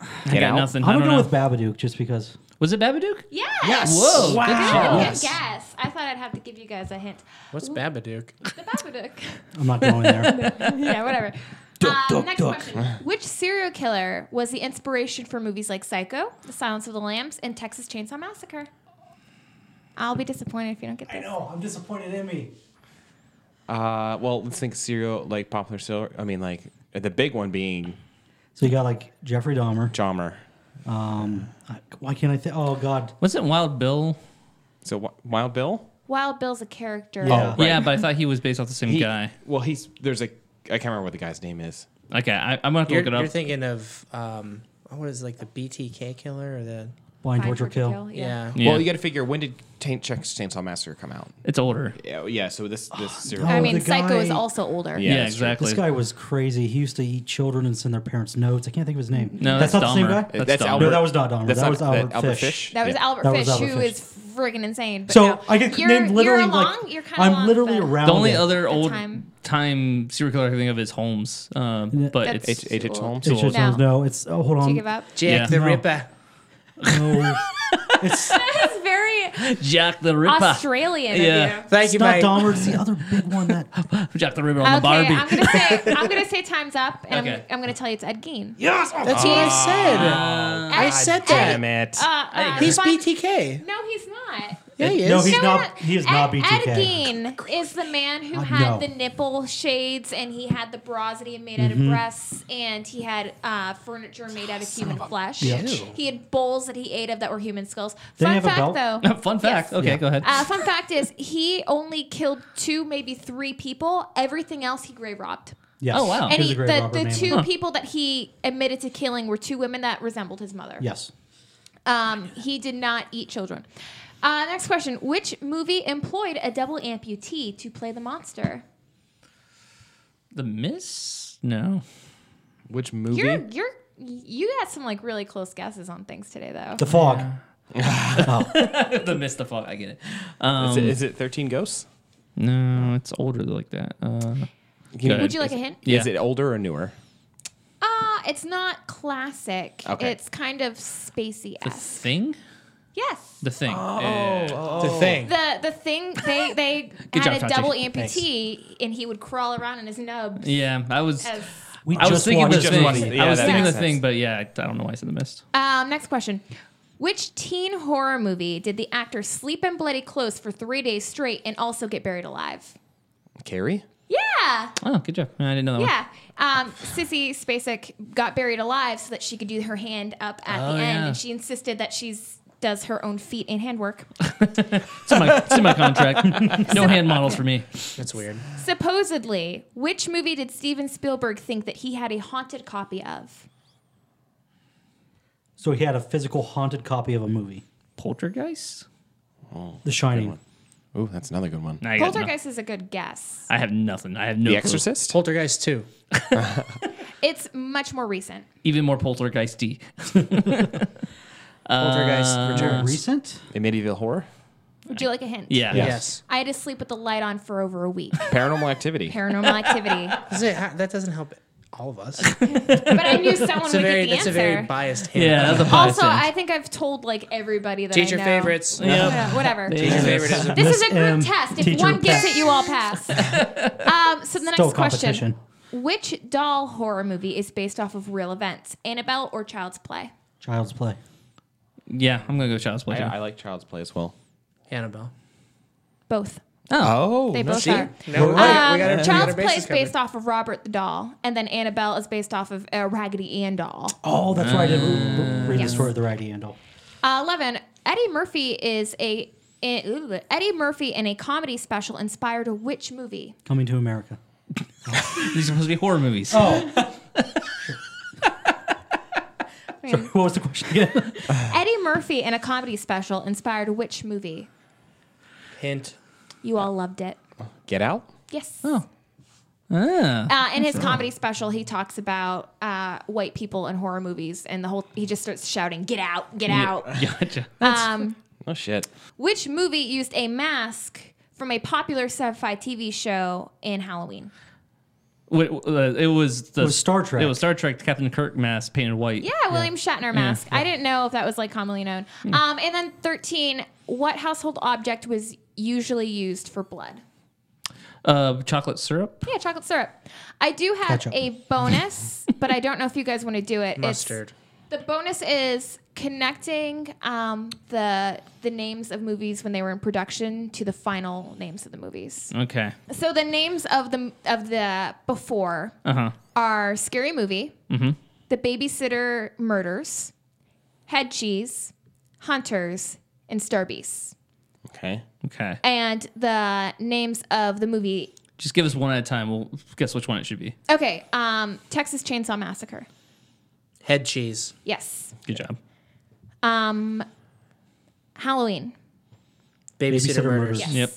[SPEAKER 1] I
[SPEAKER 2] Get
[SPEAKER 1] got
[SPEAKER 2] Out?
[SPEAKER 1] nothing. I
[SPEAKER 3] I'm
[SPEAKER 1] don't know.
[SPEAKER 3] gonna go with Babadook just because.
[SPEAKER 1] Was it Babadook?
[SPEAKER 4] Yes.
[SPEAKER 1] Whoa. Wow.
[SPEAKER 4] Good
[SPEAKER 3] Yes.
[SPEAKER 4] guess. I thought I'd have to give you guys a hint.
[SPEAKER 5] What's Babadook?
[SPEAKER 4] The Babadook.
[SPEAKER 3] I'm not going [laughs] there.
[SPEAKER 4] [laughs] yeah, whatever. Uh,
[SPEAKER 3] duck,
[SPEAKER 4] next
[SPEAKER 3] duck.
[SPEAKER 4] question. Which serial killer was the inspiration for movies like Psycho, The Silence of the Lambs, and Texas Chainsaw Massacre? I'll be disappointed if you don't get this.
[SPEAKER 3] know. I'm disappointed in me.
[SPEAKER 2] uh, well, let's think serial like popular serial. I mean, like the big one being
[SPEAKER 3] So you got like Jeffrey Dahmer.
[SPEAKER 2] Dahmer.
[SPEAKER 3] Um, I- why can't I think? Oh God,
[SPEAKER 1] Wasn't Wild Bill?
[SPEAKER 2] So Wi- Wild Bill.
[SPEAKER 4] Wild Bill's a character.
[SPEAKER 3] Yeah. Right.
[SPEAKER 1] Yeah, but I thought he was based off the same
[SPEAKER 2] He-
[SPEAKER 1] guy.
[SPEAKER 2] Well, he's there's a I can't remember what the guy's name is.
[SPEAKER 1] Okay, I, I'm gonna have to
[SPEAKER 5] You're,
[SPEAKER 1] look it up.
[SPEAKER 5] you're thinking of um, oh, what is it, like the BTK killer or the
[SPEAKER 3] blind torture kill.
[SPEAKER 5] yeah.
[SPEAKER 1] yeah,
[SPEAKER 2] Well, you got to figure when did Taint Texas Chainsaw Massacre come out?
[SPEAKER 1] it's older.
[SPEAKER 2] Yeah, oh, yeah. So this [gasps] this serial.
[SPEAKER 3] no.
[SPEAKER 4] I
[SPEAKER 3] Oh,
[SPEAKER 4] mean,
[SPEAKER 3] the
[SPEAKER 4] Psycho is
[SPEAKER 3] guy-
[SPEAKER 4] also older.
[SPEAKER 1] Yeah,
[SPEAKER 2] Yeah, that's true.
[SPEAKER 1] exactly.
[SPEAKER 3] This guy was crazy. He used to eat children and send their parents notes. I can't think of his name.
[SPEAKER 1] No, that's,
[SPEAKER 3] not the same
[SPEAKER 1] Dahmer.
[SPEAKER 3] guy.
[SPEAKER 1] That's,
[SPEAKER 2] That's
[SPEAKER 1] Dahmer.
[SPEAKER 2] Albert-
[SPEAKER 3] No, that was not Dahmer.
[SPEAKER 2] That's
[SPEAKER 3] that
[SPEAKER 2] not-
[SPEAKER 3] was
[SPEAKER 2] that
[SPEAKER 3] Albert,
[SPEAKER 2] Albert
[SPEAKER 3] Fish.
[SPEAKER 2] Fish?
[SPEAKER 4] That was
[SPEAKER 2] Yeah.
[SPEAKER 4] Albert
[SPEAKER 3] That was
[SPEAKER 4] Fish,
[SPEAKER 3] Albert
[SPEAKER 4] who
[SPEAKER 3] Fish.
[SPEAKER 4] is friggin' insane. But
[SPEAKER 3] So
[SPEAKER 4] no.
[SPEAKER 3] I could
[SPEAKER 4] you're,
[SPEAKER 3] name literally
[SPEAKER 4] you're
[SPEAKER 3] like
[SPEAKER 4] along, you're kinda
[SPEAKER 3] I'm
[SPEAKER 4] along,
[SPEAKER 3] literally
[SPEAKER 4] but
[SPEAKER 3] around.
[SPEAKER 1] The only
[SPEAKER 3] it.
[SPEAKER 1] other old
[SPEAKER 4] time.
[SPEAKER 1] time. serial killer I can think of is Holmes, um, but
[SPEAKER 4] That's- [laughs]
[SPEAKER 1] it's
[SPEAKER 2] H. H. H. Holmes.
[SPEAKER 3] It just
[SPEAKER 4] No.
[SPEAKER 3] sounds- no. It's oh hold
[SPEAKER 4] Do
[SPEAKER 3] on.
[SPEAKER 4] you
[SPEAKER 3] [laughs]
[SPEAKER 4] give up?
[SPEAKER 5] Jack
[SPEAKER 1] Yeah.
[SPEAKER 5] the
[SPEAKER 3] No.
[SPEAKER 5] Ripper.
[SPEAKER 4] [laughs]
[SPEAKER 3] No. it's
[SPEAKER 4] That's very
[SPEAKER 1] [laughs] Jack the Ripper.
[SPEAKER 4] Australian of
[SPEAKER 1] Yeah.
[SPEAKER 4] you.
[SPEAKER 5] Thank you,
[SPEAKER 3] it's not
[SPEAKER 5] mate.
[SPEAKER 3] Dahmer. It's the other big one that.
[SPEAKER 1] [laughs] Jack the Ripper on the Barbie.
[SPEAKER 4] Okay, I'm gonna
[SPEAKER 1] [laughs]
[SPEAKER 4] say I'm gonna say time's up, and I'm,
[SPEAKER 1] Okay.
[SPEAKER 4] I'm gonna tell you it's Ed Gein.
[SPEAKER 2] Yes. Oh,
[SPEAKER 5] That's what I said.
[SPEAKER 4] God
[SPEAKER 5] I said
[SPEAKER 2] damn
[SPEAKER 5] that.
[SPEAKER 2] it.
[SPEAKER 4] Uh, uh,
[SPEAKER 5] He's
[SPEAKER 4] fun-
[SPEAKER 5] BTK.
[SPEAKER 4] No, he's not.
[SPEAKER 5] Yeah, he is.
[SPEAKER 3] No, he's
[SPEAKER 4] No,
[SPEAKER 3] not. He is not
[SPEAKER 4] Ed,
[SPEAKER 3] BTK.
[SPEAKER 4] Ed Gein is the man who
[SPEAKER 3] Uh,
[SPEAKER 4] had
[SPEAKER 3] no.
[SPEAKER 4] the nipple shades, and he had the bras that he had made out of
[SPEAKER 3] Mm-hmm.
[SPEAKER 4] breasts, and he had uh, furniture made out of human flesh.
[SPEAKER 5] bitch.
[SPEAKER 4] He had bowls that he ate of that were human skulls.
[SPEAKER 3] Didn't he
[SPEAKER 4] Fun
[SPEAKER 3] have a
[SPEAKER 4] fact,
[SPEAKER 3] belt?
[SPEAKER 4] though.
[SPEAKER 1] [laughs]
[SPEAKER 3] [laughs]
[SPEAKER 1] Fun fact. Okay,
[SPEAKER 3] Yeah.
[SPEAKER 1] go ahead.
[SPEAKER 4] Uh, fun fact is he only killed two, maybe three people. Everything else he grave robbed.
[SPEAKER 3] Yes.
[SPEAKER 1] Oh, wow.
[SPEAKER 4] and
[SPEAKER 3] He's
[SPEAKER 4] he,
[SPEAKER 3] a great
[SPEAKER 4] the,
[SPEAKER 3] Robert
[SPEAKER 4] the
[SPEAKER 3] Manley.
[SPEAKER 4] two people that he admitted to killing were two women that resembled his mother.
[SPEAKER 3] Yes.
[SPEAKER 4] Um, he did not eat children. Uh, next question: Which movie employed a double amputee to play the monster?
[SPEAKER 1] the Miss? No. [laughs]
[SPEAKER 2] Which movie?
[SPEAKER 4] You're you're you had some like really close guesses on things today, though.
[SPEAKER 3] The fog.
[SPEAKER 1] the Miss the fuck. I get it.
[SPEAKER 2] is, it, is it Thirteen Ghosts?
[SPEAKER 1] No, it's older like that. Uh,
[SPEAKER 2] Can
[SPEAKER 1] Would
[SPEAKER 4] Would you like a hint?
[SPEAKER 1] yeah.
[SPEAKER 2] Is it older or newer?
[SPEAKER 4] Uh, it's not classic.
[SPEAKER 2] Okay.
[SPEAKER 4] It's kind of spacey
[SPEAKER 1] the
[SPEAKER 4] esque.
[SPEAKER 1] thing?
[SPEAKER 4] Yes.
[SPEAKER 1] The thing. Oh,
[SPEAKER 5] the thing.
[SPEAKER 4] The the thing they they
[SPEAKER 1] Good
[SPEAKER 4] had
[SPEAKER 1] job,
[SPEAKER 4] a
[SPEAKER 1] Tati.
[SPEAKER 4] double amputee and he would crawl around in his nubs.
[SPEAKER 1] yeah. I was.
[SPEAKER 4] As,
[SPEAKER 3] We
[SPEAKER 1] I was
[SPEAKER 3] just
[SPEAKER 1] thinking the
[SPEAKER 3] watched
[SPEAKER 1] thing.
[SPEAKER 3] it.
[SPEAKER 2] watched it.
[SPEAKER 1] I
[SPEAKER 2] Yeah,
[SPEAKER 1] was
[SPEAKER 2] that
[SPEAKER 1] thinking the
[SPEAKER 2] makes
[SPEAKER 1] thing,
[SPEAKER 2] sense.
[SPEAKER 1] but yeah, I, I don't know why I said the mist.
[SPEAKER 4] um, next question. Which teen horror movie did the actor sleep in bloody clothes for three days straight and also get buried alive?
[SPEAKER 2] Carrie.
[SPEAKER 4] Yeah.
[SPEAKER 1] Oh, good job. I didn't know that one.
[SPEAKER 4] Yeah. Um, Sissy Spacek got buried alive so that she could do her hand up at
[SPEAKER 1] Oh,
[SPEAKER 4] the end,
[SPEAKER 1] yeah.
[SPEAKER 4] and she insisted that she's does her own feet and hand
[SPEAKER 5] [laughs]
[SPEAKER 4] work.
[SPEAKER 1] It's in my, it's in my
[SPEAKER 4] [laughs]
[SPEAKER 1] contract. No hand models for me.
[SPEAKER 5] That's weird.
[SPEAKER 4] Supposedly, which movie did Steven Spielberg think that he had a haunted copy of?
[SPEAKER 3] So he had a physical haunted copy of a movie,
[SPEAKER 1] Poltergeist?
[SPEAKER 3] The Shining.
[SPEAKER 2] Ooh, that's another good one.
[SPEAKER 1] Now you got no-
[SPEAKER 4] Poltergeist is a good guess.
[SPEAKER 1] I have nothing. I have no.
[SPEAKER 2] the
[SPEAKER 1] clue.
[SPEAKER 2] Exorcist.
[SPEAKER 5] Poltergeist 2.
[SPEAKER 4] It's much more recent.
[SPEAKER 1] Even more poltergeisty.
[SPEAKER 5] Poltergeist
[SPEAKER 3] Very
[SPEAKER 5] Returns.
[SPEAKER 3] recent?
[SPEAKER 2] A medieval horror.
[SPEAKER 4] Would you like a hint?
[SPEAKER 1] Yeah.
[SPEAKER 5] Yes.
[SPEAKER 4] I had to sleep with the light on for over a week.
[SPEAKER 2] Paranormal Activity.
[SPEAKER 4] Paranormal
[SPEAKER 5] [laughs]
[SPEAKER 4] activity.
[SPEAKER 5] Does it ha- that doesn't help all of
[SPEAKER 4] [laughs]
[SPEAKER 5] us.
[SPEAKER 4] But I knew someone
[SPEAKER 5] It's a
[SPEAKER 4] would
[SPEAKER 5] very,
[SPEAKER 4] get the
[SPEAKER 5] that's
[SPEAKER 4] answer.
[SPEAKER 5] a very biased hint.
[SPEAKER 1] Yeah. That's a
[SPEAKER 4] also,
[SPEAKER 1] positive.
[SPEAKER 4] I think I've told like everybody that
[SPEAKER 5] Teacher
[SPEAKER 4] I know.
[SPEAKER 5] favorites.
[SPEAKER 4] Yeah, whatever.
[SPEAKER 5] Teacher
[SPEAKER 1] Yeah.
[SPEAKER 5] favoritism. [laughs]
[SPEAKER 4] This is
[SPEAKER 3] Miss
[SPEAKER 4] a group
[SPEAKER 3] M,
[SPEAKER 4] test. If
[SPEAKER 3] teacher
[SPEAKER 4] one gets
[SPEAKER 3] pass.
[SPEAKER 4] it, you all pass. um, so the next
[SPEAKER 3] Still
[SPEAKER 4] question:
[SPEAKER 3] competition.
[SPEAKER 4] Which doll horror movie is based off of real events, Annabelle or Child's Play?
[SPEAKER 3] Child's Play.
[SPEAKER 1] Yeah, I'm gonna go Child's Play.
[SPEAKER 2] I,
[SPEAKER 1] too.
[SPEAKER 2] I like Child's Play as well.
[SPEAKER 5] Annabelle.
[SPEAKER 4] Both.
[SPEAKER 2] Oh,
[SPEAKER 4] They both
[SPEAKER 2] see?
[SPEAKER 4] are.
[SPEAKER 5] No, Oh, we got- we
[SPEAKER 4] Um,
[SPEAKER 5] got every
[SPEAKER 4] Child's
[SPEAKER 5] other
[SPEAKER 4] Play
[SPEAKER 5] basis
[SPEAKER 4] is based
[SPEAKER 5] covered.
[SPEAKER 4] off of Robert the Doll, and then Annabelle is based off of uh, Raggedy Ann doll.
[SPEAKER 3] Oh, that's right. I did
[SPEAKER 1] Uh,
[SPEAKER 3] read
[SPEAKER 4] Yeah.
[SPEAKER 3] the story of the right handle.
[SPEAKER 4] Uh, Eleven. Eddie Murphy is a eh, ooh, Eddie Murphy in a comedy special inspired which movie?
[SPEAKER 3] Coming to America.
[SPEAKER 1] These are supposed to be horror movies.
[SPEAKER 3] Oh,
[SPEAKER 4] I mean,
[SPEAKER 3] what was the question again?
[SPEAKER 4] Eddie Murphy in a comedy special inspired which movie?
[SPEAKER 5] Hint.
[SPEAKER 4] You all loved it.
[SPEAKER 2] Get Out.
[SPEAKER 4] Yes.
[SPEAKER 1] Ah.
[SPEAKER 4] Uh, in his comedy special, he talks about uh, white people in horror movies, and the whole he just starts shouting, "Get out! Get out!"
[SPEAKER 1] Gotcha.
[SPEAKER 4] Um,
[SPEAKER 2] Oh shit.
[SPEAKER 4] which movie used a mask from a popular sci-fi TV show in Halloween?
[SPEAKER 1] Wait, uh, it was the
[SPEAKER 3] It was Star Trek.
[SPEAKER 1] It was Star Trek. Captain Kirk mask painted white.
[SPEAKER 4] Yeah, William Shatner mask. I didn't know if that was like commonly known. Um, and then thirteen, what household object was usually used for blood?
[SPEAKER 1] Uh, chocolate syrup.
[SPEAKER 4] Yeah, chocolate syrup. I do have
[SPEAKER 3] Ketchup.
[SPEAKER 4] a bonus, but I don't know if you guys want to do it. It's-
[SPEAKER 5] Mustard.
[SPEAKER 4] The bonus is connecting um, the the names of movies when they were in production to the final names of the movies.
[SPEAKER 1] Okay.
[SPEAKER 4] So the names of the of the before
[SPEAKER 1] Uh huh.
[SPEAKER 4] are Scary Movie, The Babysitter Murders, Head Cheese, Hunters, and Starbeast.
[SPEAKER 2] Okay.
[SPEAKER 1] Okay.
[SPEAKER 4] And the names of the movie.
[SPEAKER 1] Just give us one at a time. We'll guess which one it should be.
[SPEAKER 4] Okay, um, Texas Chainsaw Massacre.
[SPEAKER 5] Head cheese.
[SPEAKER 4] Yes.
[SPEAKER 1] Good job.
[SPEAKER 4] Um, Halloween.
[SPEAKER 5] Babysitter,
[SPEAKER 3] Babysitter
[SPEAKER 5] murders.
[SPEAKER 3] Murders.
[SPEAKER 4] Yes.
[SPEAKER 1] Yep.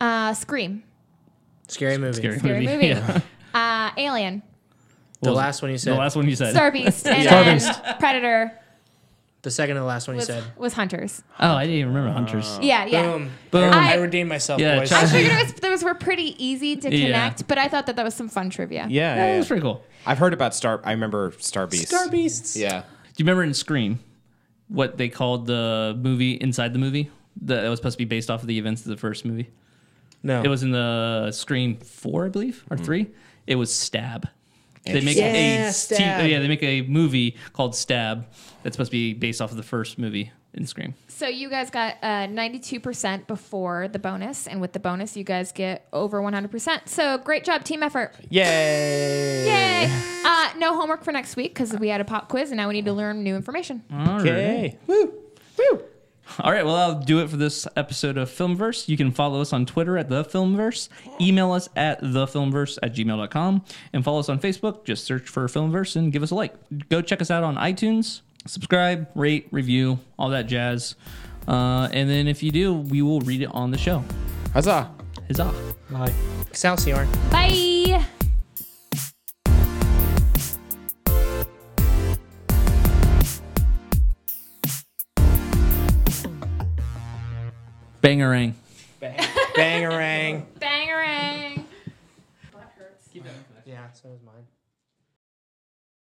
[SPEAKER 4] Uh, Scream.
[SPEAKER 5] Scary movie.
[SPEAKER 1] Scary,
[SPEAKER 4] Scary
[SPEAKER 1] movie. [laughs]
[SPEAKER 4] movie.
[SPEAKER 1] Yeah.
[SPEAKER 4] Uh, Alien.
[SPEAKER 1] What
[SPEAKER 5] The
[SPEAKER 1] was
[SPEAKER 5] last one you
[SPEAKER 1] it?
[SPEAKER 5] said.
[SPEAKER 1] The last one you said.
[SPEAKER 4] Starbeast. And then Predator
[SPEAKER 5] The second to the last one you
[SPEAKER 4] was,
[SPEAKER 5] said.
[SPEAKER 4] was Hunters.
[SPEAKER 1] Oh, I didn't even remember Hunters.
[SPEAKER 5] Uh,
[SPEAKER 4] Yeah, yeah.
[SPEAKER 5] Boom.
[SPEAKER 1] Boom.
[SPEAKER 5] I,
[SPEAKER 4] I-
[SPEAKER 5] redeemed myself,
[SPEAKER 1] Yeah,
[SPEAKER 5] boys.
[SPEAKER 1] Chelsea-
[SPEAKER 4] I figured it was, those were pretty easy to
[SPEAKER 1] Yeah.
[SPEAKER 4] connect, but I thought that that was some fun trivia.
[SPEAKER 2] Yeah,
[SPEAKER 1] Yeah,
[SPEAKER 2] yeah,
[SPEAKER 1] That
[SPEAKER 2] yeah.
[SPEAKER 1] was pretty cool.
[SPEAKER 2] I've heard about Star. I remember Star Beast.
[SPEAKER 5] Star Beasts.
[SPEAKER 2] Yeah.
[SPEAKER 1] Do you remember in Scream what they called the movie inside the movie that was supposed to be based off of the events of the first movie?
[SPEAKER 5] No.
[SPEAKER 1] It was in the Scream four, I believe, or three. It was Stab. They make
[SPEAKER 5] Hmm. Interesting.
[SPEAKER 1] a
[SPEAKER 5] Yeah,
[SPEAKER 1] st-
[SPEAKER 5] Stab.
[SPEAKER 1] yeah, they make a movie called Stab that's supposed to be based off of the first movie in Scream.
[SPEAKER 4] So you guys got uh, 92% before the bonus, and with the bonus, you guys get over 100%. So great job, team effort.
[SPEAKER 2] Yay.
[SPEAKER 4] Yay! Uh, no homework for next week because we had a pop quiz, and now we need to learn new information.
[SPEAKER 1] All right.
[SPEAKER 2] Yay. Woo. Woo.
[SPEAKER 1] All right, well, that'll do it for this episode of Filmverse. You can follow us on Twitter at The Filmverse, email us at TheFilmverse at gmail.com, and follow us on Facebook. Just search for Filmverse and give us a like. Go check us out on iTunes, subscribe, rate, review, all that jazz. Uh, and then if you do, we will read it on the show.
[SPEAKER 2] Huzzah.
[SPEAKER 1] Huzzah.
[SPEAKER 3] Bye.
[SPEAKER 5] [laughs] Excelsior.
[SPEAKER 4] Bye!
[SPEAKER 1] Bangarang.
[SPEAKER 5] Bangarang.
[SPEAKER 4] Bangarang!
[SPEAKER 5] yeah, so was mine.